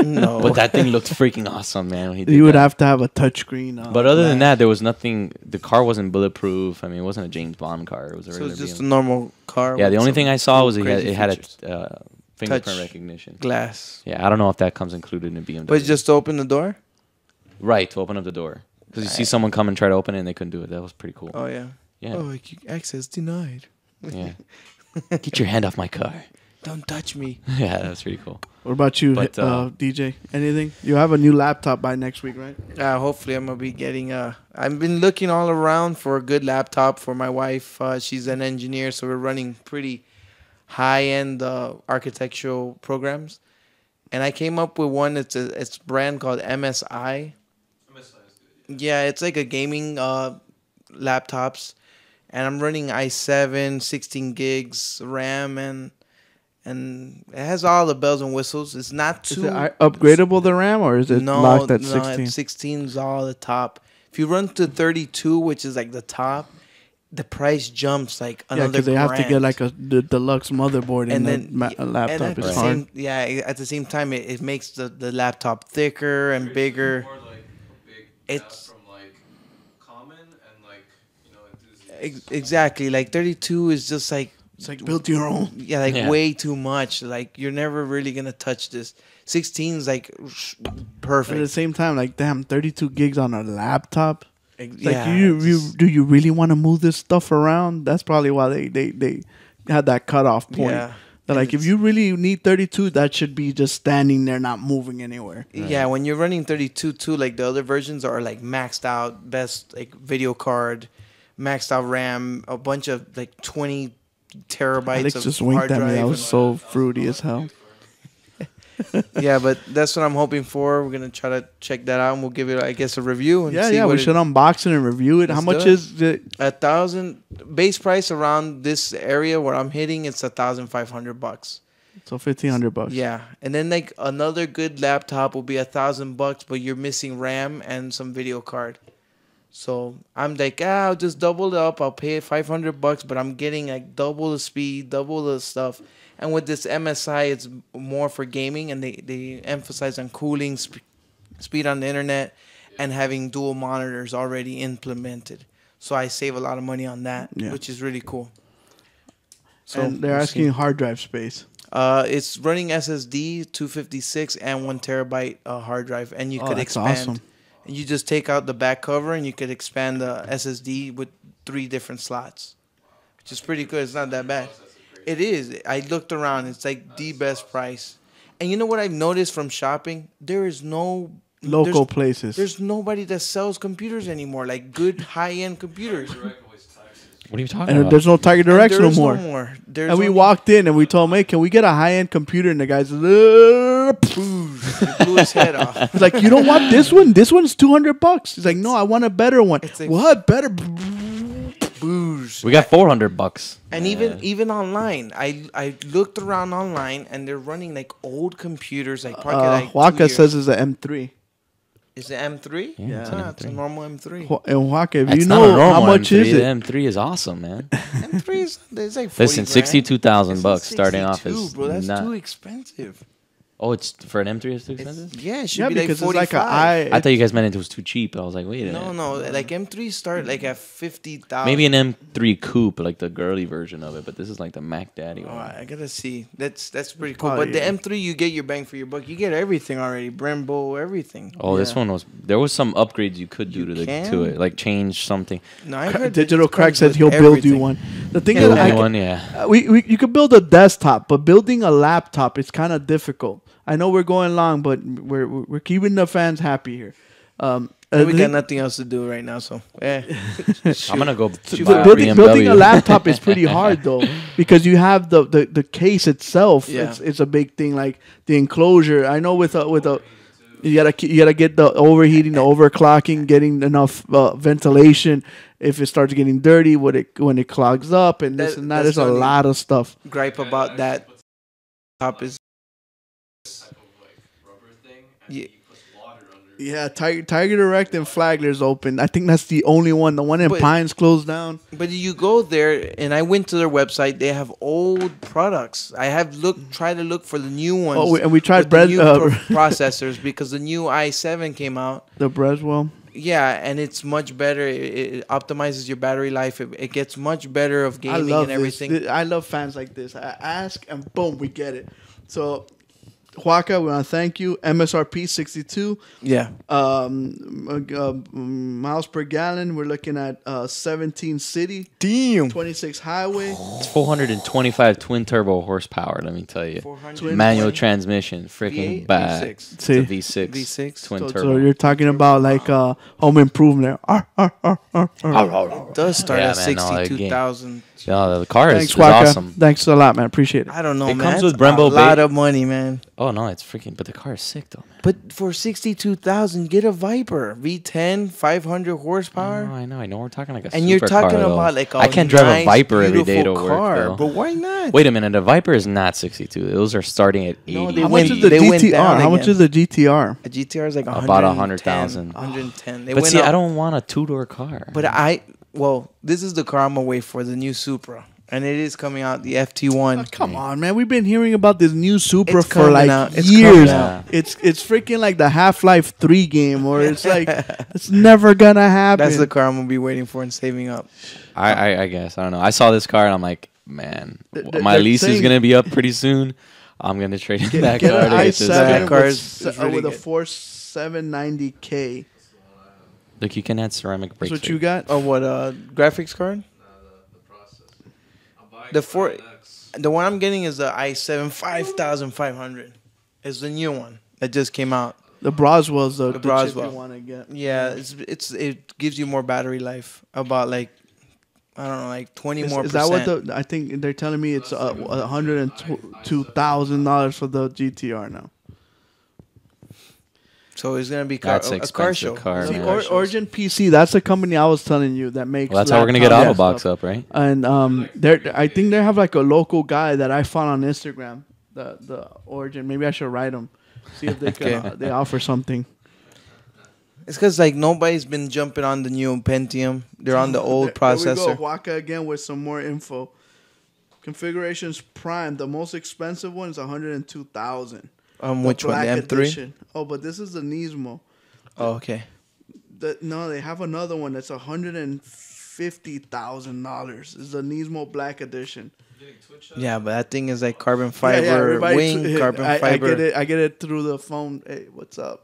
S2: No.
S1: but that thing looked freaking awesome, man. When he did
S2: You would
S1: that.
S2: have to have a uh, touchscreen. on
S1: But other
S2: that.
S1: than that, there was nothing. The car wasn't bulletproof. I mean, it wasn't a James Bond car. It was a
S3: So it
S1: regular
S3: was just
S1: BMW.
S3: a normal car
S1: Yeah, the
S3: with
S1: only
S3: some
S1: thing I saw
S3: cool,
S1: was it had,
S3: crazy
S1: it had
S3: features.
S1: a uh, fingerprint
S3: Touch
S1: recognition
S3: glass.
S1: Yeah, I don't know if that comes included in a BMW.
S3: But it's just to open the door.
S1: right to open up the door because you see someone come and try to open it and they couldn't do it. That was pretty cool.
S3: Oh yeah.
S1: Yeah.
S3: Oh, like, access denied.
S1: Yeah. Get your hand off my car.
S3: Don't touch me.
S1: Yeah, that's pretty cool.
S2: What about you,
S1: But,
S2: uh,
S1: uh,
S2: DJ? Anything? You have a new laptop by next week, right?
S3: Uh, hopefully, I'm gonna be getting. Uh, I've been looking all around for a good laptop for my wife. Uh, she's an engineer, so we're running pretty high-end uh, architectural programs. And I came up with one. It's a it's a brand called MSI. Yeah, it's like a gaming uh, laptops, and I'm running i7, 16 gigs RAM, and and it has all the bells and whistles. It's not
S2: Is
S3: too
S2: it i- upgradable the RAM or is it locked at
S3: No,
S2: sixteen?
S3: it's 16 is all the top. If you run to 32, which is like the top, the price jumps like
S2: yeah,
S3: another
S2: because they have to
S3: grand.
S2: get like a d- deluxe motherboard and,
S3: And
S2: then ma- a
S3: And
S2: laptop
S3: at the
S2: is hard.
S3: same, yeah, i- at the same time, it, it makes the, the laptop thicker and bigger. It's Ex- exactly like 32 is just like
S2: it's like build your own.
S3: Yeah, like
S2: Yeah.
S3: way too much. Like you're never really gonna touch this. 16 is like sh-
S2: But at the
S3: perfect.
S2: same time, like damn, thirty-two gigs on a laptop.
S3: Ex-
S2: It's like
S3: yeah,
S2: you, you, do you really want to move this stuff around? That's probably why they they they had that cutoff point.
S3: Yeah.
S2: They're like, if you really need thirty-two, that should be just standing there, not moving anywhere.
S3: Yeah, when you're running 32 too, like the other versions are like maxed out, best like video card, maxed out RAM, a bunch of like 20 terabytes
S2: Alex
S3: of
S2: just
S3: hard
S2: winked at me.
S3: drive.
S2: That was so fruity as hell.
S3: yeah, but that's what I'm hoping for. We're gonna try to check that out, and we'll give it, I guess, a review. And
S2: Yeah,
S3: see
S2: yeah,
S3: what
S2: we
S3: it-
S2: should unbox it and review it. How
S3: Let's
S2: much
S3: do it.
S2: is the
S3: a thousand base price around this area where I'm hitting? It's a thousand five hundred bucks.
S2: so fifteen hundred bucks?
S3: Yeah, and then like another good laptop will be a thousand bucks, but you're missing RAM and some video card. So I'm like, ah, I'll just double it up. I'll pay five hundred bucks, but I'm getting like double the speed, double the stuff. And with this MSI, it's more for gaming, and they they emphasize on cooling, sp- speed on the internet, and having dual monitors already implemented. So I save a lot of money on that,
S2: Yeah.
S3: which is really cool.
S2: and they're
S3: we'll see.
S2: asking hard drive space.
S3: Uh, it's running SSD 256 and one terabyte uh, hard drive, and you
S2: Oh,
S3: could
S2: that's
S3: expand.
S2: awesome.
S3: And you just take out the back cover, and you could expand the SSD with three different slots, which is pretty good. It's not that bad. It is. I looked around. It's like the best price. And you know what I've noticed from shopping? There is no
S2: Local
S3: there's-
S2: places.
S3: There's nobody that sells computers anymore, like good high end computers.
S1: What are you talking
S2: And
S1: about?
S2: there's no Tiger
S3: And
S2: Direct
S3: there
S2: no
S3: is no
S2: more.
S3: more. There's
S2: And we
S3: only-
S2: walked in and we told him, "Hey, can we get a high end computer?" And the guy's blew
S3: his head off.
S2: He's like, "You don't want this one? This one's two hundred bucks." He's like, "No, I want a better one."
S3: like-
S2: what better?
S3: booze.
S1: We got 400 bucks.
S3: And even even online, I I looked around online and they're running like old computers like probably
S2: Uh,
S3: like
S2: Huaca
S3: two years.
S2: says it's the M3.
S3: Is it M3?
S1: Yeah, it's an
S3: Ah, it's a
S1: M3.
S3: normal M3.
S2: Hua- And Huaca, if
S1: That's
S2: you
S1: not a
S2: know how
S1: normal
S2: much
S1: M3.
S2: is
S1: The
S2: it,
S1: M3 is awesome, man.
S3: M3 is it's like 40
S1: Listen,
S3: grand.
S1: 62,000 bucks
S3: It's
S1: starting off
S3: 62,
S1: is
S3: bro, that's
S1: not-
S3: too e- expensive.
S1: Oh, it's for an M3 it's too expensive.
S3: Yeah, it should
S2: Yeah,
S3: be like
S2: because
S3: 45.
S2: it's like a I-
S1: I thought you guys meant it was too cheap. I was like, wait a
S3: No,
S1: minute.
S3: no, like M3 start like at 50,000.
S1: Maybe an M3 coupe, like the girly version of it, but this is like the Mac Daddy
S3: All
S1: one.
S3: right, Oh, I gotta see. That's that's pretty cool.
S1: Probably-
S3: but the M3, you get your bang for your buck. You get everything already, Brembo, everything.
S1: Oh, this one was. There was some upgrades you could do to the
S3: can?
S1: to it, like change something.
S3: No, I heard
S2: Digital
S3: it
S2: Crack
S3: comes
S2: said
S3: with
S2: he'll build you
S3: everything.
S2: one. The thing
S1: Build
S2: is, I
S1: me
S2: ca-
S1: one, yeah.
S2: uh, we, we you could build a desktop, but building a laptop is kind of difficult. I know we're going long, but we're we're we're keeping the fans happy here. Um, uh,
S3: And
S2: the
S3: we got
S2: thing-
S3: nothing else to do right now, so eh.
S1: I'm gonna go
S2: the
S1: to buy a
S2: building, building a
S1: BMW.
S2: laptop is pretty hard though because you have the, the, the case itself.
S3: Yeah.
S2: It's, it's a big thing like the enclosure. I know with a with a you gotta ke- you gotta get the overheating, the overclocking, getting enough uh, ventilation. If it starts getting dirty, when it when it clogs up and this
S3: That-
S2: and that,
S3: that's
S2: there's a
S3: the only-
S2: lot of stuff.
S3: gripe about that top is. Yeah.
S2: Yeah, Tiger, Tiger Direct and Flagler's open. I think that's the only one. The one in
S3: But-
S2: Pines closed down.
S3: But you go there, and I went to their website. They have old products. I have looked, tried to look for the new ones.
S2: Oh, we- and we tried
S3: with the
S2: bread-
S3: new
S2: uh,
S3: pro- processors because the new i7 came out.
S2: The Breswell.
S3: Yeah, and it's much better. It, it optimizes your battery life. It, it gets much better of gaming and
S2: this.
S3: everything.
S2: Th- I love fans like this. I ask and boom, we get it. So, Huaca, we want to thank you. MSRP 62.
S3: Yeah.
S2: Um, uh, uh, miles per gallon. We're looking at uh, 17 city.
S3: Damn.
S2: 26 highway.
S1: It's 425 twin turbo horsepower. Let me tell you,
S2: 420.
S1: manual transmission, freaking
S2: V8,
S1: bad.
S2: V6.
S1: It's
S2: See?
S1: a V6, V6 twin
S2: So, so
S1: turbo.
S2: you're talking about like uh, home improvement. Arr, arr, arr, arr, arr.
S3: It does start
S1: Yeah,
S3: at
S1: man, no, that game-
S3: 62,000.
S1: No, the car is,
S2: Thanks,
S1: is
S2: Huaca.
S1: awesome.
S2: Thanks a lot, man. Appreciate it.
S3: I don't know,
S1: It
S3: man.
S1: comes with
S3: It's a
S1: Brembo
S3: lot
S1: Bay.
S3: of money, man.
S1: Oh no, it's freaking. But the car is sick though. Man.
S3: But for 62,000, get a Viper V10, 500 horsepower.
S1: No, Oh, I know, I know. We're talking like a
S3: And you're
S1: supercar,
S3: talking
S1: though.
S3: about like a
S1: I can't drive a
S3: nice,
S1: Viper every day to
S3: beautiful
S1: work.
S3: car,
S1: though.
S3: but why not?
S1: Wait a minute, a Viper is not 62. Those are starting at 80.
S3: they
S2: How
S3: went-
S2: much is the
S3: they went
S2: GTR?
S3: down
S2: How much
S3: again.
S2: is the GTR?
S3: A GTR is like
S1: About
S3: 110,
S1: 100,000.
S3: 110. They
S1: but
S3: went
S1: see,
S3: up.
S1: I don't want a two door car.
S3: But I, well, this is the car I'm gonna wait for the new Supra, and it is coming out the FT1.
S2: Come on, man. We've been hearing about this new Supra
S3: It's
S2: for
S3: coming
S2: like
S3: out. It's
S2: years.
S3: coming out.
S2: It's it's freaking like the Half Life Three game, or it's like it's never gonna happen.
S3: That's the car I'm gonna be waiting for and saving up.
S1: I, I, I guess I don't know. I saw this car and I'm like, man,
S2: Th-
S1: w-
S2: th-
S1: my
S2: they're
S1: lease is
S2: saying-
S1: gonna be up pretty soon. I'm gonna trade in
S2: get,
S1: that
S2: get
S1: car.
S2: an
S1: to get this
S2: i7
S1: back.
S2: with,
S3: car is-
S2: s-
S3: is
S2: uh,
S3: really
S2: with a
S3: good.
S2: four seven ninety K.
S1: Look, you can add ceramic
S2: That's
S1: brakes.
S2: what
S1: here.
S2: you got.
S3: Oh, what uh, graphics card? The four, the one I'm getting is the i7 5500. It's the new one that just came out.
S2: The Broswell's the, the
S3: The
S2: chip you
S3: Broswell.
S2: want to get.
S3: Yeah, it's it's it gives you more battery life. About like, I don't know, like 20
S2: Is,
S3: more.
S2: is that
S3: percent.
S2: what the? I think they're telling me it's uh, a hundred and two thousand dollars for the GTR now.
S3: So it's gonna be car,
S1: That's
S3: a, a
S1: expensive
S3: car show.
S1: car,
S3: It's a
S1: man.
S3: car
S2: Or,
S3: show.
S2: Origin PC, that's the company I was telling you that makes.
S1: Well, that's how we're gonna get
S2: laptops and
S1: Autobox
S2: stuff.
S1: up, right?
S2: And um, there, I think they have like a local guy that I found on Instagram. The the Origin, maybe I should write them, see if they can,
S3: Okay.
S2: they offer something.
S3: It's because like nobody's been jumping on the new Pentium. They're on the old
S2: There-
S3: processor.
S2: There we go. Waka again with some more info. Configurations Prime, the most expensive one is one hundred and two thousand.
S3: Um, which one? The M3?
S2: Oh, but this is the Nismo.
S3: Oh, okay.
S2: The, no, they have another one that's hundred and fifty thousand dollars. It's the Nismo Black Edition.
S3: Yeah, but that thing is like carbon
S2: Yeah,
S3: fiber
S2: yeah, everybody
S3: wing,
S2: t-
S3: carbon
S2: I,
S3: fiber.
S2: I get it. I get it through the phone. Hey, what's up?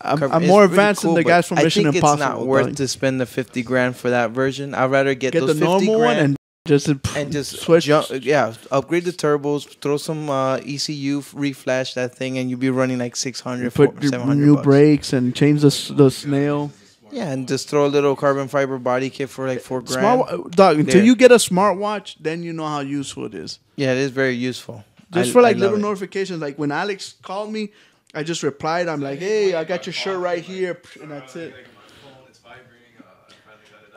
S2: I'm,
S3: Carb-
S2: I'm
S3: it's
S2: more
S3: pretty
S2: advanced
S3: cool,
S2: than the
S3: but
S2: guys from Mission
S3: I think
S2: Impossible.
S3: it's not worth
S2: dog.
S3: to spend the fifty grand for that version. I'd rather get,
S2: Get
S3: those
S2: the
S3: 50
S2: normal one
S3: grand
S2: and just
S3: and just
S2: switch.
S3: jump, uh, yeah, upgrade the turbos, throw some uh, ECU, f- reflash that thing, and you'll be running like 600,
S2: put
S3: four-
S2: your
S3: 700
S2: new
S3: bucks.
S2: brakes and change the s- the snail.
S3: Yeah, and just throw a little carbon fiber body kit for like four grand.
S2: Smart wa- dog. Until
S3: There.
S2: you get a smartwatch, then you know how useful it is.
S3: yeah, it is very useful.
S2: Just
S3: I-
S2: for like
S3: I love
S2: little
S3: it.
S2: notifications, like when Alex called me, I just replied. I'm like, "Hey, I got your shirt right here," and that's it.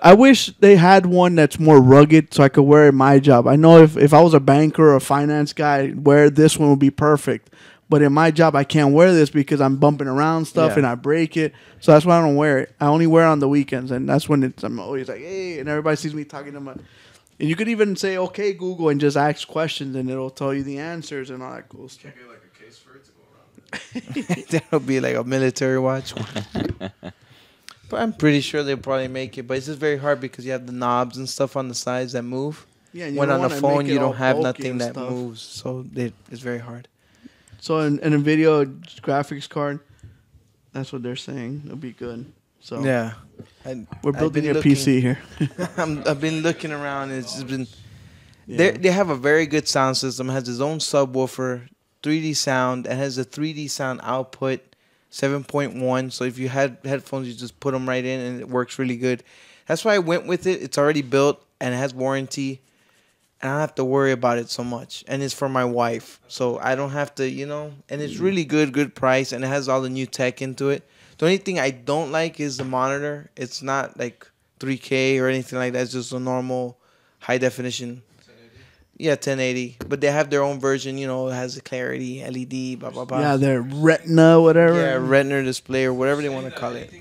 S2: I wish they had one that's more rugged so I could wear it in my job. I know if, if I was a banker or a finance guy, wear this one would be perfect. But in my job, I can't wear this because I'm bumping around stuff
S3: Yeah.
S2: and I break it. So that's why I don't wear it. I only wear it on the weekends, and that's when it's, I'm always like, hey, and everybody sees me talking to my. And you could even say, okay, Google, and just ask questions, and it'll tell you the answers and all that cool stuff.
S3: That'll be like a military watch. but I'm pretty sure they'll probably make it. But it's just very hard because you have the knobs and stuff on the sides that move.
S2: Yeah, and you
S3: when
S2: don't
S3: on the
S2: wanna
S3: phone
S2: make it
S3: you
S2: all
S3: don't have
S2: bulky
S3: nothing
S2: and
S3: that
S2: stuff.
S3: moves, so it, it's very hard.
S2: So in, in a video graphics card, that's what they're saying. It'll be good. So
S3: Yeah. I-
S2: we're
S3: I've
S2: building
S3: been
S2: a PC
S3: looking-
S2: here.
S3: I'm, I've been looking around. It's just been.
S2: Yeah.
S3: they They have a very good sound system. Has its own subwoofer, 3D sound. It has a 3D sound output, 7.1. So if you had headphones, you just put them right in, and it works really good. That's why I went with it. It's already built and it has warranty, and I don't have to worry about it so much. And it's for my wife, so I don't have to, you know. And
S2: Mm.
S3: it's really good, good price, and it has all the new tech into it. The only thing I don't like is the monitor. It's not like 3K or anything like that. It's just a normal high definition. Yeah, 1080. But they have their own version. You know, it has the clarity, LED, blah blah blah.
S2: yeah, their retina, whatever.
S3: Yeah, retina display or whatever they want to call it.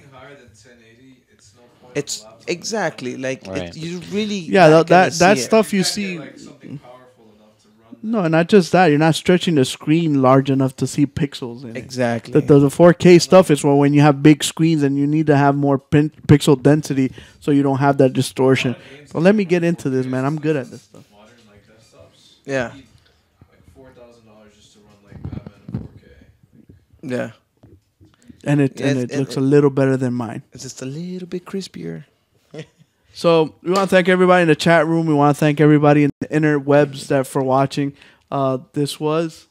S3: It's exactly like
S2: Right.
S3: it, you really
S2: Yeah,
S3: not
S2: that
S3: gonna
S2: that,
S3: see
S2: that
S3: it.
S2: stuff you see. No, and not just that. You're not stretching the screen large enough to see pixels in
S3: Exactly.
S2: it. The, the, the 4K stuff is well, when you have big screens and you need to have more pin, pixel density so you don't have that distortion. But let me get into this, man. I'm good at this stuff.
S3: Yeah.
S2: And it,
S3: Yeah. Yeah,
S2: and
S3: it's-
S2: it
S3: it-
S2: looks a little better than mine.
S3: It's just a little bit crispier.
S2: So we want to thank everybody in the chat room. We want to thank everybody in the interwebs that for watching. Uh, this was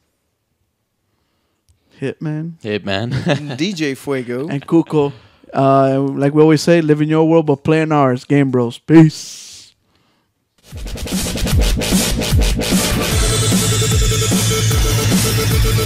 S2: Hitman
S1: Hitman.
S3: DJ Fuego.
S2: and Cuco. Uh, like we always say, live in your world but play in ours. Game Bros. Peace.